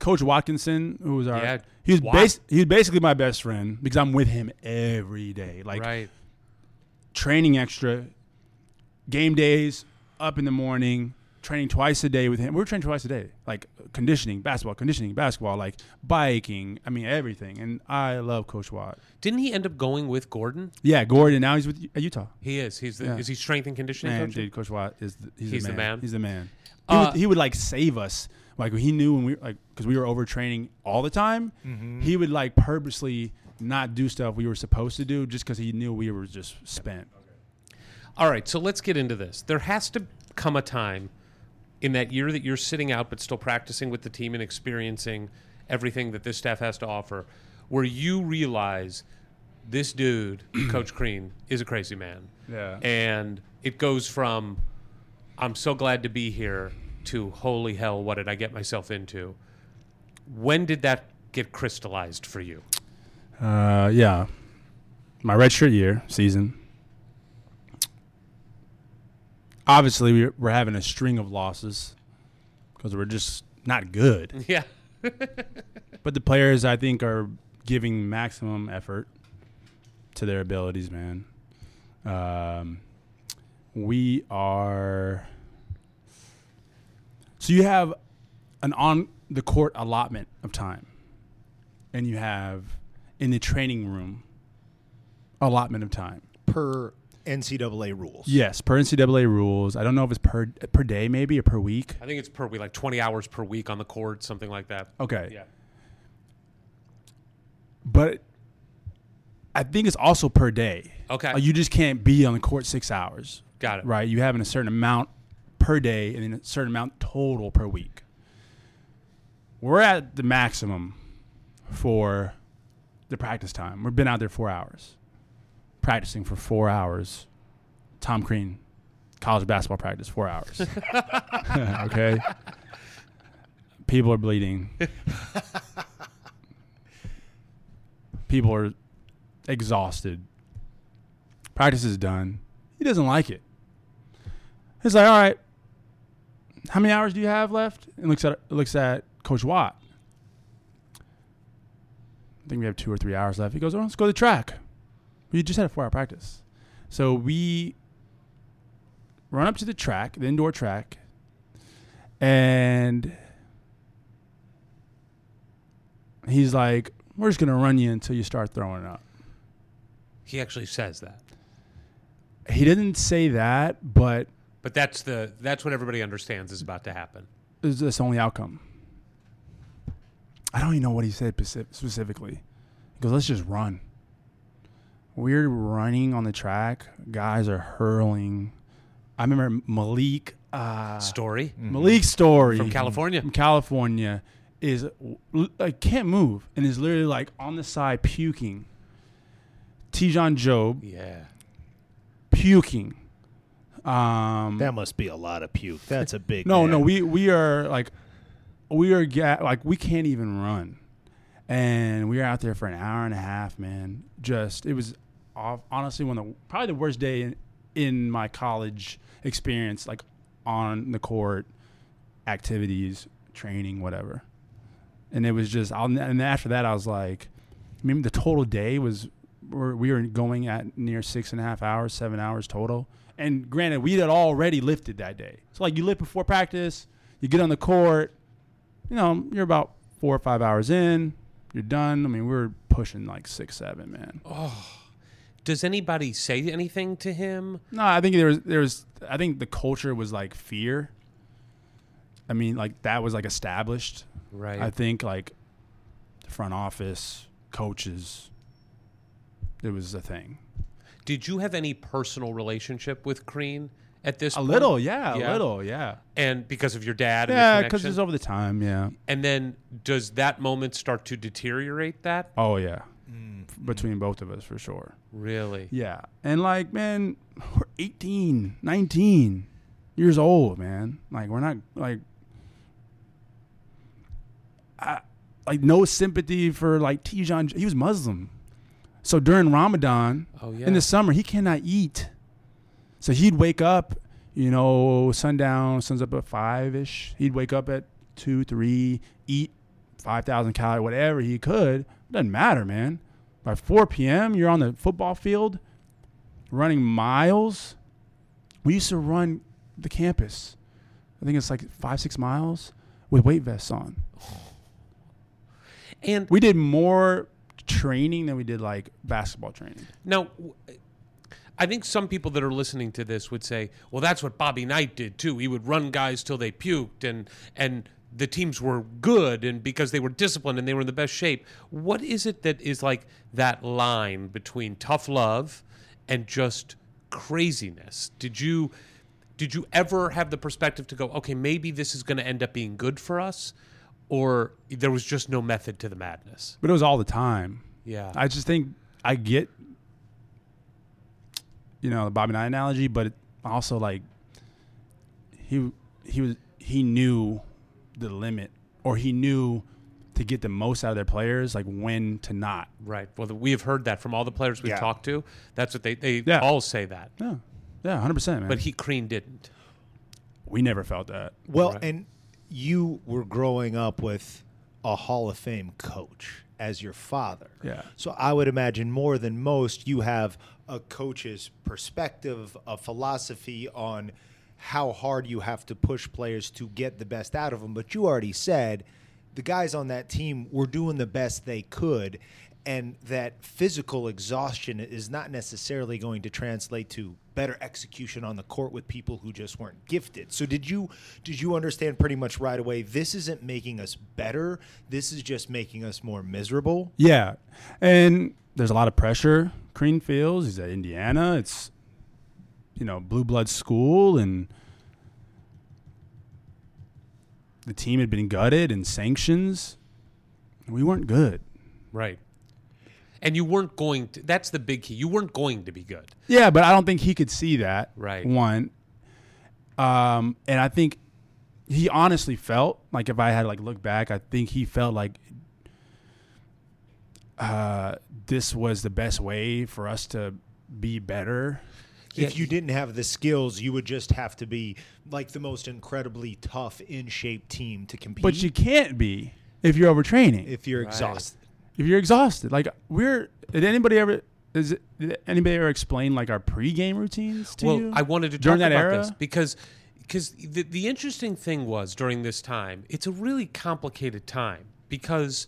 Speaker 5: Coach Watkinson, who was our
Speaker 3: Yeah,
Speaker 5: he was
Speaker 3: Wat-
Speaker 5: bas- he was basically my best friend because I'm with him every day. Like
Speaker 3: right.
Speaker 5: training extra, game days, up in the morning, training twice a day with him. We were training twice a day, like conditioning, basketball, conditioning, basketball, like biking. I mean, everything. And I love Coach Watt.
Speaker 3: Didn't he end up going with Gordon?
Speaker 5: Yeah, Gordon. Now he's with at Utah.
Speaker 3: He is. He's the,
Speaker 5: Yeah.
Speaker 3: is he strength and conditioning
Speaker 5: Man,
Speaker 3: coach?
Speaker 5: dude, Coach Watt is the, he's,
Speaker 3: He's the
Speaker 5: the, man.
Speaker 3: man.
Speaker 5: He's the man. He,
Speaker 3: Uh,
Speaker 5: would, he would like save us. Like he knew when we like because we were overtraining all the time. He would like purposely not do stuff we were supposed to do just because he knew we were just spent.
Speaker 3: All right, so let's get into this. There has to come a time in that year that you're sitting out but still practicing with the team and experiencing everything that this staff has to offer where you realize this dude, <clears throat> Coach Crean, is a crazy man.
Speaker 5: Yeah.
Speaker 3: And it goes from I'm so glad to be here to holy hell, what did I get myself into? When did that get crystallized for you?
Speaker 5: Uh, yeah, my redshirt year season. Obviously, we we're having a string of losses because we're just not good.
Speaker 3: Yeah.
Speaker 5: But the players, I think, are giving maximum effort to their abilities, man. Um, we are. So you have an on the court allotment of time, and you have in the training room allotment of time.
Speaker 2: per NCAA rules.
Speaker 5: Yes, per NCAA rules. I don't know if it's per per day, maybe or per week.
Speaker 3: I think it's per week, like 20 hours per week on the court, something like that.
Speaker 5: Okay.
Speaker 3: Yeah.
Speaker 5: but I think it's also per day.
Speaker 3: Okay.
Speaker 5: Like, you just can't be on the court six hours,
Speaker 3: Got it.
Speaker 5: right? You having a certain amount per day and then a certain amount total per week. We're at the maximum for the practice time. We've been out there four hours, practicing for four hours. Tom Crean, college basketball practice,
Speaker 3: <laughs>
Speaker 5: four hours. <laughs> okay. People are bleeding. People are exhausted. Practice is done. He doesn't like it. He's like, all right, how many hours do you have left? And looks at looks at Coach Watt. I think we have two or three hours left. He goes, oh, let's go to the track. We just had a four hour practice. So we run up to the track, the indoor track, and he's like, we're just going to run you until you start throwing up.
Speaker 3: He actually says that.
Speaker 5: He didn't say that, but
Speaker 3: But that's the that's what everybody understands is about to happen.
Speaker 5: is this only outcome? I don't even know what he said pacif- specifically. He goes, let's just run. We're running on the track. Guys are hurling. I remember Malik, uh,
Speaker 3: Story.
Speaker 5: Malik's story
Speaker 3: Mm-hmm. From California.
Speaker 5: from California is like can't move and is literally like on the side puking. Tijon Job
Speaker 3: Yeah.
Speaker 5: puking. Um,
Speaker 2: That must be a lot of puke. That's a big
Speaker 5: No,
Speaker 2: man.
Speaker 5: no, we we are like we are ga- like we can't even run, and we were out there for an hour and a half, man. Just it was off, honestly one of the probably the worst day in, in my college experience, like on the court, activities, training, whatever. And it was just, I'll, and after that, I was like, I mean, the total day was we're, we were going at near six and a half hours, seven hours total. And granted, we had already lifted that day. So like you lift before practice, you get on the court, you know, you're about four or five hours in, you're done. I mean, we were pushing like six, seven, man.
Speaker 3: Does anybody say anything to him?
Speaker 5: No, I think there was there was I think the culture was like fear. I mean, like that was like established.
Speaker 3: Right.
Speaker 5: I think like the front office, coaches, it was a thing.
Speaker 3: Did you have any personal relationship with Crean at this
Speaker 5: A
Speaker 3: point?
Speaker 5: little, yeah,
Speaker 3: Yeah.
Speaker 5: a little, yeah.
Speaker 3: And because of your dad
Speaker 5: Yeah,
Speaker 3: and the
Speaker 5: because
Speaker 3: connection?
Speaker 5: it's over the time. Yeah.
Speaker 3: and then does that moment start to deteriorate that?
Speaker 5: Oh yeah. F- Between both of us, for sure.
Speaker 3: Really?
Speaker 5: Yeah, and like, man, we're 18, 19 years old, man. Like, we're not like, I like no sympathy for like Tijan. He was Muslim, so during Ramadan,
Speaker 3: Oh, yeah.
Speaker 5: in the summer he cannot eat. So he'd wake up, you know, sundown, sun's up at five ish. He'd wake up at two, three, eat five thousand calorie, whatever he could. Doesn't matter, man. By four p.m., you're on the football field, running miles. We used to run the campus. I think it's like five, six miles with weight vests on.
Speaker 3: And
Speaker 5: We did more training than we did like basketball training.
Speaker 3: Now, w- I think some people that are listening to this would say, "Well, that's what Bobby Knight did too. He would run guys till they puked, and and the teams were good, and because they were disciplined and they were in the best shape." What is it that is like that line between tough love and just craziness? Did you did you ever have the perspective to go, "Okay, maybe this is going to end up being good for us," or there was just no method to the madness?
Speaker 5: But it was all the time.
Speaker 3: Yeah.
Speaker 5: I just think I get, you know, the Bobby Knight analogy, but it also like he he was he knew the limit, or he knew to get the most out of their players, like when to not.
Speaker 3: Right. Well, the, we have heard that from all the players we've
Speaker 4: Yeah.
Speaker 3: talked to. That's what they they
Speaker 5: Yeah.
Speaker 3: all say that.
Speaker 5: Yeah, yeah, hundred percent, man.
Speaker 3: But he Crean didn't.
Speaker 5: we never felt that.
Speaker 2: Well,
Speaker 3: Right.
Speaker 2: and you were growing up with a Hall of Fame coach as your father.
Speaker 5: Yeah.
Speaker 2: So I would imagine more than most, you have a coach's perspective, a philosophy on how hard you have to push players to get the best out of them. But you already said the guys on that team were doing the best they could. And that physical exhaustion is not necessarily going to translate to better execution on the court with people who just weren't gifted. So did you did you understand pretty much right away this isn't making us better, this is just making us more miserable?
Speaker 5: Yeah, and there's a lot of pressure. Crean feels he's at Indiana. It's you know blue blood school, and the team had been gutted and sanctions. We weren't good.
Speaker 3: Right. And you weren't going to. That's the big key. You weren't going to be good.
Speaker 5: Yeah, but I don't think he could see that.
Speaker 3: Right.
Speaker 5: One. Um, and I think he honestly felt like if I had to, like look back, I think he felt like uh, this was the best way for us to be better.
Speaker 2: if you didn't have the skills, you would just have to be like the most incredibly tough in shape team to compete.
Speaker 5: But you can't be if you're overtraining. If,
Speaker 2: if you're exhausted.
Speaker 5: you're exhausted, like we're did anybody ever is it, did anybody ever explain like our pregame routines to
Speaker 3: well,
Speaker 5: you?
Speaker 3: I wanted to
Speaker 5: during
Speaker 3: talk
Speaker 5: that
Speaker 3: about
Speaker 5: era.
Speaker 3: this because because the, the interesting thing was during this time, it's a really complicated time because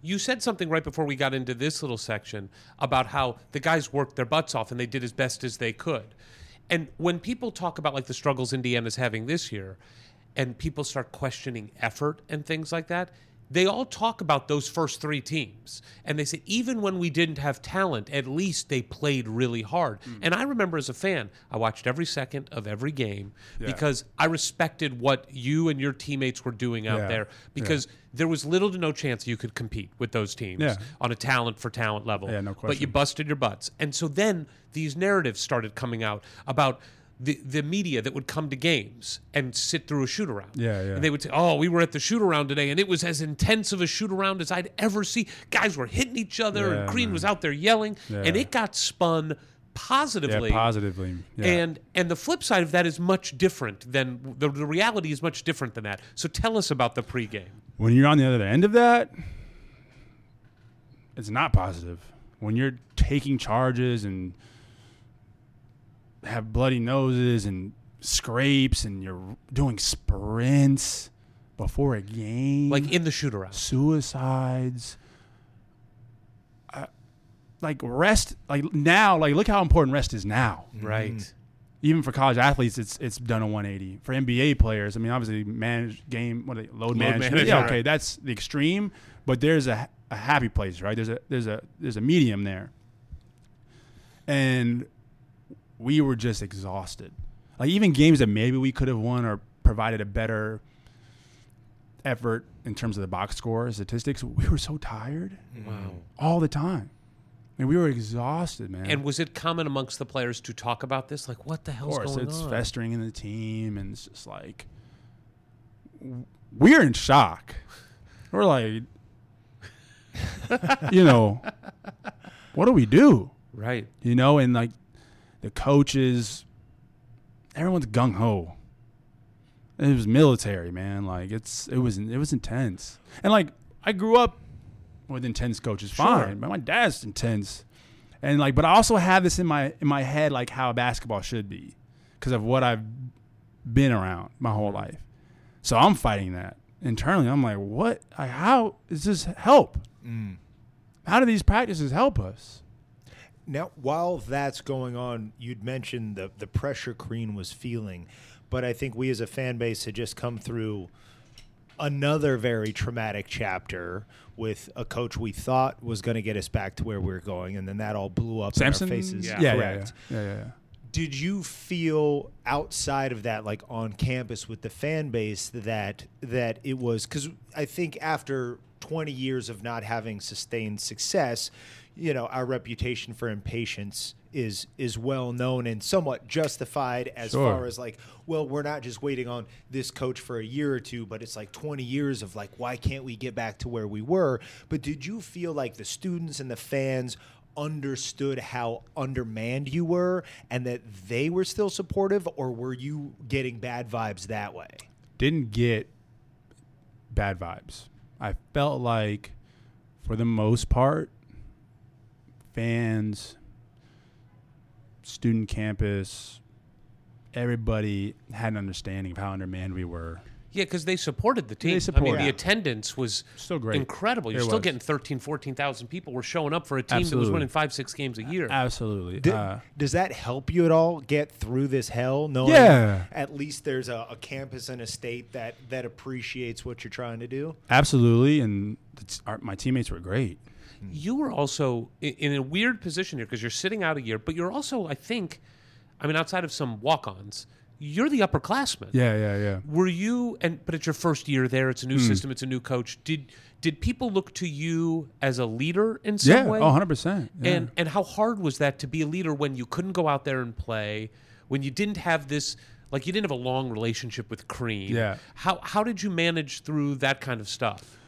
Speaker 3: you said something right before we got into this little section about how the guys worked their butts off and they did as best as they could. And when people talk about like the struggles Indiana's having this year and people start questioning effort and things like that, they all talk about those first three teams. And they say, even when we didn't have talent, at least they played really hard. And I remember as a fan, I watched every second of every game because I respected what you and your teammates were doing out
Speaker 5: Yeah.
Speaker 3: there because there was little to no chance you could compete with those teams
Speaker 5: Yeah.
Speaker 3: on a talent for talent level.
Speaker 5: Yeah, no
Speaker 3: But you
Speaker 5: question.
Speaker 3: busted your butts. And so then these narratives started coming out about the, the media that would come to games and sit through a shoot around.
Speaker 5: Yeah, yeah.
Speaker 3: And they would say, Oh, we were at the shoot around today and it was as intense of a shoot around as I'd ever see. Guys were hitting each other and
Speaker 5: Yeah,
Speaker 3: Green
Speaker 5: man.
Speaker 3: was out there yelling. And
Speaker 5: Yeah.
Speaker 3: it got spun
Speaker 5: yeah,
Speaker 3: positively.
Speaker 5: positively. Yeah.
Speaker 3: And and the flip side of that is much different than the, the reality is much different than that. So tell us about the pregame.
Speaker 5: when you're on the other end of that, it's not positive. When you're taking charges and have bloody noses and scrapes and you're doing sprints before a game,
Speaker 3: like in the shoot around.
Speaker 5: suicides. I- Like rest, like now, like look how important rest is now
Speaker 3: Right.
Speaker 5: even for college athletes, it's it's done a 180. For NBA players, I mean, obviously, manage game, what are they, load, management.
Speaker 3: management,
Speaker 5: Yeah,
Speaker 3: right.
Speaker 5: okay, that's the extreme, but there's a, a happy place, right? There's a there's a there's a medium there, and we were just exhausted. Like even games that maybe we could have won or provided a better effort in terms of the box score statistics, we were so tired
Speaker 3: Wow.
Speaker 5: all the time. I mean, we were exhausted, man.
Speaker 3: And was it common amongst the players to talk about this? Like, what the hell's
Speaker 5: Of course,
Speaker 3: going
Speaker 5: it's
Speaker 3: on?
Speaker 5: festering in the team, and it's just like we're in shock. We're like, <laughs> you know, what do we do?
Speaker 3: Right.
Speaker 5: You know, and like the coaches, everyone's gung ho. It was military, man. Like it's it was it was intense, and like I grew up with intense coaches. Fine, but my dad's intense. and like but i also have this in my in my head like how basketball should be because of what i've been around my whole life so i'm fighting that internally i'm like what I, how is this help how do these practices help us
Speaker 2: Now, while that's going on, you'd mentioned the the pressure Crean was feeling, but I think we as a fan base had just come through another very traumatic chapter with a coach we thought was going to get us back to where we were going, and then that all blew up
Speaker 5: samson
Speaker 2: in our faces.
Speaker 5: yeah yeah, yeah,
Speaker 2: Correct.
Speaker 5: yeah, yeah, yeah.
Speaker 2: Did you feel outside of that, like on campus with the fan base, that that it was because I think after 20 years of not having sustained success, you know, our reputation for impatience is is well known and somewhat justified as
Speaker 5: Sure.
Speaker 2: far as like, well, we're not just waiting on this coach for a year or two, but it's like 20 years of like, why can't we get back to where we were? But did you feel like the students and the fans understood how undermanned you were and that they were still supportive, or were you getting bad vibes that way?
Speaker 5: didn't get bad vibes. I felt like, for the most part, fans, student campus, everybody had an understanding of how undermanned we were.
Speaker 3: Yeah, because they supported the team. I mean,
Speaker 5: supported.
Speaker 3: the
Speaker 5: Yeah.
Speaker 3: attendance was
Speaker 5: Still great.
Speaker 3: incredible. You're
Speaker 5: It
Speaker 3: still
Speaker 5: was.
Speaker 3: getting 13, 14,000 people were showing up for a team that was
Speaker 5: Absolutely.
Speaker 3: winning five, six games a year.
Speaker 5: Absolutely.
Speaker 2: Did-
Speaker 5: uh,
Speaker 2: does that help you at all get through this hell? Knowing
Speaker 5: Yeah.
Speaker 2: at least there's a, a campus and a state that that appreciates what you're trying to do.
Speaker 5: absolutely. And the t- our, my teammates were great.
Speaker 3: you were also i- in a weird position here because you're sitting out a year, but you're also, I think, I mean, outside of some walk-ons, you're the upperclassman.
Speaker 5: Yeah, yeah, yeah.
Speaker 3: Were you and but it's your first year there, it's a
Speaker 5: Hmm.
Speaker 3: new system, it's a new coach. Did did people look to you as a leader in some
Speaker 5: Yeah,
Speaker 3: way?
Speaker 5: oh, 100%. yeah.
Speaker 3: And and how hard was that to be a leader when you couldn't go out there and play, when you didn't have this like you didn't have a long relationship with Cream.
Speaker 5: Yeah.
Speaker 3: How how did you manage through that kind of stuff?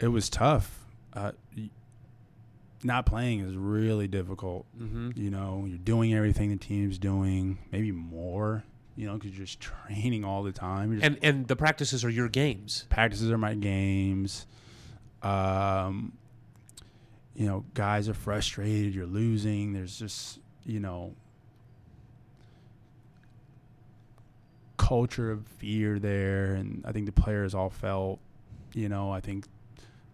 Speaker 5: it was tough. Uh, y- not playing is really difficult. You know, you're doing everything the team's doing, maybe more. You know, because you're just <laughs> training all the time. You're just-
Speaker 3: And and the practices are your games.
Speaker 5: practices are my games. Um, you know, guys are frustrated. You're losing. There's just you know culture of fear there, and I think the players all felt. You know, I think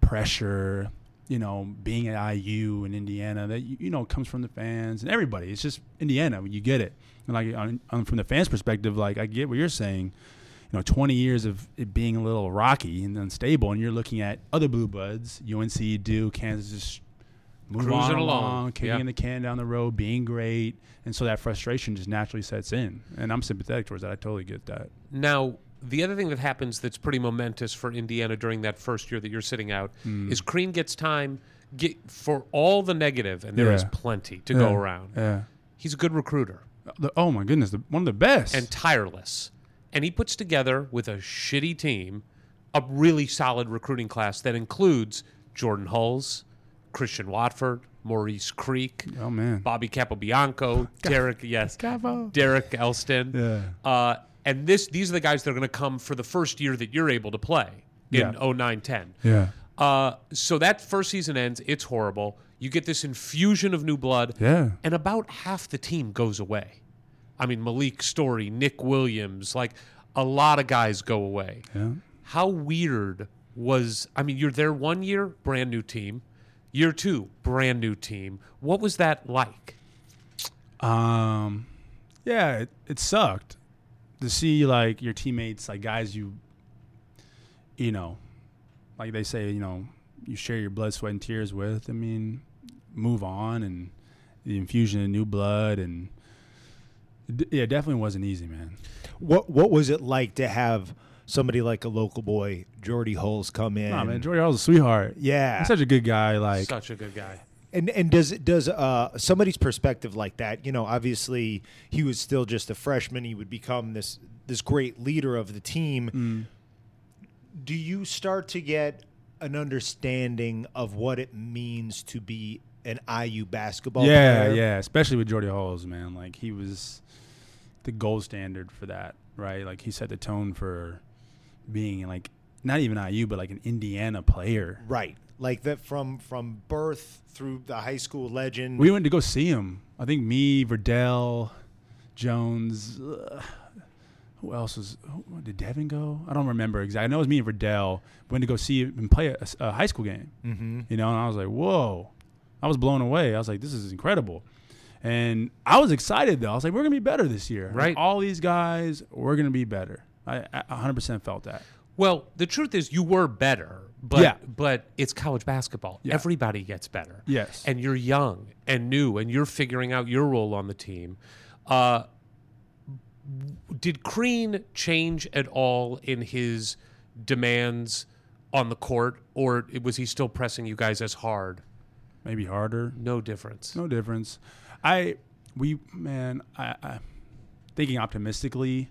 Speaker 5: pressure. You know, being at IU in Indiana, that you, you know comes from the fans and everybody. It's just Indiana. You get it. And like on, on, from the fans' perspective, like I get what you're saying you know, 20 years of it being a little rocky and unstable, and you're looking at other blue buds, UNC, Duke, Kansas, just move on
Speaker 3: Cruising
Speaker 5: along,
Speaker 3: along,
Speaker 5: kicking
Speaker 3: yeah.
Speaker 5: the can down the road, being great, and so that frustration just naturally sets in. And I'm sympathetic towards that. I totally get that.
Speaker 3: Now, the other thing that happens that's pretty momentous for Indiana during that first year that you're sitting out
Speaker 5: Hmm.
Speaker 3: is Crean gets time get, for all the negative, and there is
Speaker 5: Yeah.
Speaker 3: plenty to go
Speaker 5: Yeah,
Speaker 3: around.
Speaker 5: Yeah.
Speaker 3: He's a good recruiter
Speaker 5: The- oh my goodness, the, one of the best.
Speaker 3: and tireless, and he puts together with a shitty team a really solid recruiting class that includes Jordan Hulls, Christian Watford, Maurice Creek,
Speaker 5: oh man,
Speaker 3: Bobby
Speaker 5: <laughs>
Speaker 3: Capobianco, Derek, yes,
Speaker 5: Capo.
Speaker 3: Derek Elston.
Speaker 5: Yeah.
Speaker 3: Uh, and this, these are the guys that are going to come for the first year that you're able to play in
Speaker 5: Yeah.
Speaker 3: oh nine ten. 09 10.
Speaker 5: yeah,
Speaker 3: Uh, so that first season ends. It's horrible. You get this infusion of new blood.
Speaker 5: Yeah.
Speaker 3: And about half the team goes away. I mean, Malik Story, Nick Williams, like a lot of guys go away.
Speaker 5: yeah.
Speaker 3: How weird was, I mean, you're there one year, brand new team. Year two, brand new team. What was that like?
Speaker 5: Um, yeah, it, it sucked to see like your teammates, like guys you, you know, like they say, you know, you share your blood, sweat, and tears with. I mean, move on and the infusion of new blood and d- yeah, it definitely wasn't easy, man.
Speaker 2: What what was it like to have somebody like a local boy, Jordy Holes, come in?
Speaker 5: Nah, man, Jordy Hall's a sweetheart.
Speaker 2: Yeah.
Speaker 5: he's such a good guy. Like,
Speaker 3: Such a good guy.
Speaker 2: And and does does uh somebody's perspective like that? You know, obviously he was still just a freshman. He would become this this great leader of the team.
Speaker 5: Mm.
Speaker 2: Do you start to get an understanding of what it means to be an IU basketball
Speaker 5: yeah,
Speaker 2: player?
Speaker 5: yeah, especially with Jordy Halls, man. Like he was the gold standard for that, right? Like he set the tone for being like not even IU, but like an Indiana player.
Speaker 2: Right. like that from from birth through the high school legend.
Speaker 5: We went to go see him. I think me, Verdell, Jones. Uh, who else was? Who, did Devin go? I don't remember exactly. I know it was me and Verdell went to go see him play a, a high school game. Mm-hmm. You know, and I was like, whoa! I was blown away. I was like, this is incredible. And I was excited though. I was like, we're gonna be better this year. Like,
Speaker 3: Right.
Speaker 5: all these guys, we're gonna be better. I, I 100% felt that.
Speaker 3: Well, the truth is, you were better, but
Speaker 5: Yeah.
Speaker 3: but it's college basketball.
Speaker 5: Yeah.
Speaker 3: Everybody gets better.
Speaker 5: Yes.
Speaker 3: and you're young and new, and you're figuring out your role on the team. Uh, did Crean change at all in his demands on the court, or was he still pressing you guys as hard?
Speaker 5: Maybe harder.
Speaker 3: No difference.
Speaker 5: No difference. I we man, I, I thinking optimistically,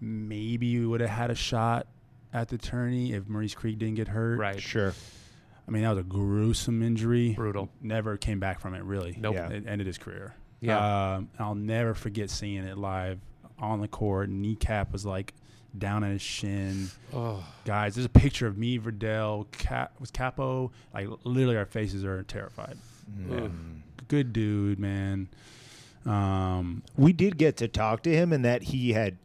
Speaker 5: maybe we would have had a shot at the tourney if Maurice Creek didn't get hurt.
Speaker 3: Right.
Speaker 2: sure.
Speaker 5: I mean, that was a gruesome injury.
Speaker 3: Brutal.
Speaker 5: Never came back from it really.
Speaker 3: Nope.
Speaker 2: Yeah.
Speaker 5: It ended his career.
Speaker 3: Yeah.
Speaker 5: Um, I'll never forget seeing it live on the court. Kneecap was like down at his shin.
Speaker 3: Oh.
Speaker 5: Guys, there's a picture of me, Verdell, Cap was Capo. Like literally our faces are terrified.
Speaker 2: Mm.
Speaker 5: Good dude, man. Um,
Speaker 2: We did get to talk to him, and that he had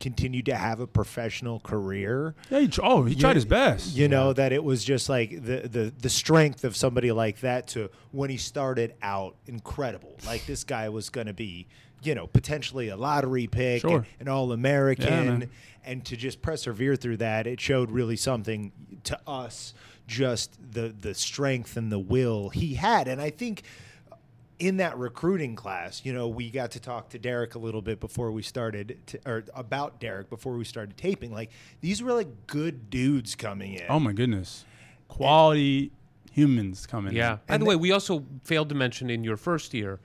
Speaker 2: continued to have a professional career.
Speaker 5: yeah, he, tr- oh, he tried his best.
Speaker 2: You know that it was just like the, the the strength of somebody like that to when he started out incredible. Like this guy was going to be, you know, potentially a lottery pick,
Speaker 5: Sure.
Speaker 2: and an all American,
Speaker 5: man.
Speaker 2: and to just persevere through that, it showed really something to us. Just the the strength and the will he had, and I think in that recruiting class, you know, we got to talk to Derek a little bit before we started, to, or about Derek before we started taping. Like these were like good dudes coming in.
Speaker 5: Oh my goodness, quality humans coming.
Speaker 3: Yeah. By the way, we also failed to mention in your first year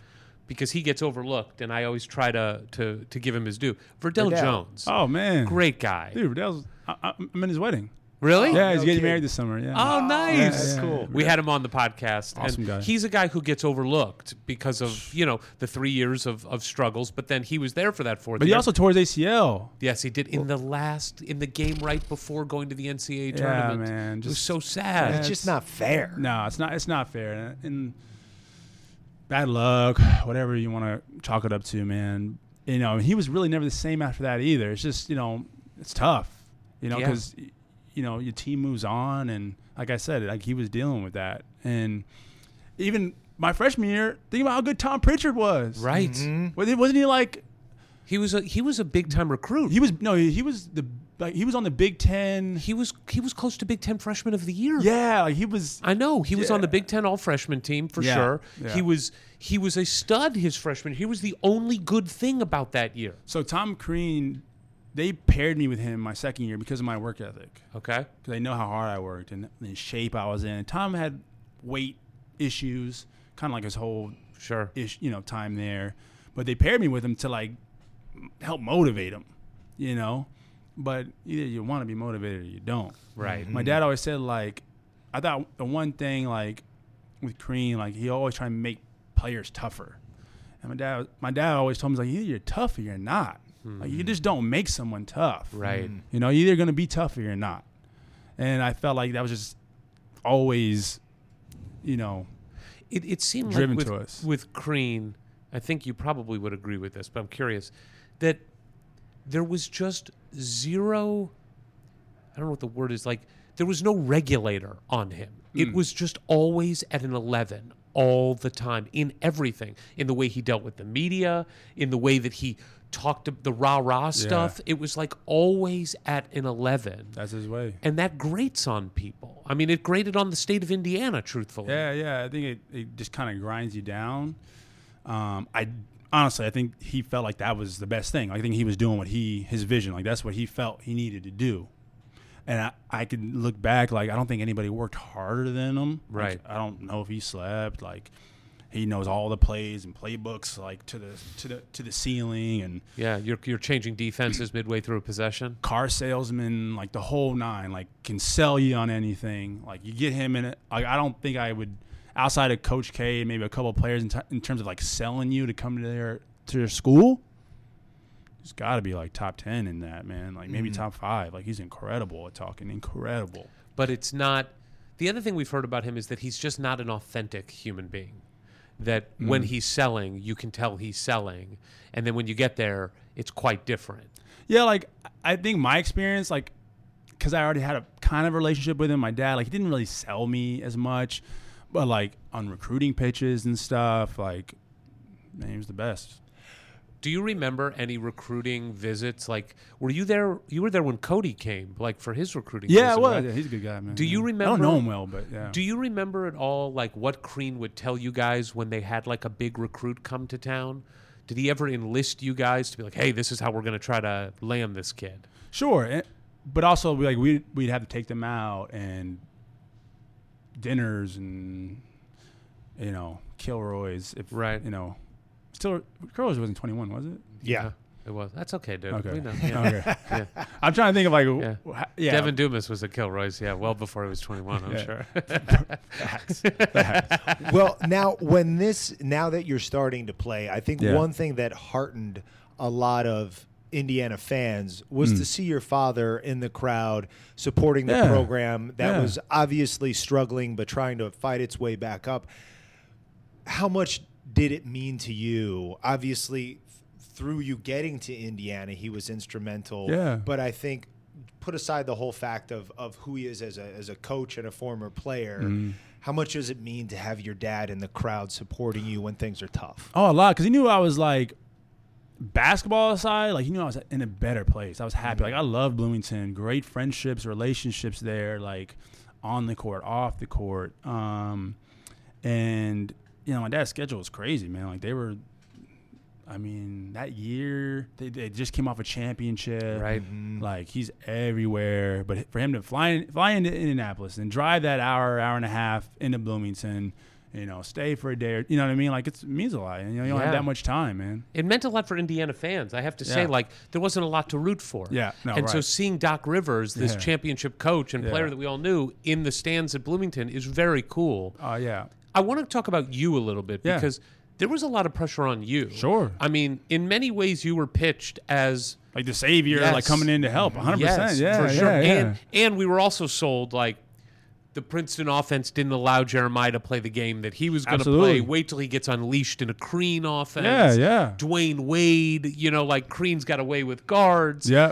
Speaker 3: because he gets overlooked, and I always try to to, to give him his due. Verdell,
Speaker 2: Verdell.
Speaker 3: Jones,
Speaker 5: Oh man,
Speaker 3: great guy.
Speaker 5: dude. Verdell's. I, I- I'm in his wedding. Ah,
Speaker 3: Really?
Speaker 5: Yeah, he's
Speaker 2: no
Speaker 5: getting
Speaker 2: kidding.
Speaker 5: married this summer. Yeah.
Speaker 3: Oh, nice.
Speaker 5: That's yeah, cool. yeah.
Speaker 3: We had him on the podcast.
Speaker 5: Awesome
Speaker 3: and
Speaker 5: guy.
Speaker 3: He's a guy who gets overlooked because of you know the three years of, of struggles, but then he was there for that fourth.
Speaker 5: But he
Speaker 3: year.
Speaker 5: also tore his ACL.
Speaker 3: yes, he did in the last in the game right before going to the NCAA
Speaker 5: Yeah,
Speaker 3: tournament.
Speaker 5: man,
Speaker 3: it was
Speaker 5: just-
Speaker 3: so sad.
Speaker 2: it's just not fair.
Speaker 5: No, it's not. It's not fair. And, and bad luck, whatever you want to chalk it up to, man. You know, he was really never the same after that either. It's just you know, it's tough. You know,
Speaker 3: Yeah.
Speaker 5: because you know your team moves on, and like I said, like he was dealing with that, and even my freshman year, think about how good Tom Pritchard was.
Speaker 3: Right.
Speaker 5: Was- Wasn't he like
Speaker 3: He was a he was a big time recruit.
Speaker 5: he was? No, he was the like he was on the Big Ten.
Speaker 3: he was he was close to Big Ten Freshman of the Year.
Speaker 5: Yeah, like he was.
Speaker 3: I know he was on the
Speaker 5: Yeah.
Speaker 3: Big Ten All Freshman team for
Speaker 5: Yeah,
Speaker 3: sure.
Speaker 5: yeah.
Speaker 3: He was he was a stud his freshman. He was the only good thing about that year.
Speaker 5: So Tom Crean, they paired me with him my second year because of my work ethic.
Speaker 3: Okay,
Speaker 5: because they know how hard I worked and the shape I was in. Tom had weight issues, kind of like his whole
Speaker 3: sure.
Speaker 5: ish, you know, time there. But they paired me with him to like m- help motivate him, you know. But either you want to be motivated or you don't.
Speaker 3: Right.
Speaker 5: My dad always said like, I thought the one thing like with Crean, like he always tried to make players tougher. And my dad, my dad always told me like, either you're tough or you're not. Like you just don't make someone tough. Mm.
Speaker 3: Right.
Speaker 5: You know, you're either gonna be tough or you're not. And I felt like that was just always, you know,
Speaker 3: It, it seemed
Speaker 5: Driven
Speaker 3: like with,
Speaker 5: to us.
Speaker 3: with Crean. I think you probably would agree with this, but I'm curious that there was just zero. I don't know what the word is like. There was no regulator on him.
Speaker 5: Mm.
Speaker 3: It was just always at an 11 all the time in everything, in the way he dealt with the media, in the way that he talked to the rah rah stuff. It was like always at an 11.
Speaker 5: that's his way.
Speaker 3: And that grates on people. I mean, it grated on the state of Indiana, truthfully.
Speaker 5: Yeah, yeah. I think it, it just kind of grinds you down. Um, I honestly, I think he felt like that was the best thing. I think he was doing what he his vision, like that's what he felt he needed to do. And I, I can look back, like I don't think anybody worked harder than him.
Speaker 3: Right.
Speaker 5: Like, I don't know if he slept. Like he knows all the plays and playbooks, like to the to the to the ceiling and
Speaker 3: Yeah, you're you're changing defenses midway through a possession.
Speaker 5: car salesman, like the whole nine, like can sell you on anything. Like you get him in it. Like I don't think I would, outside of Coach K, maybe a couple of players in, t- in terms of like selling you to come to their to their school. He's got to be like top ten in that man. Like maybe top five. Like he's incredible at talking. Incredible.
Speaker 3: But it's not The other thing we've heard about him is that he's just not an authentic human being. That when he's selling, you can tell he's selling, and then when you get there, it's quite different.
Speaker 5: Yeah, like I think my experience, like, because I already had a kind of relationship with him. My dad, like, he didn't really sell me as much, but like on recruiting pitches and stuff, like, man, he was the best.
Speaker 3: Do you remember any recruiting visits? Like, were you there? You were there when Cody came, like for his recruiting.
Speaker 5: Yeah,
Speaker 3: visit,
Speaker 5: well,
Speaker 3: right?
Speaker 5: yeah, he's a good guy, man.
Speaker 3: Do you
Speaker 5: Yeah. I
Speaker 3: remember-
Speaker 5: don't know him well, but yeah.
Speaker 3: Do you remember at all like what Crean would tell you guys when they had like a big recruit come to town? Did he ever enlist you guys to be like, "Hey, this is how we're going to try to land this kid"?
Speaker 5: Sure, and, but also we, like we we'd have to take them out and dinners and you know Kilroy's if
Speaker 3: Right.
Speaker 5: you know still Kilroy's wasn't twenty one was it
Speaker 2: Yeah.
Speaker 3: It was. That's okay, dude.
Speaker 5: okay
Speaker 3: We know. Yeah.
Speaker 5: okay I'm trying to think of like
Speaker 3: Yeah.
Speaker 5: yeah, wh- <laughs> yeah.
Speaker 3: Devin Dumas was a Kilroy's, yeah, well before he was 21, I'm
Speaker 5: <laughs> Yeah.
Speaker 3: sure.
Speaker 2: <laughs> well, now when this now that you're starting to play, I think
Speaker 5: Yeah.
Speaker 2: one thing that heartened a lot of Indiana fans was to see your father in the crowd supporting the
Speaker 5: Hmm. Yeah.
Speaker 2: program that
Speaker 5: Yeah.
Speaker 2: was obviously struggling but trying to fight its way back up. How much did it mean to you? Obviously, f- through you getting to Indiana, he was instrumental.
Speaker 5: Yeah.
Speaker 2: But I think put aside the whole fact of, of who he is as a, as a coach and a former player, how much does it mean to have your dad in the crowd supporting you when things are tough?
Speaker 5: oh a lot because he knew I was like basketball aside like he knew I was in a better place I was happy
Speaker 3: Mm-hmm.
Speaker 5: like I love Bloomington great friendships relationships there like on the court off the court um and you know my dad's schedule was crazy man like they were i mean that year they, they just came off a championship
Speaker 3: Right.
Speaker 5: like he's everywhere but for him to fly in, fly into indianapolis and drive that hour hour and a half into bloomington you know stay for a day or, you know what i mean like it's, it means a lot and you, know, you don't
Speaker 3: Yeah.
Speaker 5: have that much time man
Speaker 3: it meant a lot for Indiana fans. I have to say,
Speaker 5: Yeah.
Speaker 3: like, there wasn't a lot to root for.
Speaker 5: Yeah, no,
Speaker 3: and so
Speaker 5: right.
Speaker 3: seeing Doc Rivers, this
Speaker 5: Yeah.
Speaker 3: championship coach and player
Speaker 5: Yeah.
Speaker 3: that we all knew, in the stands at Bloomington is very cool.
Speaker 5: oh yeah
Speaker 3: I want to talk about you a little bit
Speaker 5: Yeah.
Speaker 3: because there was a lot of pressure on you.
Speaker 5: Sure.
Speaker 3: I mean, in many ways, you were pitched as
Speaker 5: like the savior like
Speaker 3: Yes.
Speaker 5: coming in to help 100%
Speaker 3: yes,
Speaker 5: yeah
Speaker 3: for sure.
Speaker 5: yeah, yeah.
Speaker 3: And and we were also sold like the Princeton offense didn't allow Jeremiah to play the game that he was going to play.
Speaker 5: Absolutely.
Speaker 3: Wait till he gets unleashed in a Crean offense.
Speaker 5: Yeah, yeah.
Speaker 3: Dwayne Wade, you know, like Crean's got away with guards.
Speaker 5: yeah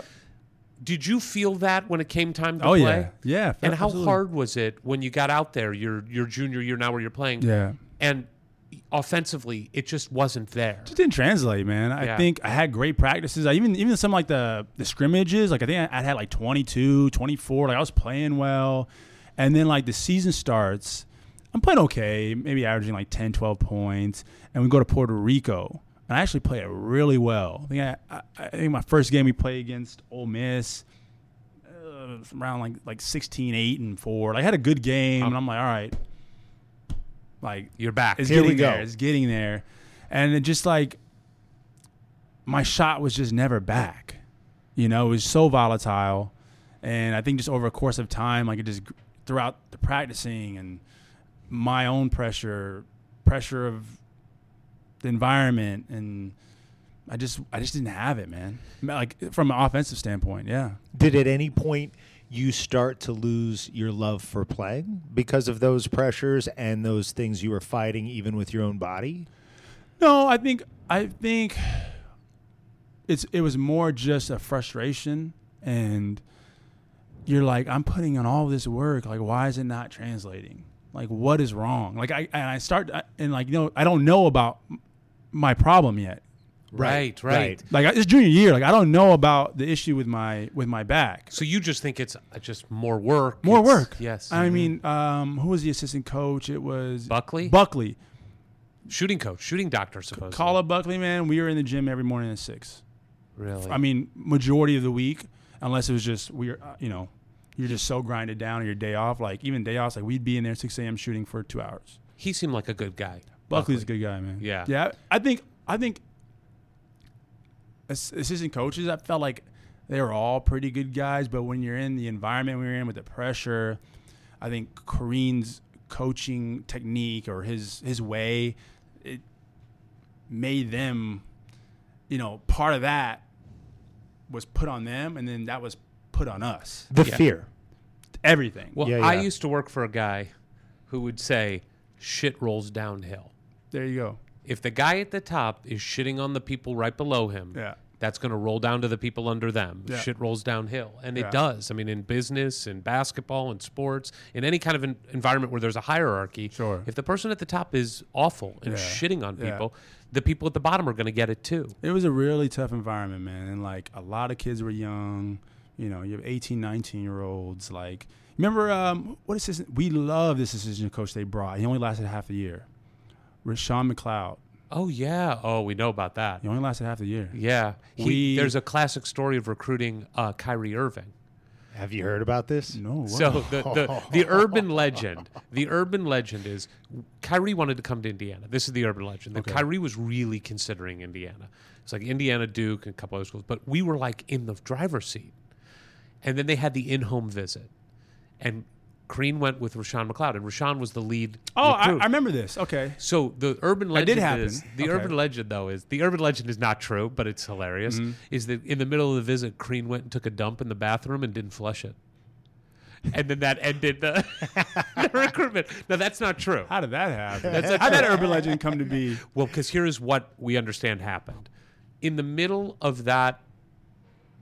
Speaker 3: Did you feel that when it came time to
Speaker 5: Oh,
Speaker 3: play?
Speaker 5: yeah. Yeah,
Speaker 3: And how
Speaker 5: absolutely.
Speaker 3: hard was it when you got out there your your junior year now where you're playing?
Speaker 5: Yeah.
Speaker 3: And offensively, it just wasn't there.
Speaker 5: just didn't translate, man. I
Speaker 3: Yeah.
Speaker 5: think I had great practices. I even even some like the the scrimmages, like I think I, I had like 22, 24, like I was playing well. And then like the season starts, I'm playing okay, maybe averaging like 10, 12 points, and we go to Puerto Rico. And I actually play it really well. I think I, I, I think my first game we played against Ole Miss, uh, around like like 16, 8 and 4. Like I had a good game and I'm like, "All right. Like
Speaker 3: You're back.
Speaker 5: it's
Speaker 2: Here we
Speaker 5: getting
Speaker 2: go.
Speaker 5: there. It's getting there. And it just like my shot was just never back. You know, it was so volatile. And I think just over a course of time, like it just throughout the practicing and my own pressure, pressure of the environment and I just I just didn't have it, man. Like from an offensive standpoint, yeah.
Speaker 2: Did at any point you start to lose your love for playing because of those pressures and those things you were fighting even with your own body?
Speaker 5: No, I think I think it's it was more just a frustration and you're like I'm putting in all this work like why is it not translating? Like what is wrong? Like I and I start and like you know I don't know about m- my problem yet.
Speaker 3: Right, right.
Speaker 2: right.
Speaker 5: Like it's junior year like I don't know about the issue with my with my back.
Speaker 3: So you just think it's uh, just more work.
Speaker 5: More
Speaker 3: it's-
Speaker 5: work.
Speaker 3: Yes. Mm-hmm.
Speaker 5: I mean, um, who was the assistant coach? It was
Speaker 3: Buckley?
Speaker 5: Buckley.
Speaker 3: shooting coach, shooting doctor, supposedly.
Speaker 5: Call up Buckley, man. We were in the gym every morning at six.
Speaker 3: Really?
Speaker 5: I mean, majority of the week, unless it was just we're, uh, you know, you're just so grinded down on your day off. Like even day offs, like we'd be in there 6 a.m. shooting for two hours.
Speaker 3: he seemed like a good guy.
Speaker 5: Buckley's a good guy, man.
Speaker 3: Yeah.
Speaker 5: yeah. I think I think ass- assistant coaches, I felt like they were all pretty good guys, but when you're in the environment we were in with the pressure, I think Kareem's coaching technique or his his way, it made them, you know, part of that was put on them, and then that was put on us.
Speaker 2: The fear.
Speaker 5: everything.
Speaker 3: Well,
Speaker 2: Yeah,
Speaker 3: I
Speaker 2: yeah.
Speaker 3: used to work for a guy who would say, shit rolls downhill.
Speaker 5: there you go.
Speaker 3: If the guy at the top is shitting on the people right below him,
Speaker 5: Yeah.
Speaker 3: that's going to roll down to the people under them.
Speaker 5: Yeah.
Speaker 3: Shit rolls downhill. And
Speaker 5: Yeah.
Speaker 3: it does. I mean, in business, in basketball, in sports, in any kind of en- environment where there's a hierarchy,
Speaker 5: Sure.
Speaker 3: if the person at the top is awful and
Speaker 5: Yeah.
Speaker 3: shitting on
Speaker 5: Yeah.
Speaker 3: people, the people at the bottom are going to get it too.
Speaker 5: It was a really tough environment, man. And like a lot of kids were young. You know, you have 18, 19 year olds. Like, remember, um, what is this? We love this assistant coach they brought. He only lasted half the year. Rashawn McLeod.
Speaker 3: Oh, yeah. Oh, we know about that.
Speaker 5: He only lasted half the year.
Speaker 3: Yeah. He,
Speaker 5: We-
Speaker 3: there's a classic story of recruiting uh, Kyrie
Speaker 5: <laughs>
Speaker 3: Irving.
Speaker 2: Have you heard about this?
Speaker 5: No. what?
Speaker 3: So the, the the urban legend, the urban legend is Kyrie wanted to come to Indiana. This is the urban legend. That Kyrie was really considering Indiana. It's like Indiana, Duke, and a couple other schools, but we were like in the driver's seat. And then they had the in-home visit, and Crean went with Rashawn McLeod, and Rashawn was the lead.
Speaker 5: oh, I,
Speaker 3: recruit.
Speaker 5: I remember this. Okay.
Speaker 3: So the urban
Speaker 5: That
Speaker 3: legend
Speaker 5: did
Speaker 3: is
Speaker 5: happen.
Speaker 3: the
Speaker 5: Okay.
Speaker 3: urban legend though is the urban legend is not true, but it's hilarious.
Speaker 5: Mm-hmm.
Speaker 3: Is that in the middle of the visit, Crean went and took a dump in the bathroom and didn't flush it, and then that ended the, <laughs> the recruitment. Now that's not true.
Speaker 5: How did that happen? How did that urban legend come
Speaker 3: <laughs>
Speaker 5: to be?
Speaker 3: Well, because here is what we understand happened. In the middle of that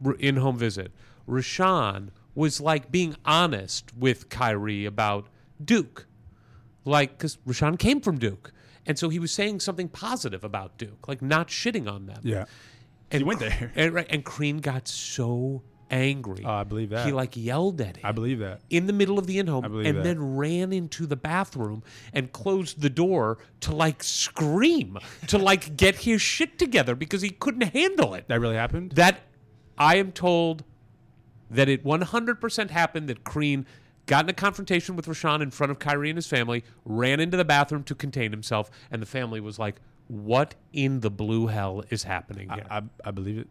Speaker 3: r- in home visit, Rashawn was like being honest with Kyrie about Duke. Like, because Rashawn came from Duke. And so he was saying something positive about Duke, like not shitting on them.
Speaker 5: Yeah.
Speaker 3: And
Speaker 5: He went
Speaker 3: Cre-
Speaker 5: there.
Speaker 3: <laughs> And, right, and Crean got so angry.
Speaker 5: Oh, I believe that.
Speaker 3: He like yelled at him
Speaker 5: I believe that.
Speaker 3: in the middle of the in-home
Speaker 5: I believe
Speaker 3: and
Speaker 5: that.
Speaker 3: then ran into the bathroom and closed the door to like scream to like get his shit together because he couldn't handle it
Speaker 5: That really happened?
Speaker 3: that i am told that it 100% happened that crean got in a confrontation with rashawn in front of kyrie and his family ran into the bathroom to contain himself and the family was like what in the blue hell is happening here
Speaker 5: I, I, I believe it.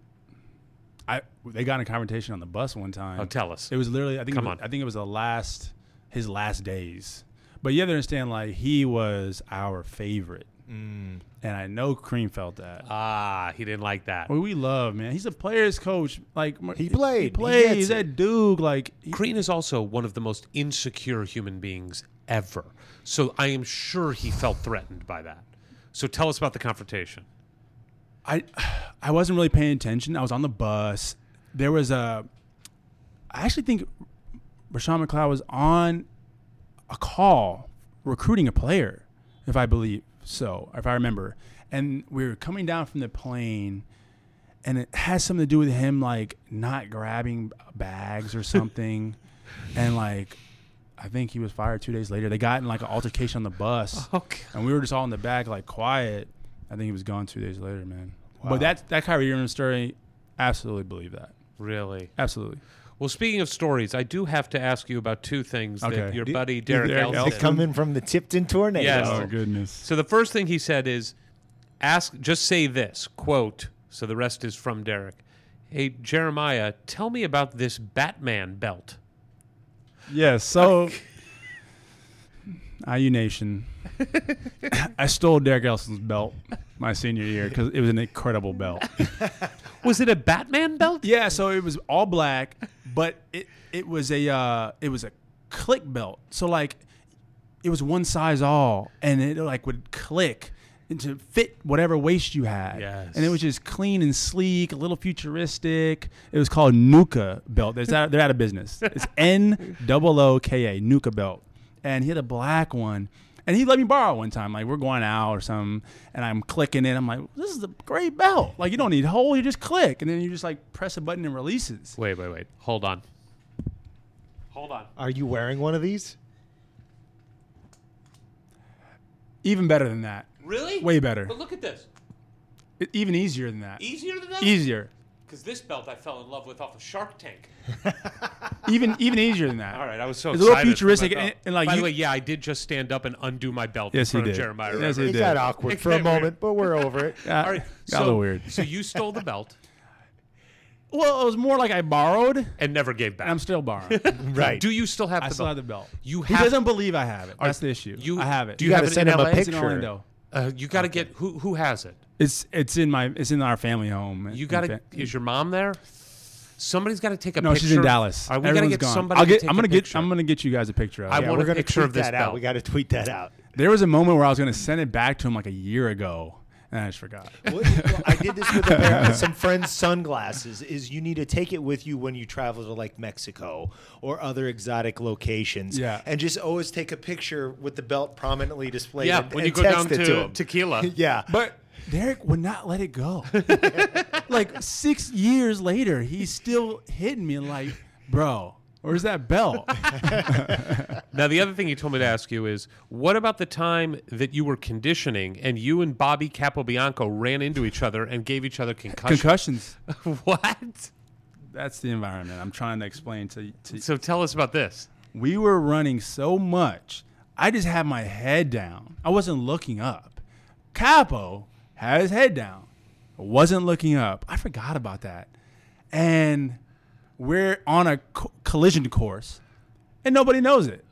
Speaker 5: I they got in a confrontation on the bus one time.
Speaker 3: Oh, tell us.
Speaker 5: It was literally I think
Speaker 3: Come
Speaker 5: it was,
Speaker 3: on.
Speaker 5: I think it was the last his last days. But you have to understand, like he was our favorite,
Speaker 2: Mm.
Speaker 5: and I know Cream felt that.
Speaker 3: ah he didn't like that
Speaker 5: Well, we love man. He's a players coach. Like
Speaker 2: He played.
Speaker 5: He
Speaker 2: He
Speaker 5: played.
Speaker 2: gets
Speaker 5: He's
Speaker 2: it.
Speaker 5: that dude. Like he-
Speaker 3: Crean is also one of the most insecure human beings ever. So I am sure he felt threatened by that. So tell us about the confrontation.
Speaker 5: I I wasn't really paying attention. I was on the bus. There was a I actually think Rashawn McLeod was on a call recruiting a player, if I believe so, if I remember. And we were coming down from the plane and it has something to do with him like not grabbing bags or something. and like I think he was fired two days later. They got in like an altercation on
Speaker 3: <laughs>
Speaker 5: the bus.
Speaker 3: Okay.
Speaker 5: And we were just all in the back, like quiet. I think he was gone two days later, man. But that that Kyrie Irving story, absolutely believe that.
Speaker 3: Really?
Speaker 5: Absolutely.
Speaker 3: Well, speaking of stories, I do have to ask you about two things that
Speaker 5: Okay.
Speaker 3: your
Speaker 5: Do-
Speaker 3: buddy
Speaker 5: do
Speaker 3: Derek,
Speaker 5: Derek
Speaker 3: Elston.
Speaker 5: Elston.
Speaker 2: Coming from the Tipton tornado.
Speaker 3: Yes. Oh,
Speaker 5: goodness.
Speaker 3: So the first thing he said is, ask, just say this quote. So the rest is from Derek. Hey Jeremiah, tell me about this Batman belt. <laughs>
Speaker 5: Yeah, so <laughs> IU Nation. <laughs> I stole Derek Elson's belt my senior year because it was an incredible belt.
Speaker 3: Was it a Batman belt?
Speaker 5: Yeah, so it was all black, but it it was a uh, it was a click belt. So like it was one size all, and it like would click and to fit whatever waist you had.
Speaker 3: Yes.
Speaker 5: And it was just clean and sleek, a little futuristic. It was called Nuka belt. There's out, they're out of business.
Speaker 3: <laughs>
Speaker 5: It's N O O K A Nuka belt, and he had a black one. And he let me borrow it one time. Like we're going out or something, and I'm clicking it. I'm like, "This is a great belt. Like you don't need hole. You just click, and then you just like press a button and releases."
Speaker 3: Wait, wait, wait. Hold on. Hold on.
Speaker 2: Are you wearing one of these?
Speaker 5: Even better than that.
Speaker 3: Really?
Speaker 5: Way better.
Speaker 3: But look at this.
Speaker 5: E- Even easier than that.
Speaker 3: Easier than that?
Speaker 5: Easier.
Speaker 3: Because this belt I fell in love with off of Shark Tank.
Speaker 5: Even even easier than
Speaker 3: <laughs>
Speaker 5: that.
Speaker 3: All right, I was so
Speaker 5: It's
Speaker 3: excited.
Speaker 5: a
Speaker 3: for
Speaker 5: little
Speaker 3: my
Speaker 5: futuristic,
Speaker 3: belt.
Speaker 5: and- and like
Speaker 3: By the
Speaker 5: you-
Speaker 3: way, yeah, I did just stand up and undo my belt
Speaker 5: Yes, he
Speaker 3: in front
Speaker 5: did.
Speaker 3: of Jeremiah.
Speaker 5: Yes,
Speaker 3: Renner.
Speaker 5: he
Speaker 2: It
Speaker 5: did.
Speaker 2: got awkward for a moment, but we're over it.
Speaker 5: <laughs> Got,
Speaker 3: All <laughs> right,
Speaker 5: got a
Speaker 3: so-
Speaker 5: little weird.
Speaker 3: So you stole the belt
Speaker 5: Well, it was more like I borrowed, and
Speaker 3: and never gave back.
Speaker 5: I'm still borrowing.
Speaker 2: Right.
Speaker 3: Do you still have
Speaker 5: I
Speaker 3: the
Speaker 5: still
Speaker 3: belt?
Speaker 5: have the belt.
Speaker 3: You
Speaker 5: he
Speaker 3: have-
Speaker 5: doesn't believe I have it. That's the issue.
Speaker 3: you-
Speaker 5: I have it.
Speaker 3: do
Speaker 2: you
Speaker 3: you
Speaker 2: gotta
Speaker 3: have it
Speaker 2: send
Speaker 3: in
Speaker 2: him a
Speaker 3: LA?
Speaker 5: It's in
Speaker 2: picture.
Speaker 5: Orlando.
Speaker 3: Uh, you got to get who who has it.
Speaker 5: It's it's in my it's in our family home.
Speaker 3: You got to. Is your mom there? Somebody's got to take a
Speaker 5: No,
Speaker 3: picture.
Speaker 5: she's in Dallas.
Speaker 3: Are we
Speaker 5: Everyone's
Speaker 3: gonna get
Speaker 5: gone.
Speaker 3: somebody?
Speaker 5: I'll get,
Speaker 3: to take
Speaker 5: I'm
Speaker 3: a
Speaker 5: gonna get.
Speaker 3: picture?
Speaker 5: I'm gonna get you guys a picture. Of
Speaker 3: I
Speaker 5: it.
Speaker 2: Yeah,
Speaker 3: want
Speaker 2: we're
Speaker 3: a
Speaker 2: gonna
Speaker 3: picture of
Speaker 2: tweet
Speaker 3: this
Speaker 2: that
Speaker 3: belt.
Speaker 2: out. We got to tweet that out.
Speaker 5: There was a moment where I was gonna send it back to him like a year ago, and I just forgot.
Speaker 2: <laughs> Well, well, I did this with a pair of some friends' sunglasses. Is you need to take it with you when you travel to like Mexico or other exotic locations.
Speaker 5: Yeah.
Speaker 2: and just always take a picture with the belt prominently displayed.
Speaker 3: yeah,
Speaker 2: and,
Speaker 3: when
Speaker 2: and
Speaker 3: you go
Speaker 2: text
Speaker 3: down
Speaker 2: it
Speaker 3: to,
Speaker 2: to 'em.
Speaker 5: <laughs>
Speaker 3: tequila.
Speaker 2: <laughs> yeah,
Speaker 5: But Derek would not let it go. <laughs> like six years later, he's still hitting me like, bro, where's that belt?
Speaker 3: Now, the other thing he told me to ask you is, what about the time that you were conditioning and you and Bobby Capobianco ran into each other and gave each other concussions?
Speaker 5: Concussions.
Speaker 3: <laughs> what?
Speaker 5: That's the environment I'm trying to explain to, to
Speaker 3: So tell us about this.
Speaker 5: we were running so much. I just had my head down. I wasn't looking up. Capo had his head down. Wasn't looking up. I forgot about that. And we're on a co- collision course, and nobody knows it.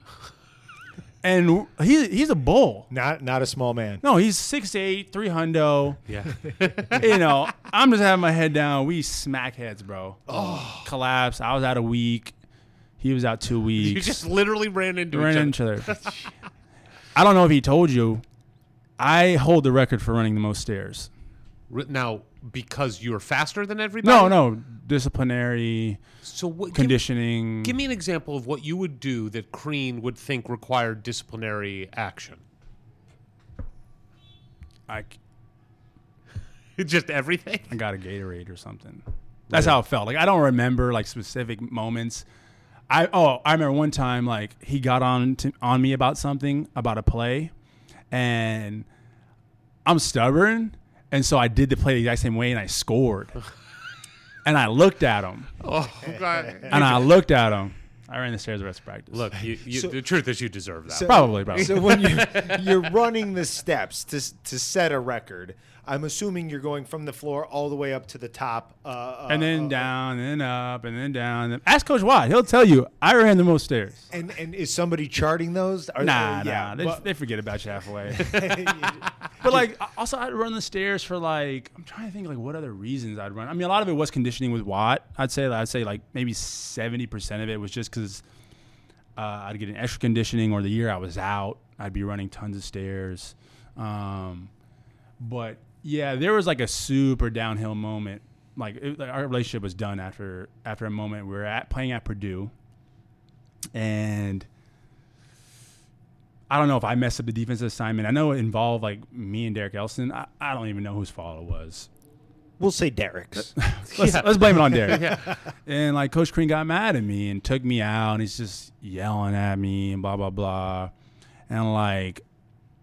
Speaker 5: And he, he's a bull.
Speaker 2: not not a small man.
Speaker 5: No, he's 6'8", 300.
Speaker 3: Yeah.
Speaker 5: <laughs> you know, I'm just having my head down. We smack heads, bro. Oh. Collapse. I was out a week. He was out two weeks.
Speaker 3: You just literally ran into
Speaker 5: Ran
Speaker 3: each other.
Speaker 5: into each other. I don't know if he told you. I hold the record for running the most stairs.
Speaker 3: Re- Now, because you're faster than everybody?
Speaker 5: No, no, disciplinary
Speaker 3: So what, give,
Speaker 5: conditioning.
Speaker 3: give me an example of what you would do that Crean would think required disciplinary action. <laughs>
Speaker 5: I, c-
Speaker 3: just everything?
Speaker 5: I got a Gatorade or something. That's how it felt. Like I don't remember like specific moments. I oh I remember one time like he got on to, on me about something about a play, and I'm stubborn, and so I did the play the exact same way, and I scored.
Speaker 2: <laughs>
Speaker 5: and I looked at him,
Speaker 3: Oh, God.
Speaker 5: and I looked at him. I ran the stairs the rest of practice.
Speaker 3: Look, you, you, the truth is you deserve that.
Speaker 5: probably,
Speaker 2: <laughs>
Speaker 5: probably.
Speaker 2: So when you're, you're running the steps to s- to set a record, I'm assuming you're going from the floor all the way up to the top. Uh, uh,
Speaker 5: and then
Speaker 2: uh,
Speaker 5: down, and then up, and then down. Ask Coach Watt; he'll tell you. I ran the most stairs.
Speaker 2: and and is somebody charting those? Are,
Speaker 5: Nah,
Speaker 2: uh,
Speaker 5: nah, they,
Speaker 2: well-
Speaker 5: they forget about <laughs> you halfway. but like, I- also, I'd run the stairs for like. I'm trying to think like what other reasons I'd run. I mean, a lot of it was conditioning with Watt. I'd say I'd say like maybe seventy percent of it was just because uh, I'd get an extra conditioning, or the year I was out, I'd be running tons of stairs. Um, but yeah, there was like a super downhill moment. Like, it, like our relationship was done after after a moment we were at playing at Purdue, and I don't know if I messed up the defensive assignment. I know it involved like me and Derek Elson. I, I don't even know whose fault it was.
Speaker 2: We'll say Derek's.
Speaker 5: Let's, let's blame it on Derek. And like Coach Crean got mad at me and took me out and he's just yelling at me and blah blah blah. And like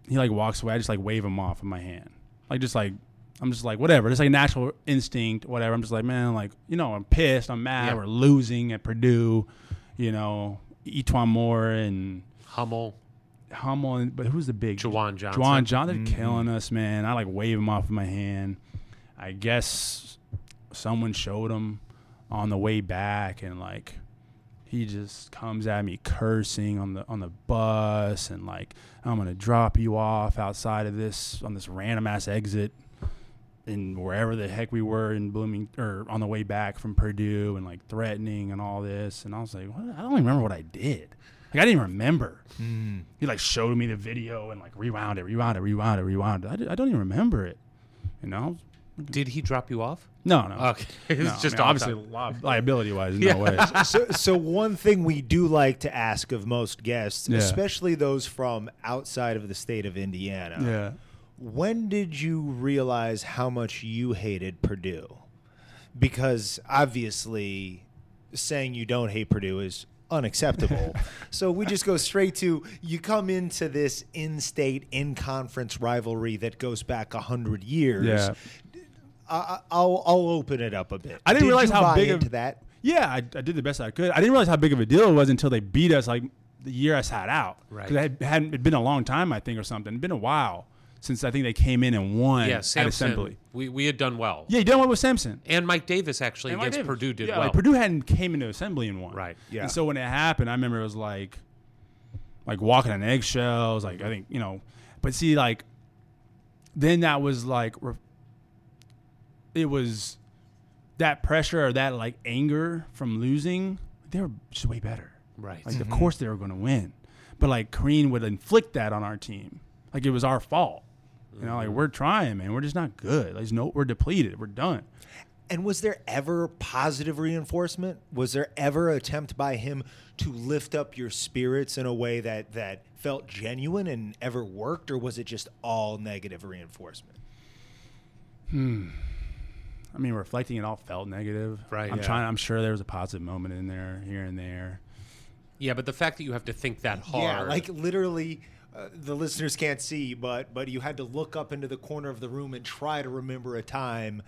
Speaker 5: he like walks away. I just like wave him off with my hand. Like just like I'm just like whatever. It's like natural instinct, whatever. I'm just like, man, like, you know, I'm pissed, I'm mad,
Speaker 3: Yeah.
Speaker 5: we're losing at Purdue, you know, Etwan Moore and
Speaker 3: Hummel.
Speaker 5: Hummel, and, but who's the big
Speaker 3: Juwan Johnson.
Speaker 5: Juwan Johnson, they're killing us, man. I like wave him off of my hand. I guess someone showed him on the way back, and like he just comes at me cursing on the on the bus, and like I'm gonna drop you off outside of this on this random ass exit. And wherever the heck we were in Blooming or on the way back from Purdue and like threatening and all this. And I was like, what? I don't even remember what I did. Like, I didn't even remember. He like showed me the video and like rewound it, rewound it, rewound it, rewound it. I, d- I don't even remember it. You know?
Speaker 3: Did he drop you off?
Speaker 5: No, no.
Speaker 3: Okay. <laughs> It's
Speaker 5: No, I
Speaker 3: just
Speaker 5: mean,
Speaker 3: off
Speaker 5: obviously li- liability wise, no way.
Speaker 2: <laughs>
Speaker 3: <laughs>
Speaker 2: so, so one thing we do like to ask of most guests,
Speaker 5: Yeah.
Speaker 2: especially those from outside of the state of Indiana,
Speaker 5: Yeah.
Speaker 2: when did you realize how much you hated Purdue? Because obviously, saying you don't hate Purdue is
Speaker 5: <laughs>
Speaker 2: unacceptable. so we just go straight to you come into this in-state, in-conference rivalry that goes back a hundred years.
Speaker 5: Yeah.
Speaker 2: I, I- I'll I'll open it up a bit.
Speaker 5: I didn't
Speaker 2: Did
Speaker 5: realize
Speaker 2: you
Speaker 5: how
Speaker 2: buy
Speaker 5: big of-
Speaker 2: into that.
Speaker 5: Yeah, I, I did the best I could. I didn't realize how big of a deal it was until they beat us like the year I sat out.
Speaker 3: Right.
Speaker 5: Because it hadn't it'd been a long time, I think, or something. It'd been a while since I think they came in and won
Speaker 3: Yeah,
Speaker 5: at
Speaker 3: Samson.
Speaker 5: Assembly.
Speaker 3: We, we had done well.
Speaker 5: Yeah, you done what with Samson?
Speaker 3: And Mike Davis actually
Speaker 5: And
Speaker 3: against
Speaker 5: Mike Davis.
Speaker 3: Purdue did
Speaker 5: yeah,
Speaker 3: well.
Speaker 5: Like Purdue hadn't came into assembly and won.
Speaker 3: Right.
Speaker 2: Yeah.
Speaker 5: And so when it happened, I remember it was like, like walking on eggshells. Like I think you know, but see, like, then that was like, re- it was that pressure or that like anger from losing, they were just way better.
Speaker 3: Right.
Speaker 5: Like, of course they were going to win, but like Kareen would inflict that on our team. Like it was our fault. You know,
Speaker 3: Mm-hmm.
Speaker 5: like we're trying, man. We're just not good. Like, there's no, we're depleted. We're done.
Speaker 2: And was there ever positive reinforcement? Was there ever attempt by him to lift up your spirits in a way that that felt genuine and ever worked, or was it just all negative reinforcement?
Speaker 5: I mean, reflecting, it all felt negative.
Speaker 3: Right.
Speaker 5: I'm
Speaker 3: Yeah.
Speaker 5: trying. I'm sure there was a positive moment in there, here and there.
Speaker 3: Yeah, but the fact that you have to think that hard.
Speaker 2: Yeah, like literally, uh, the listeners can't see, but but you had to look up into the corner of the room and try to remember a time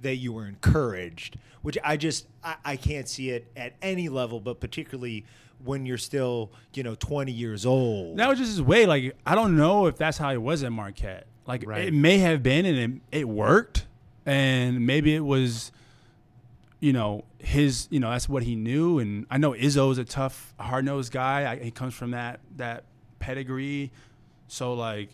Speaker 2: that you were encouraged, which I just I, I can't see it at any level, but particularly when you're still you know 20 years old.
Speaker 5: That was just his way. Like I don't know if that's how he was at Marquette. Like
Speaker 3: Right.
Speaker 5: it may have been, and it, it worked, and maybe it was, you know, his. You know, that's what he knew. And I know Izzo is a tough, hard nosed guy. I, he comes from that that pedigree, so like,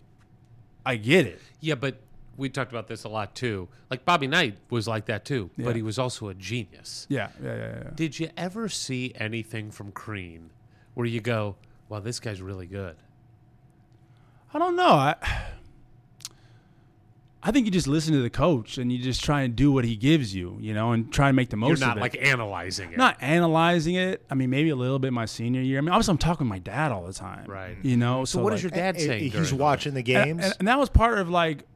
Speaker 5: I get it.
Speaker 3: Yeah, but we talked about this a lot too. Like Bobby Knight was like that too,
Speaker 5: Yeah.
Speaker 3: but he was also a genius.
Speaker 5: Yeah, yeah, yeah, yeah.
Speaker 3: Did you ever see anything from Crean where you go, "Wow, this guy's really good"?
Speaker 5: I don't know. I <sighs> I think you just listen to the coach and you just try and do what he gives you, you know, and try and make the most
Speaker 3: You're not
Speaker 5: of it.
Speaker 3: like analyzing it.
Speaker 5: not analyzing it. I mean, maybe a little bit my senior year. I mean, obviously, I'm talking to my dad all the time,
Speaker 3: Right.
Speaker 5: You know, so,
Speaker 3: what
Speaker 5: like,
Speaker 3: is your dad
Speaker 2: Eh, eh,
Speaker 3: saying? during
Speaker 2: He's
Speaker 3: the-
Speaker 2: watching the
Speaker 5: and,
Speaker 2: games.
Speaker 5: and, and that was part of like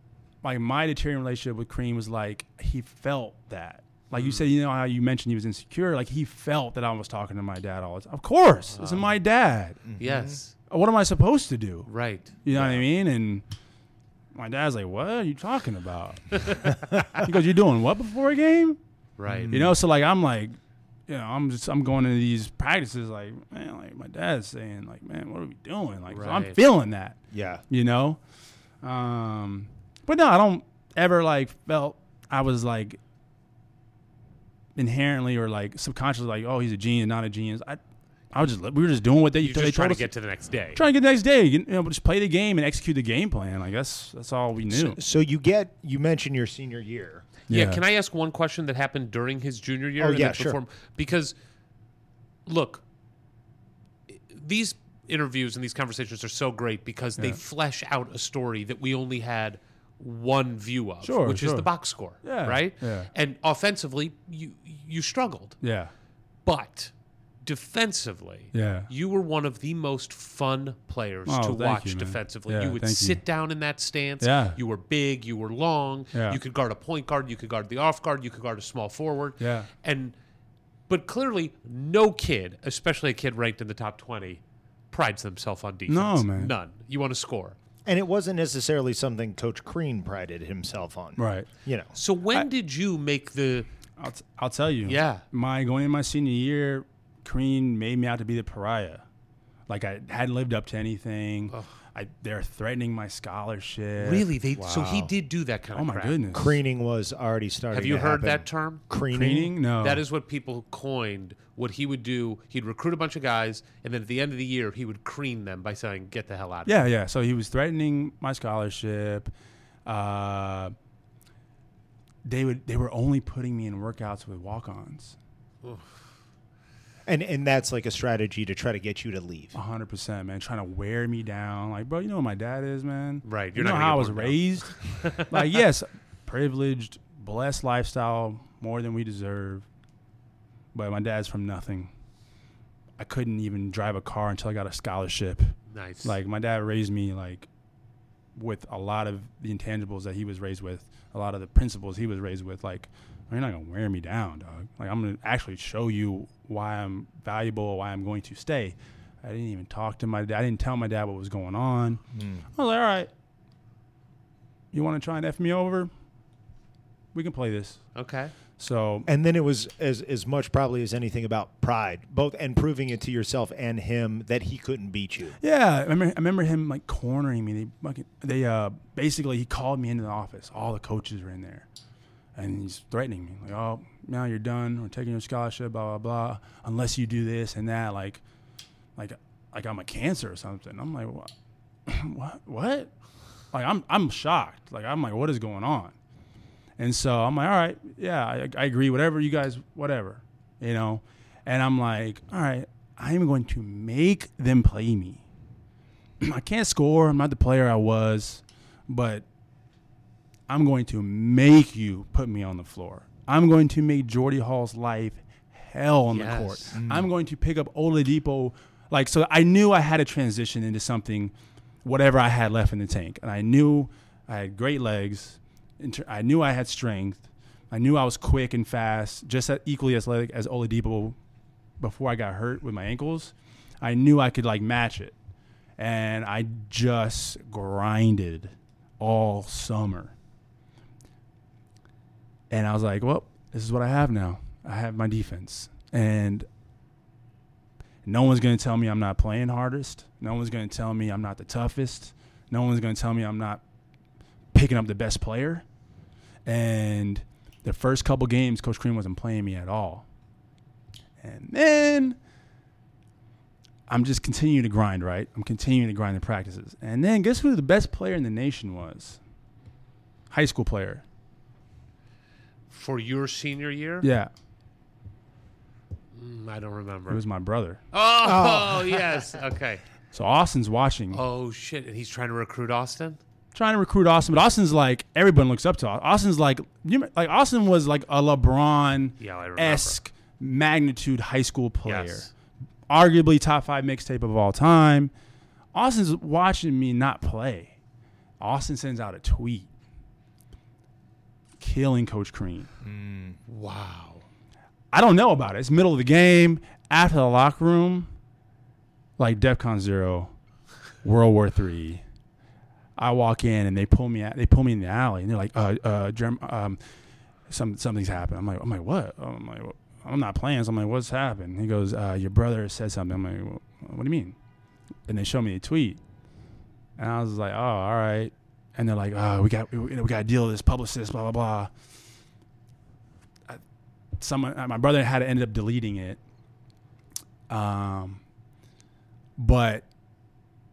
Speaker 5: like my deteriorating relationship with Cream was like he felt that. Like
Speaker 3: Hmm.
Speaker 5: you said, you know how you mentioned he was insecure. Like he felt that I was talking to my dad all the time. Of course, this is
Speaker 3: Uh-huh.
Speaker 5: my dad.
Speaker 3: Hmm. Yes,
Speaker 5: What am I supposed to do?
Speaker 3: right.
Speaker 5: You know what I mean? And my dad's like, "What are you talking about?" <laughs> he goes, "You're doing what before a game?"
Speaker 3: Right.
Speaker 5: You know, so like I'm like, you know, I'm just I'm going into these practices like, man, like my dad's saying like, man, what are we doing? Like, so I'm
Speaker 3: Right.
Speaker 5: feeling that,
Speaker 2: yeah.
Speaker 5: you know. Um, but no, I don't ever like felt I was like inherently or like subconsciously like, oh, he's a genius, not a genius. I, I was just we were just doing what they
Speaker 3: you
Speaker 5: they
Speaker 3: just try
Speaker 5: told
Speaker 3: to
Speaker 5: us
Speaker 3: get to the next day.
Speaker 5: trying to get the next day. You know, just play the game and execute the game plan. Like that's that's all we knew.
Speaker 2: So you get you mentioned your senior year.
Speaker 3: Yeah. Can I ask one question that happened during his junior year?
Speaker 2: Oh,
Speaker 3: and
Speaker 2: yeah,
Speaker 3: then
Speaker 2: sure.
Speaker 3: because, look, i- these interviews and these conversations are so great because they flesh out a story that we only had one view of,
Speaker 5: Sure,
Speaker 3: which is
Speaker 5: sure.
Speaker 3: the box score,
Speaker 5: Yeah,
Speaker 3: right?
Speaker 5: yeah.
Speaker 3: And offensively, you you struggled,
Speaker 5: Yeah.
Speaker 3: but defensively,
Speaker 5: Yeah.
Speaker 3: you were one of the most fun players
Speaker 5: Oh,
Speaker 3: to
Speaker 5: thank you,
Speaker 3: watch
Speaker 5: man.
Speaker 3: defensively.
Speaker 5: Yeah,
Speaker 3: you would
Speaker 5: thank you.
Speaker 3: sit down in that stance.
Speaker 5: Yeah.
Speaker 3: You were big, you were long,
Speaker 5: Yeah.
Speaker 3: you could guard a point guard, you could guard the off guard, you could guard a small forward.
Speaker 5: Yeah.
Speaker 3: And but clearly no kid, especially a kid ranked in the top 20, prides themselves on defense.
Speaker 5: No, man.
Speaker 3: None. You want to score.
Speaker 2: And it wasn't necessarily something Coach Crean prided himself on.
Speaker 5: Right.
Speaker 2: You know.
Speaker 3: So when did you make the
Speaker 5: I'll, t- I'll tell you.
Speaker 3: Yeah.
Speaker 5: My going in my senior year, Crean made me out to be the pariah. Like I hadn't lived up to anything. I they're threatening my scholarship.
Speaker 3: really they so he did do that kind
Speaker 5: Oh
Speaker 3: of
Speaker 5: my
Speaker 3: crap.
Speaker 5: goodness.
Speaker 2: Creening was already starting.
Speaker 3: Have you
Speaker 2: to
Speaker 3: heard
Speaker 2: happen.
Speaker 3: that term?
Speaker 2: Creening?
Speaker 5: Creaning? No.
Speaker 3: That is what people coined. What he would do, he'd recruit a bunch of guys, and then at the end of the year, he would cream them by saying, "Get the hell out!" of here."
Speaker 5: Yeah, yeah. So he was threatening my scholarship. Uh, they would they were only putting me in workouts with walk-ons.
Speaker 2: And and that's like a strategy to try to get you to leave.
Speaker 3: Oh.
Speaker 5: A hundred percent, man. Trying to wear me down, like, bro. You know what my dad is, man.
Speaker 3: Right,
Speaker 5: you
Speaker 3: you're
Speaker 5: know
Speaker 3: not gonna
Speaker 5: how I
Speaker 3: get
Speaker 5: was
Speaker 3: worn down.
Speaker 5: raised.
Speaker 3: <laughs>
Speaker 5: like, yes, privileged, blessed lifestyle, more than we deserve. But my dad's from nothing. I couldn't even drive a car until I got a scholarship.
Speaker 3: nice.
Speaker 5: Like, my dad raised me like with a lot of the intangibles that he was raised with, a lot of the principles he was raised with. Like, you're not gonna wear me down, dog. Like, I'm gonna actually show you why I'm valuable, why I'm going to stay. I didn't even talk to my dad. I didn't tell my dad what was going on. I was like, all right, you want to try and f me over? We can play this.
Speaker 3: okay,
Speaker 5: So
Speaker 2: And then it was as as much probably as anything about pride, both and proving it to yourself and him that he couldn't beat you.
Speaker 5: Yeah, I remember, I remember him like cornering me. They fucking, they uh, basically he called me into the office. All the coaches were in there, and he's threatening me like, "Oh, now you're done. We're taking your scholarship, blah blah blah, unless you do this and that." Like, like, like I'm a cancer or something. I'm like, what, <laughs> what, what? Like I'm I'm shocked. Like I'm like, what is going on? And so I'm like, all right, yeah, I, I agree. Whatever you guys, whatever, you know. And I'm like, all right, I'm going to make them play me. I can't score. I'm not the player I was, but I'm going to make you put me on the floor. I'm going to make Jordy Hall's life hell on the court.
Speaker 3: Yes.
Speaker 5: I'm going to pick up Oladipo. Like, so I knew I had to transition into something, whatever I had left in the tank. And I knew I had great legs. In ter- I knew I had strength. I knew I was quick and fast, just as equally athletic as Oladipo before I got hurt with my ankles. I knew I could like match it. And I just grinded all summer. And I was like, well, this is what I have now. I have my defense. And no one's going to tell me I'm not playing hardest. No one's going to tell me I'm not the toughest. No one's going to tell me I'm not picking up the best player. And the first couple games, Coach Cream wasn't playing me at all. And then I'm just continuing to grind, right? I'm continuing to grind the practices. And then guess who the best player in the nation was? High school player.
Speaker 3: for your senior year?
Speaker 5: Yeah.
Speaker 3: Mm, I don't remember.
Speaker 5: It was my brother.
Speaker 3: oh, <laughs> yes. Okay.
Speaker 5: So Austin's watching,
Speaker 3: Oh shit! And he's trying to recruit Austin.
Speaker 5: trying to recruit Austin, but Austin's like everyone looks up to. Au- Austin's like you rem- like Austin was like a LeBron
Speaker 3: Yeah, I remember.
Speaker 5: esque magnitude high school player,
Speaker 3: Yes.
Speaker 5: arguably top five mixtape of all time. Austin's watching me not play. Austin sends out a tweet, killing Coach Crean.
Speaker 3: Mm, Wow.
Speaker 5: I don't know about it. It's middle of the game, after the locker room, like DEFCON Zero, World War Three. I walk in and they pull me out. They pull me in the alley and they're like, "Uh, uh, Jerem, um, some something's happened." I'm like, "I'm like what?" I'm like, "Well, "I'm not playing." So I'm like, "What's happened?" He goes, uh, "Your brother said something." I'm like, well, "What do you mean?" And they show me a tweet, and I was like, "Oh, all right." And they're like, "Oh, we got we, we got to deal with this publicist, blah blah blah." someone uh, my brother had ended up deleting it um but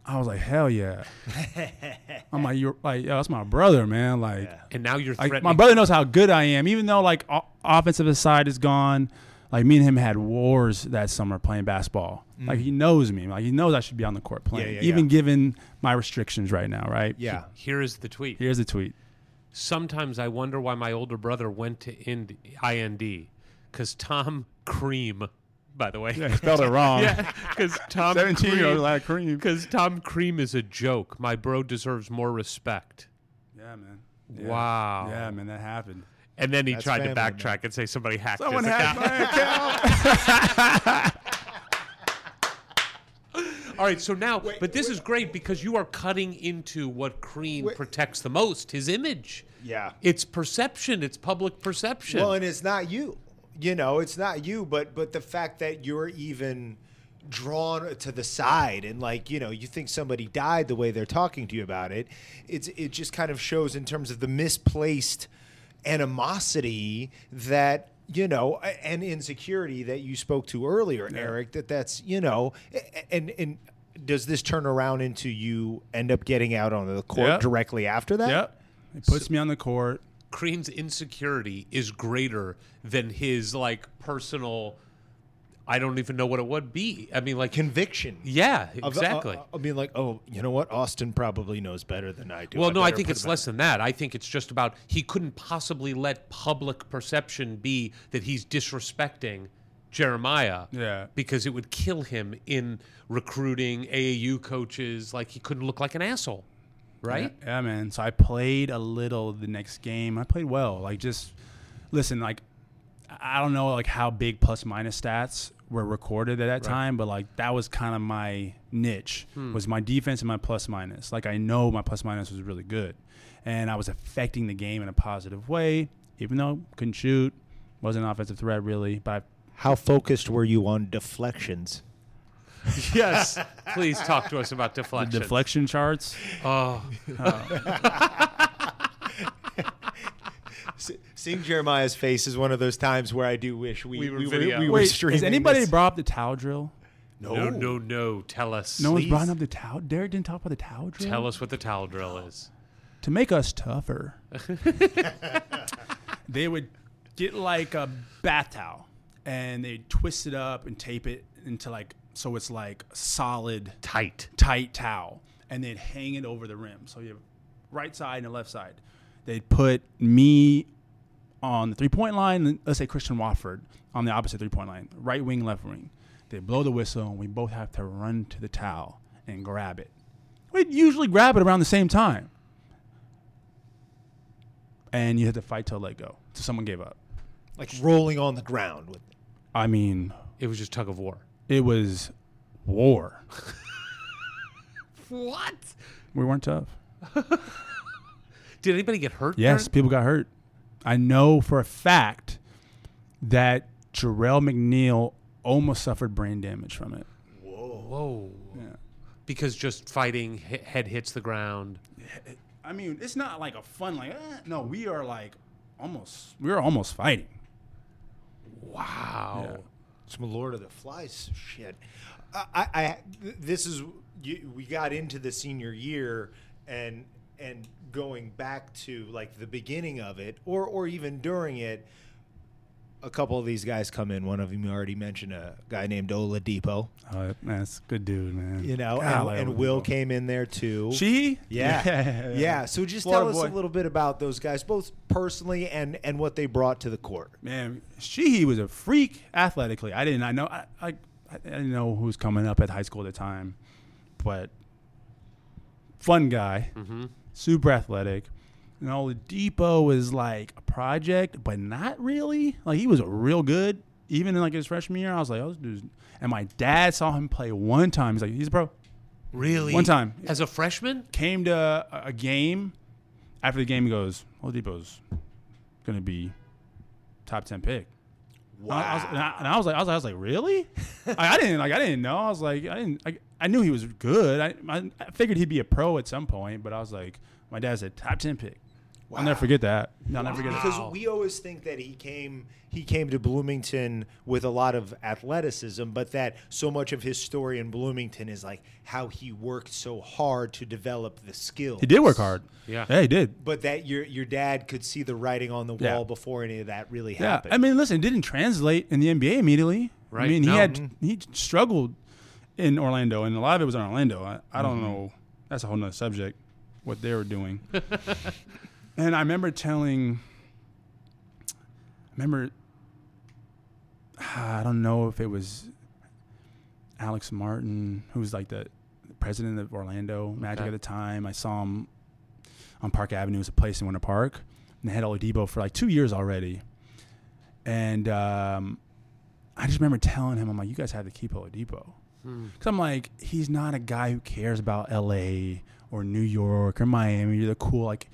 Speaker 5: i was like hell yeah i'm like you're like yo that's my brother man like
Speaker 3: And now you're
Speaker 5: like
Speaker 3: threatening.
Speaker 5: my brother knows how good i am even though like o- offensive side is gone like me and him had wars that summer playing basketball like he knows me like he knows i should be on the court playing
Speaker 2: Mm. yeah,
Speaker 5: even
Speaker 2: yeah.
Speaker 5: given my restrictions right now right
Speaker 2: Yeah.
Speaker 3: Here is the tweet.
Speaker 5: here's a tweet
Speaker 3: Sometimes I wonder why my older brother went to ind IND, because Tom Cream, by the way, <laughs>
Speaker 5: <laughs> spelled it wrong <laughs>
Speaker 3: because Tom
Speaker 5: 17 year old
Speaker 3: Cream-
Speaker 5: like cream
Speaker 3: Because Tom Cream is a joke. My bro deserves more respect.
Speaker 5: yeah man Yeah.
Speaker 3: Wow.
Speaker 5: yeah man that happened
Speaker 3: And then he
Speaker 2: That's
Speaker 3: tried
Speaker 2: family,
Speaker 3: to
Speaker 2: man.
Speaker 3: backtrack and say somebody hacked
Speaker 5: Someone
Speaker 3: his
Speaker 5: hacked <laughs>
Speaker 3: account. <laughs> All right, so now, but this is great because you are cutting into what Crean protects the most his image.
Speaker 2: Yeah.
Speaker 3: It's perception, it's public perception.
Speaker 2: Well, and it's not you. You know, it's not you, but but the fact that you're even drawn to the side and like you know you think somebody died the way they're talking to you about it it's it just kind of shows in terms of the misplaced animosity that you know a- and insecurity that you spoke to earlier eric that that's you know a- a- and and does this turn around into you end up getting out on the court
Speaker 5: Yeah.
Speaker 2: directly after that
Speaker 5: Yep. It puts me on the court.
Speaker 3: Crean's insecurity is greater than his, like, personal, I don't even know what it would be. I mean, like,
Speaker 2: conviction
Speaker 3: yeah,
Speaker 2: of the-
Speaker 3: exactly.
Speaker 2: uh, uh, being like, oh, you know what? Austin probably knows better than I do.
Speaker 3: Well, no, I
Speaker 2: better
Speaker 3: think
Speaker 2: put
Speaker 3: it's
Speaker 2: him out."
Speaker 3: less than that. I think it's just about he couldn't possibly let public perception be that he's disrespecting Jeremiah.
Speaker 5: Yeah.
Speaker 3: Because it would kill him in recruiting AAU coaches. Like he couldn't look like an asshole. Right?
Speaker 5: Yeah, yeah, man. So I played a little the next game. I played well. Like just listen, like I don't know like how big plus minus stats were recorded at that time, but like that was kind of my niche
Speaker 2: Hmm.
Speaker 5: was my defense and my plus minus. Like I know my plus minus was really good, and I was affecting the game in a positive way, even though couldn't shoot, wasn't an offensive threat really. But
Speaker 2: How focused were you on deflections?
Speaker 3: Yes. <laughs> Please talk to us about
Speaker 5: I,
Speaker 3: deflection.
Speaker 5: deflection charts,
Speaker 2: <laughs>
Speaker 3: oh,
Speaker 2: Seeing Jeremiah's face is one of those times where I do wish we
Speaker 3: We were
Speaker 2: we
Speaker 3: video.
Speaker 2: we were
Speaker 5: Wait,
Speaker 2: streaming
Speaker 5: has anybody
Speaker 2: this.
Speaker 5: brought up the towel drill?
Speaker 3: no, no, no. Tell us.
Speaker 5: No one's
Speaker 2: Please.
Speaker 5: brought up the towel. Derek didn't talk about the towel drill.
Speaker 3: Tell us what the towel drill is.
Speaker 5: to make us tougher. they would get like a bath towel and they twist it up and tape it into like so it's like solid
Speaker 3: Tight.
Speaker 5: tight towel and they'd hang it over the rim. So you have right side and the left side. They'd put me on the three point line, and let's say Christian Wofford on the opposite three point line, right wing, left wing. They blow the whistle and we both have to run to the towel and grab it. We'd usually grab it around the same time. And you had to fight till let go. So someone gave up.
Speaker 2: like rolling on the ground with
Speaker 5: I mean,
Speaker 3: It was just tug of war.
Speaker 5: it was war.
Speaker 3: What?
Speaker 5: We weren't tough.
Speaker 3: Did anybody get hurt?
Speaker 5: Yes,
Speaker 3: during-
Speaker 5: people got hurt. I know for a fact that Jarrell McNeil almost suffered brain damage from it.
Speaker 3: Whoa. Because just fighting, he- head hits the ground.
Speaker 5: I mean, it's not like a fun like. eh, no, we are like almost. We are almost fighting.
Speaker 3: Wow.
Speaker 2: some Lord of the Flies shit. I, I I- th- this is you, we got into the senior year and and going back to like the beginning of it or or even during it. A couple of these guys come in. One of them you already mentioned, a guy named Oladipo.
Speaker 5: Uh, that's good, dude, man.
Speaker 2: You know,
Speaker 5: God,
Speaker 2: and,
Speaker 5: like,
Speaker 2: and Will came in there too.
Speaker 5: She? <laughs>
Speaker 2: Yeah. yeah, So just
Speaker 5: Florida
Speaker 2: tell us a
Speaker 5: boy.
Speaker 2: little bit about those guys, both personally and and what they brought to the court.
Speaker 5: Man, Sheehy was a freak athletically. I didn't. I know. I, I, I didn't know who was coming up at high school at the time, but fun guy, super athletic. And Oladipo was like a project, but not really. Like he was real good. Even in like his freshman year, I was like, "Oh, this dude." And my dad saw him play one time. He's like, "He's a pro."
Speaker 3: Really?
Speaker 5: One time.
Speaker 3: As a freshman?
Speaker 5: Came to a- a game. After the game, he goes, "Oladipo's gonna be top ten pick." And I, I was, and, I, and I was like, I was, I was like, really? I, I didn't like, I didn't know. I was like, I didn't. I, I knew he was good. I, I, I figured he'd be a pro at some point, but I was like, my dad said top ten pick. I'll never forget that. I'll never forget that.
Speaker 2: because we always think that he came he came to Bloomington with a lot of athleticism, but that so much of his story in Bloomington is like how he worked so hard to develop the skill.
Speaker 5: He did work hard.
Speaker 3: Yeah.
Speaker 5: yeah, he did.
Speaker 2: but that your your dad could see the writing on the
Speaker 5: Yeah.
Speaker 2: wall before any of that really
Speaker 5: Yeah,
Speaker 2: happened.
Speaker 5: I mean, listen, it didn't translate in the NBA immediately. I
Speaker 3: Right,
Speaker 5: mean,
Speaker 3: no. Mm.
Speaker 5: he had he struggled in Orlando, and a lot of it was in Orlando. I, I
Speaker 3: Mm-hmm.
Speaker 5: don't know. That's a whole nother subject. What they were doing. <laughs> and I remember telling. I remember. <sighs> I don't know if it was Alex Martin, who was like the president of Orlando Magic
Speaker 3: Okay.
Speaker 5: at the time. I saw him on Park Avenue. It was a place in Winter Park. And they had Oladipo for like two years already. And um, I just remember telling him, I'm like, you guys have to keep Oladipo.
Speaker 3: Hmm.
Speaker 5: Because I'm like, he's not a guy who cares about LA or New York or Miami. You're the cool, like,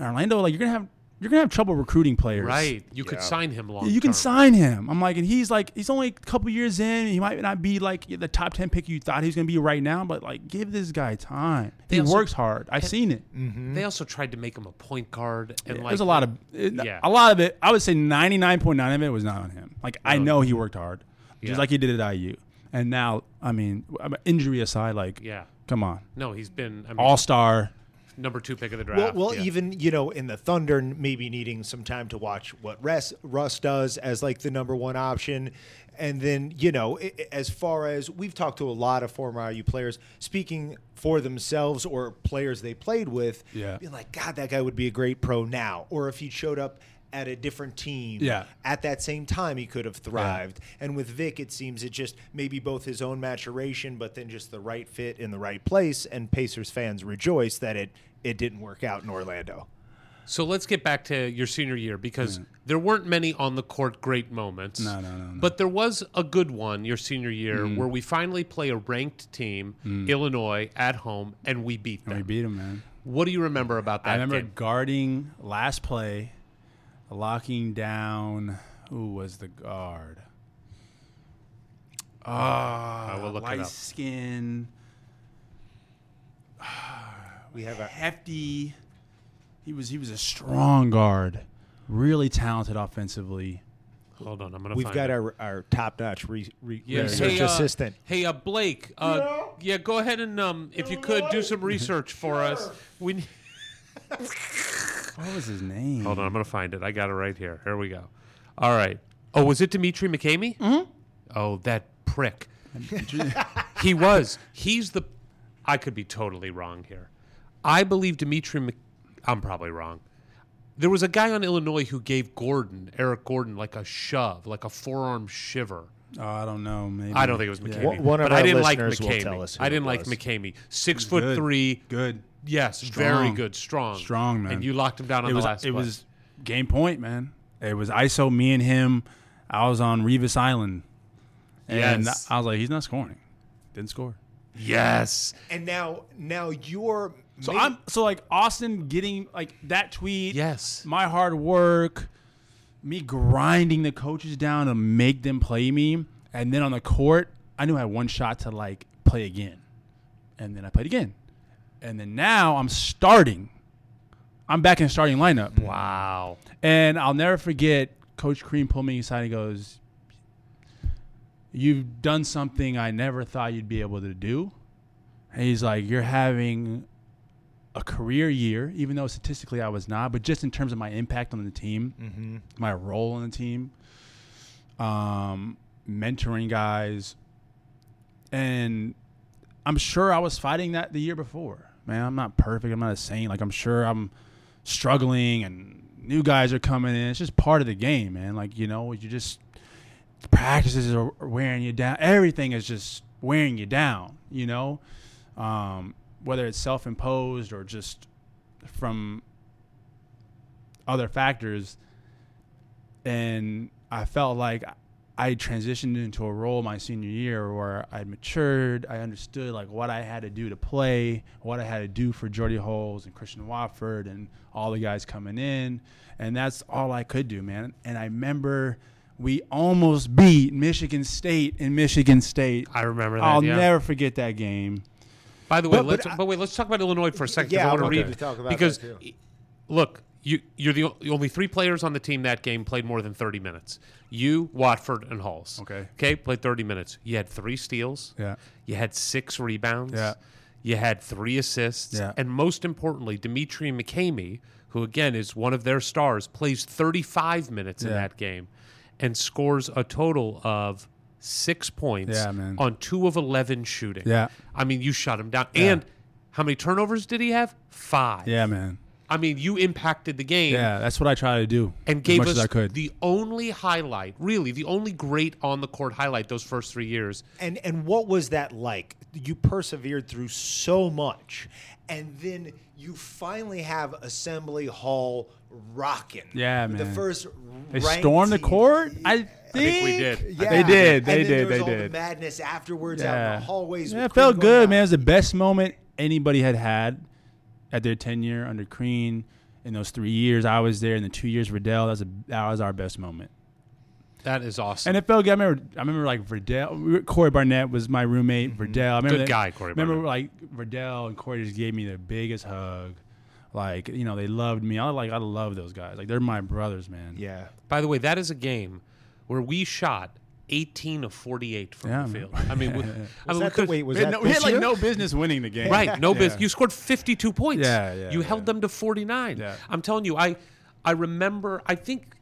Speaker 5: Orlando, like, you're going to have. You're gonna have trouble recruiting players,
Speaker 3: Right. You could sign him long
Speaker 5: you can
Speaker 3: term.
Speaker 5: sign him. I'm like, and he's like, he's only a couple years in. He might not be like the top ten pick you thought he was gonna be right now, but like, give this guy time. he
Speaker 3: They also-
Speaker 5: works hard. I've seen it.
Speaker 3: They also tried to make him a point guard. And like,
Speaker 5: There's a lot of it,
Speaker 3: Yeah.
Speaker 5: a lot of it. I would say 99.9 of it was not on him. Like I know he worked hard, just
Speaker 3: Yeah.
Speaker 5: like he did at IU. And now, I mean, I mean, injury aside, like,
Speaker 3: Yeah.
Speaker 5: come on,
Speaker 3: No, he's been I mean,
Speaker 5: All Star.
Speaker 3: number two pick of the
Speaker 2: Well,
Speaker 3: draft.
Speaker 2: well
Speaker 3: yeah.
Speaker 2: even you know, in the Thunder, maybe needing some time to watch what Russ, Russ does as like the number one option, and then you know, i- i- as far as we've talked to a lot of former IU players speaking for themselves or players they played with,
Speaker 5: Yeah.
Speaker 2: being like, God, that guy would be a great pro now, or if he showed up at a different team,
Speaker 5: Yeah.
Speaker 2: at that same time he could have thrived. And with Vic, it seems it just maybe both his own maturation, but then just the right fit in the right place. And Pacers fans rejoice that it it didn't work out in Orlando.
Speaker 3: So let's get back to your senior year because there weren't many on the court great moments. No, no, no. But there was a good one your senior year
Speaker 5: Mm.
Speaker 3: where we finally play a ranked team, Illinois, at home, and we beat them.
Speaker 5: We beat him, man.
Speaker 3: What do you remember about that
Speaker 5: I remember
Speaker 3: game?
Speaker 5: guarding last play, locking down. Who was the guard? Ah,
Speaker 3: will look it
Speaker 5: light
Speaker 3: up.
Speaker 5: <sighs> skin,
Speaker 2: We have a
Speaker 5: hefty. He was he was a strong guard, really talented offensively.
Speaker 3: Hold on, I'm gonna.
Speaker 2: we've
Speaker 3: find
Speaker 2: got
Speaker 3: it.
Speaker 2: our, our top notch re, re, research
Speaker 3: Hey, uh,
Speaker 2: assistant.
Speaker 3: Hey, uh, Blake. Uh, yeah. go ahead and um, if you could do some research for us. We. ne-
Speaker 5: What was his name?
Speaker 3: Hold on, I'm gonna find it. I got it right here. Here we go. All right. Oh, was it Dimitri McCamey? Mm-hmm. Oh, that prick. <laughs> he was. He's the. I could be totally wrong here. I believe Dimitri. Mc, I'm probably wrong. There was a guy on Illinois who gave Gordon, Eric Gordon, like a shove, like a forearm shiver.
Speaker 5: Oh, I don't know. Maybe
Speaker 3: I don't think it was
Speaker 5: Yeah.
Speaker 3: McCamey.
Speaker 2: One- one of
Speaker 3: but I
Speaker 2: our
Speaker 3: didn't like
Speaker 2: listeners will
Speaker 3: McCamey.
Speaker 2: tell us who
Speaker 3: I
Speaker 2: it
Speaker 3: didn't like
Speaker 2: was.
Speaker 3: McCamey. Six foot
Speaker 5: Good.
Speaker 3: three.
Speaker 5: Good.
Speaker 3: Yes, very
Speaker 5: Strong.
Speaker 3: good, strong,
Speaker 5: Strong, man.
Speaker 3: And you locked him down on
Speaker 5: it
Speaker 3: the
Speaker 5: was
Speaker 3: last.
Speaker 5: it
Speaker 3: play.
Speaker 5: was game point, man. It was ISO me and him. I was on Revis Island, and
Speaker 3: Yes.
Speaker 5: I was like, he's not scoring. Didn't score.
Speaker 3: yes.
Speaker 2: And now, now you're.
Speaker 5: So I'm so like Austin getting like that tweet.
Speaker 3: Yes.
Speaker 5: my hard work, me grinding the coaches down to make them play me, and then on the court, I knew I had one shot to like play again, and then I played again, and then now I'm starting. I'm back in the starting lineup.
Speaker 3: Mm-hmm. Wow.
Speaker 5: And I'll never forget Coach Cream pulled me aside and goes, You've done something I never thought you'd be able to do. And he's like, You're having a career year, even though statistically I was not, but just in terms of my impact on the team, my role on the team, um, mentoring guys. And I'm sure I was fighting that the year before. Man, I'm not perfect. I'm not a saint. Like, I'm sure I'm struggling and new guys are coming in. It's just part of the game, man. Like, you know, you just practices are wearing you down. Everything is just wearing you down, you know? Um, whether it's self imposed or just from other factors. And I felt like I transitioned into a role my senior year where I matured. I understood like what I had to do to play, what I had to do for Jordy Holes and Christian Watford and all the guys coming in, and that's all I could do, man. And I remember we almost beat Michigan State in Michigan State.
Speaker 3: I remember that.
Speaker 5: I'll
Speaker 3: yeah.
Speaker 5: never forget that game.
Speaker 3: By the way,
Speaker 2: But- but
Speaker 3: let's but,
Speaker 2: I-
Speaker 3: wait, let's talk about Illinois for a second. 'cause
Speaker 2: Yeah, I
Speaker 3: I want to
Speaker 2: wanted
Speaker 3: read
Speaker 2: to talk about
Speaker 3: because
Speaker 2: that, too.
Speaker 3: y- look, you you're the o- the only three players on the team that game played more than 30 minutes. You, Watford, and Halls.
Speaker 5: Okay.
Speaker 3: Okay, played 30 minutes. You had three steals.
Speaker 5: Yeah.
Speaker 3: You had six rebounds.
Speaker 5: Yeah.
Speaker 3: You had three assists.
Speaker 5: Yeah.
Speaker 3: And most importantly, Dimitri McCamey, who again is one of their stars, plays 35 minutes in
Speaker 5: Yeah.
Speaker 3: that game and scores a total of six points
Speaker 5: Yeah, man.
Speaker 3: on two of 11 shooting.
Speaker 5: Yeah.
Speaker 3: I mean, you shut him down. And how many turnovers did he have? Five.
Speaker 5: Yeah, man.
Speaker 3: I mean, you impacted the game
Speaker 5: Yeah, that's what I tried to do
Speaker 3: and
Speaker 5: as
Speaker 3: gave
Speaker 5: much
Speaker 3: us
Speaker 5: as I could.
Speaker 3: the only highlight, really, the only great on the court highlight those first three years.
Speaker 2: And and what was that like? You persevered through so much, and then you finally have Assembly Hall rocking.
Speaker 5: Yeah,
Speaker 2: The
Speaker 5: man.
Speaker 2: first
Speaker 5: they
Speaker 2: ranked
Speaker 5: stormed the
Speaker 2: team.
Speaker 5: court. I think,
Speaker 3: think we did. I
Speaker 2: Yeah.
Speaker 5: They did.
Speaker 2: And
Speaker 5: They
Speaker 2: then
Speaker 5: did.
Speaker 2: There was
Speaker 5: They
Speaker 2: all The
Speaker 5: did.
Speaker 2: madness afterwards out in the hallways.
Speaker 5: Yeah,
Speaker 2: with
Speaker 5: it felt
Speaker 2: Crean going
Speaker 5: good,
Speaker 2: out.
Speaker 5: man. It was the best moment anybody had had at their tenure under Crean. In those three years I was there, and the two years Riddell, that was, a, that was our best moment.
Speaker 3: That is awesome.
Speaker 5: And it felt good. I remember, I remember like Riddell, we were- Corey Barnett was my roommate. Riddell, I remember
Speaker 3: Mm-hmm. Good
Speaker 5: that-
Speaker 3: guy, Corey
Speaker 5: Remember like Riddell and Corey just gave me the biggest hug. Like you know, they loved me. I like I love those guys. Like they're my brothers, man.
Speaker 2: Yeah.
Speaker 3: By the way, that is a game where we shot 18 of 48 from
Speaker 5: Yeah,
Speaker 3: the
Speaker 5: man.
Speaker 3: field.
Speaker 2: <laughs>
Speaker 3: I mean, we, I mean, we
Speaker 2: that the
Speaker 3: could-
Speaker 2: way it was-
Speaker 5: We had,
Speaker 2: that
Speaker 5: no, we had
Speaker 2: this
Speaker 5: like
Speaker 2: year?
Speaker 5: no business winning the game.
Speaker 3: Right. No business. You scored 52 points.
Speaker 5: Yeah, yeah,
Speaker 3: You
Speaker 5: yeah.
Speaker 3: held them to 49.
Speaker 5: Yeah.
Speaker 3: I'm telling you, I I remember I think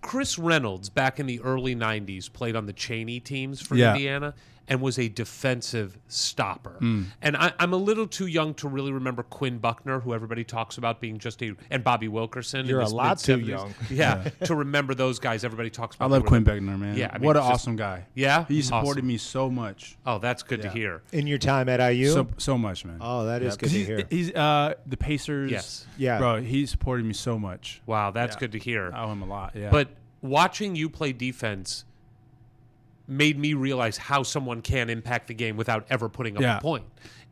Speaker 3: Chris Reynolds back in the early 90s played on the Cheney teams for
Speaker 5: Yeah.
Speaker 3: Indiana and was a defensive stopper.
Speaker 5: Hmm.
Speaker 3: And I, I'm a little too young to really remember Quinn Buckner, who everybody talks about being just a and Bobby Wilkerson. in
Speaker 2: You're a
Speaker 3: his
Speaker 2: lot too
Speaker 3: mid-seventies.
Speaker 2: young.
Speaker 3: Yeah, to remember those guys. Everybody talks
Speaker 5: <laughs> I
Speaker 3: about.
Speaker 5: love
Speaker 3: them.
Speaker 5: Quinn Beckner, man.
Speaker 3: Yeah, I mean,
Speaker 5: what an
Speaker 3: it's just-
Speaker 5: awesome guy.
Speaker 3: Yeah?
Speaker 5: he supported
Speaker 3: Awesome.
Speaker 5: me so much,
Speaker 3: Oh, that's good to
Speaker 5: Yeah.
Speaker 3: hear.
Speaker 2: In your time at IU.
Speaker 5: so so much, man.
Speaker 2: oh, that is good
Speaker 5: 'Cause
Speaker 2: to
Speaker 5: he's,
Speaker 2: hear.
Speaker 5: he's uh, the Pacers.
Speaker 3: Yes.
Speaker 2: Yeah.
Speaker 5: bro, he supported me so much.
Speaker 3: Wow, that's good to hear.
Speaker 5: I owe him a lot. Yeah,
Speaker 3: But watching you play defense made me realize how someone can impact the game without ever putting up
Speaker 5: Yeah.
Speaker 3: a point.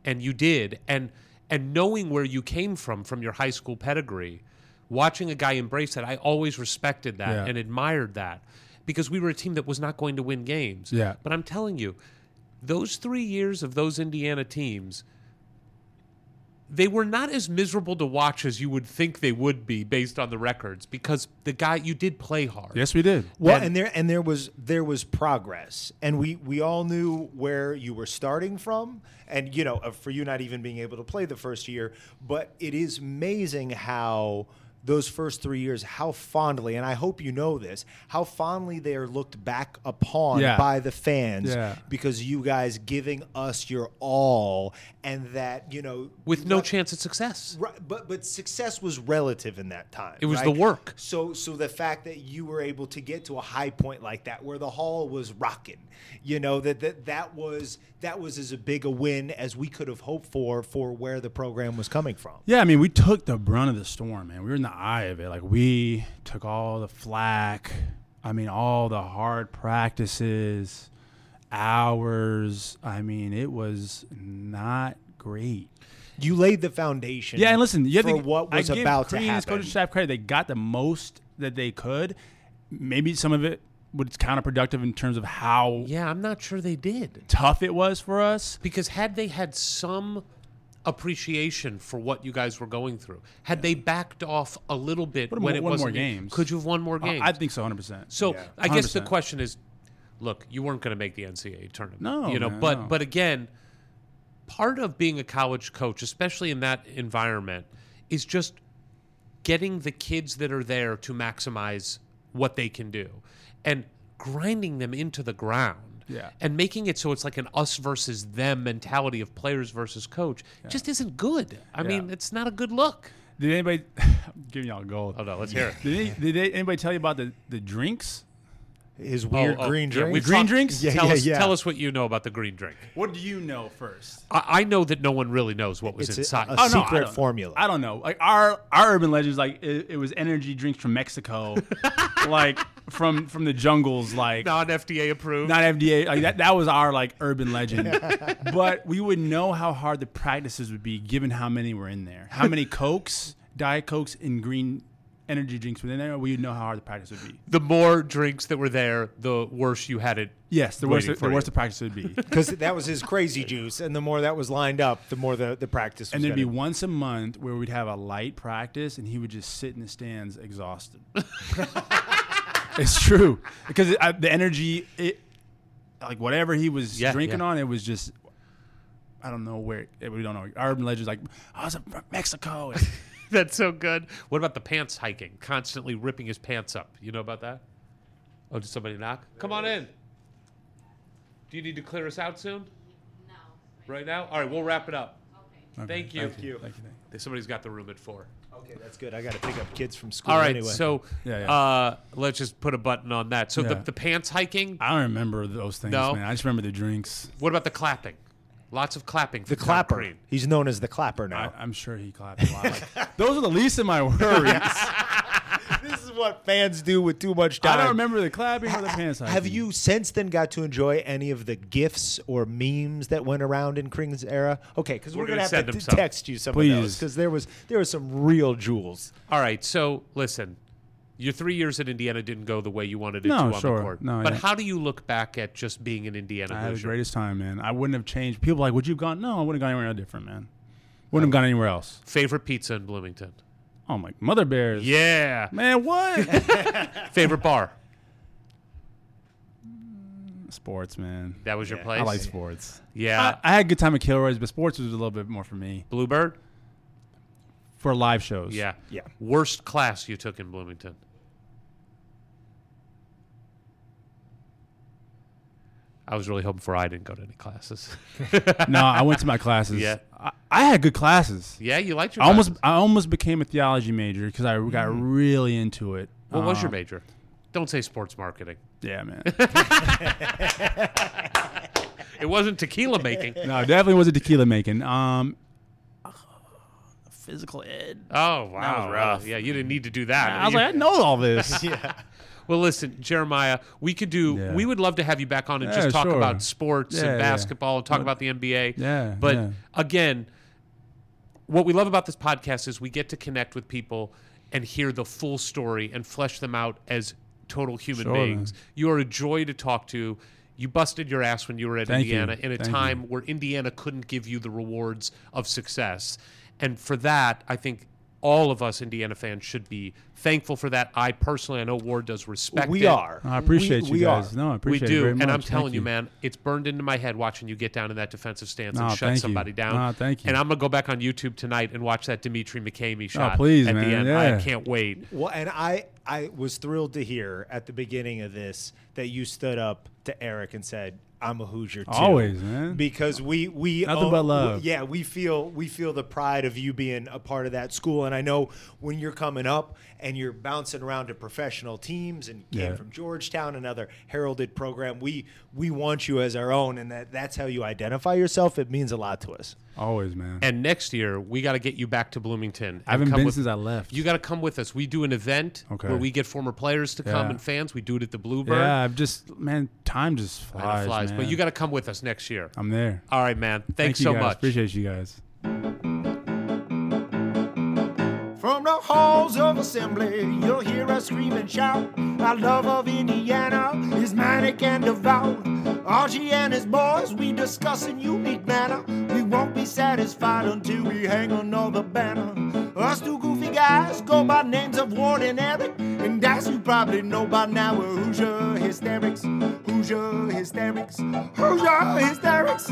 Speaker 3: And you did. And and knowing where you came from from your high school pedigree, watching a guy embrace that, I always respected that
Speaker 5: Yeah.
Speaker 3: and admired that because we were a team that was not going to win games.
Speaker 5: Yeah.
Speaker 3: But I'm telling you, those 3 years of those Indiana teams they were not as miserable to watch as you would think they would be based on the records because the guy you did play hard.
Speaker 5: Yes, we did.
Speaker 2: Well, and, there and there was there was progress, and we we all knew where you were starting from, and you know uh, for you not even being able to play the first year, but it is amazing how those first three years, how fondly, and I hope you know this, how fondly they are looked back upon
Speaker 5: Yeah.
Speaker 2: by the fans
Speaker 5: Yeah.
Speaker 2: because you guys giving us your all, and that you know
Speaker 3: With no
Speaker 2: what-
Speaker 3: chance at success.
Speaker 2: Right, but but success was relative in that time.
Speaker 3: It was
Speaker 2: right?
Speaker 3: the work.
Speaker 2: So so the fact that you were able to get to a high point like that, where the hall was rocking, you know that that that was that was as big a win as we could have hoped for for where the program was coming from.
Speaker 5: Yeah, I mean, we took the brunt of the storm, man. We were in the eye of it. Like, we took all the flack. I mean, all the hard practices, hours. I mean, it was not great.
Speaker 2: You laid the foundation.
Speaker 5: Yeah, and listen, you have
Speaker 2: for
Speaker 5: to,
Speaker 2: what was
Speaker 5: I give
Speaker 2: about to
Speaker 5: credence,
Speaker 2: happen.
Speaker 5: Coach staff credit, they got the most that they could. Maybe some of it was counterproductive in terms of how
Speaker 3: Yeah, I'm not sure they did.
Speaker 5: tough it was for us.
Speaker 3: Because had they had some appreciation for what you guys were going through, had they backed off a little bit
Speaker 5: Would've
Speaker 3: when
Speaker 5: won-
Speaker 3: it
Speaker 5: won
Speaker 3: wasn't you,
Speaker 5: more games.
Speaker 3: could you have won more games?
Speaker 5: I, I think so, 100%.
Speaker 3: So I guess the
Speaker 5: 100%.
Speaker 3: question is, look, you weren't going to make the NCAA tournament.
Speaker 5: No,
Speaker 3: you know,
Speaker 5: man,
Speaker 3: but
Speaker 5: no.
Speaker 3: but again, part of being a college coach, especially in that environment, is just getting the kids that are there to maximize what they can do and grinding them into the ground.
Speaker 5: Yeah.
Speaker 3: And making it so it's like an us versus them mentality of players versus coach just isn't good. I mean, it's not a good look.
Speaker 5: Did anybody <sighs> give y'all gold?
Speaker 3: Oh no, let's hear it.
Speaker 5: <laughs> Did, any, did they- anybody tell you about the, the drinks?
Speaker 2: His weird
Speaker 3: Oh, oh,
Speaker 2: green
Speaker 3: yeah,
Speaker 2: drink.
Speaker 3: we've
Speaker 5: Green
Speaker 2: <laughs>
Speaker 3: talked-
Speaker 5: drinks?
Speaker 2: Yeah,
Speaker 3: tell
Speaker 2: yeah,
Speaker 3: us,
Speaker 2: yeah.
Speaker 3: Tell us what you know about the green drink.
Speaker 5: What do you know first?
Speaker 3: I, I know that no one really knows what was
Speaker 2: It's a-
Speaker 3: inside.
Speaker 2: a
Speaker 3: Oh,
Speaker 5: Oh, no, I
Speaker 2: secret
Speaker 5: don't-
Speaker 2: formula.
Speaker 5: I don't know. Like our our urban legends, like it, it was energy drinks
Speaker 3: <laughs>
Speaker 5: from Mexico, like from from the jungles, like
Speaker 3: non FDA approved.
Speaker 5: not FDA. Like that, that was our like
Speaker 3: <laughs>
Speaker 5: urban legend. but we would know how hard the practices would be given how many were in there, how many cokes, diet cokes, and green energy drinks were in there. We would know how hard the practice would be.
Speaker 3: the more drinks that were there, the worse you had it.
Speaker 5: Yes, the worst
Speaker 3: Waiting for
Speaker 5: the
Speaker 3: you.
Speaker 5: worst the practice would be.
Speaker 2: because that was his crazy juice, and the more that was lined up, the more the, the practice. Was
Speaker 5: And there'd be
Speaker 2: gonna
Speaker 5: once a month where we'd have a light practice, and he would just sit in the
Speaker 3: <laughs>
Speaker 5: stands exhausted. it's true because it, I, the energy, it like whatever he was
Speaker 3: Yeah,
Speaker 5: drinking
Speaker 3: yeah.
Speaker 5: on, it was just I don't know where it, we don't know. Our urban legends like I was in Mexico. <laughs>
Speaker 3: That's so good. What about the pants hiking? Constantly ripping his pants up. You know about that? Oh, did somebody knock? Come on in. Do you need to clear us out soon? No. Right now? All right, we'll wrap it up. Thank you.
Speaker 5: Thank you. Thank you.
Speaker 3: Somebody's got the room at four.
Speaker 2: Okay, that's good. I got to pick up kids from school.
Speaker 3: All right,
Speaker 2: anyway.
Speaker 3: so
Speaker 5: Yeah, yeah.
Speaker 3: Uh, let's just put a button on that. So the,
Speaker 5: Yeah.
Speaker 3: the pants hiking.
Speaker 5: I don't remember those things,
Speaker 3: No.
Speaker 5: man. I just remember the drinks.
Speaker 3: What about the clapping? Lots of clapping.
Speaker 2: the
Speaker 3: from Tom
Speaker 2: clapper.
Speaker 3: Green.
Speaker 2: He's known as the clapper
Speaker 5: I,
Speaker 2: now.
Speaker 5: I'm sure he clapped a lot. Like, those are the least of
Speaker 3: <laughs>
Speaker 5: my worries.
Speaker 2: this is what fans do with too much
Speaker 5: I
Speaker 2: time.
Speaker 5: don't remember the clapping or the pants.
Speaker 2: Have
Speaker 5: hiking.
Speaker 2: you since then got to enjoy any of the gifs or memes that went around in Kring's era? Okay, because we're,
Speaker 3: We're
Speaker 2: gonna,
Speaker 3: gonna
Speaker 2: have
Speaker 3: send
Speaker 2: to
Speaker 3: him
Speaker 2: t-
Speaker 3: some.
Speaker 2: text you some of those
Speaker 5: Please.
Speaker 2: because there was there was some real jewels.
Speaker 3: All right, so listen, your three years at Indiana didn't go the way you wanted it
Speaker 5: No,
Speaker 3: to on
Speaker 5: sure.
Speaker 3: the court.
Speaker 5: No,
Speaker 3: but
Speaker 5: yeah.
Speaker 3: how do you look back at just being an Indiana
Speaker 5: I had the
Speaker 3: Hoosier?
Speaker 5: greatest time, man. I wouldn't have changed. People like, would you have gone? No, I wouldn't have gone anywhere different, man. Wouldn't have gone anywhere else.
Speaker 3: Favorite pizza in Bloomington?
Speaker 5: Oh my, Mother Bears.
Speaker 3: Yeah.
Speaker 5: Man, what?
Speaker 3: <laughs> Favorite bar?
Speaker 5: sports, man.
Speaker 3: That was your place?
Speaker 5: I like sports.
Speaker 3: Yeah.
Speaker 5: I, I had a good time at Kilroy's, but sports was a little bit more for me.
Speaker 3: Bluebird?
Speaker 5: For live shows.
Speaker 3: Yeah.
Speaker 2: Yeah.
Speaker 3: Worst class you took in Bloomington? I was really hoping for I didn't go to any classes. <laughs>
Speaker 5: <laughs> No, I went to my classes.
Speaker 3: Yeah.
Speaker 5: I, I had good classes.
Speaker 3: yeah, you liked your
Speaker 5: I almost
Speaker 3: classes. Mm.
Speaker 5: I almost became a theology major because I got really into it.
Speaker 3: What was your
Speaker 5: Um,
Speaker 3: major? Don't say sports marketing. <laughs>
Speaker 5: Yeah, man.
Speaker 3: It wasn't tequila
Speaker 5: <laughs>
Speaker 3: making.
Speaker 5: no, it definitely was a tequila making. Um, physical ed.
Speaker 3: Oh wow,
Speaker 5: was rough.
Speaker 3: Yeah, you didn't need to do that.
Speaker 5: I was
Speaker 3: You-
Speaker 5: like, I know
Speaker 3: <laughs>
Speaker 5: all this.
Speaker 3: well, listen, Jeremiah, we could do.
Speaker 5: Yeah.
Speaker 3: We would love to have you back on and
Speaker 5: Yeah,
Speaker 3: just talk
Speaker 5: sure.
Speaker 3: about sports
Speaker 5: Yeah, yeah.
Speaker 3: and basketball and talk about the NBA.
Speaker 5: Yeah,
Speaker 3: But
Speaker 5: yeah.
Speaker 3: again, what we love about this podcast is we get to connect with people and hear the full story and flesh them out as total human
Speaker 5: Sure,
Speaker 3: beings. You are a joy to talk to. You busted your ass when you were at
Speaker 5: Thank you.
Speaker 3: Indiana in a
Speaker 5: Thank you.
Speaker 3: time where Indiana couldn't give you the rewards of success. And for that, I think all of us Indiana fans should be thankful for that. I personally, I know Ward does respect
Speaker 2: we
Speaker 3: it.
Speaker 2: are.
Speaker 5: I appreciate
Speaker 2: we,
Speaker 5: you
Speaker 2: we
Speaker 5: guys.
Speaker 2: Are.
Speaker 5: No, I
Speaker 3: We
Speaker 5: appreciate it
Speaker 3: do,
Speaker 5: very
Speaker 3: and
Speaker 5: much.
Speaker 3: I'm
Speaker 5: Thank
Speaker 3: telling you,
Speaker 5: you.
Speaker 3: man, it's burned into my head watching you get down in that defensive stance
Speaker 5: Nah,
Speaker 3: and shut
Speaker 5: thank you.
Speaker 3: somebody down.
Speaker 5: Nah, thank you.
Speaker 3: And I'm gonna go back on YouTube tonight and watch that Dimitri McKamey shot.
Speaker 5: please,
Speaker 3: at
Speaker 5: man.
Speaker 3: the end,
Speaker 5: Yeah.
Speaker 3: I can't wait.
Speaker 2: Well, and I I was thrilled to hear at the beginning of this that you stood up to Eric and said, "I'm a Hoosier too."
Speaker 5: Always, man.
Speaker 2: Because we we
Speaker 5: Nothing but love.
Speaker 2: yeah, we feel we feel the pride of you being a part of that school, and I know when you're coming up and you're bouncing around to professional teams and came
Speaker 5: Yeah.
Speaker 2: from Georgetown, another heralded program. We we want you as our own, and that that's how you identify yourself. It means a lot to us.
Speaker 5: Always, man.
Speaker 3: And next year, we got to get you back to Bloomington. and
Speaker 5: I haven't
Speaker 3: come
Speaker 5: been
Speaker 3: with-
Speaker 5: since I left.
Speaker 3: You got to come with us. We do an event
Speaker 5: Okay.
Speaker 3: where we get former players to come
Speaker 5: Yeah.
Speaker 3: and fans. We do it at the Bluebird.
Speaker 5: yeah, I've just man, time just
Speaker 3: And it
Speaker 5: flies.
Speaker 3: flies. But
Speaker 5: man.
Speaker 3: you got to come with us next year.
Speaker 5: I'm there.
Speaker 3: All right, man. Thanks
Speaker 5: Thank you
Speaker 3: so
Speaker 5: guys.
Speaker 3: much.
Speaker 5: Appreciate you guys.
Speaker 1: From the halls of assembly, you'll hear us scream and shout. Our love of Indiana is manic and devout. Archie and his boys, we discuss in unique manner. We won't be satisfied until we hang another banner. Us two goofy guys go by names of Warren and Eric, and as you probably know by now, we're Hoosier hysterics, Hoosier hysterics, Hoosier hysterics.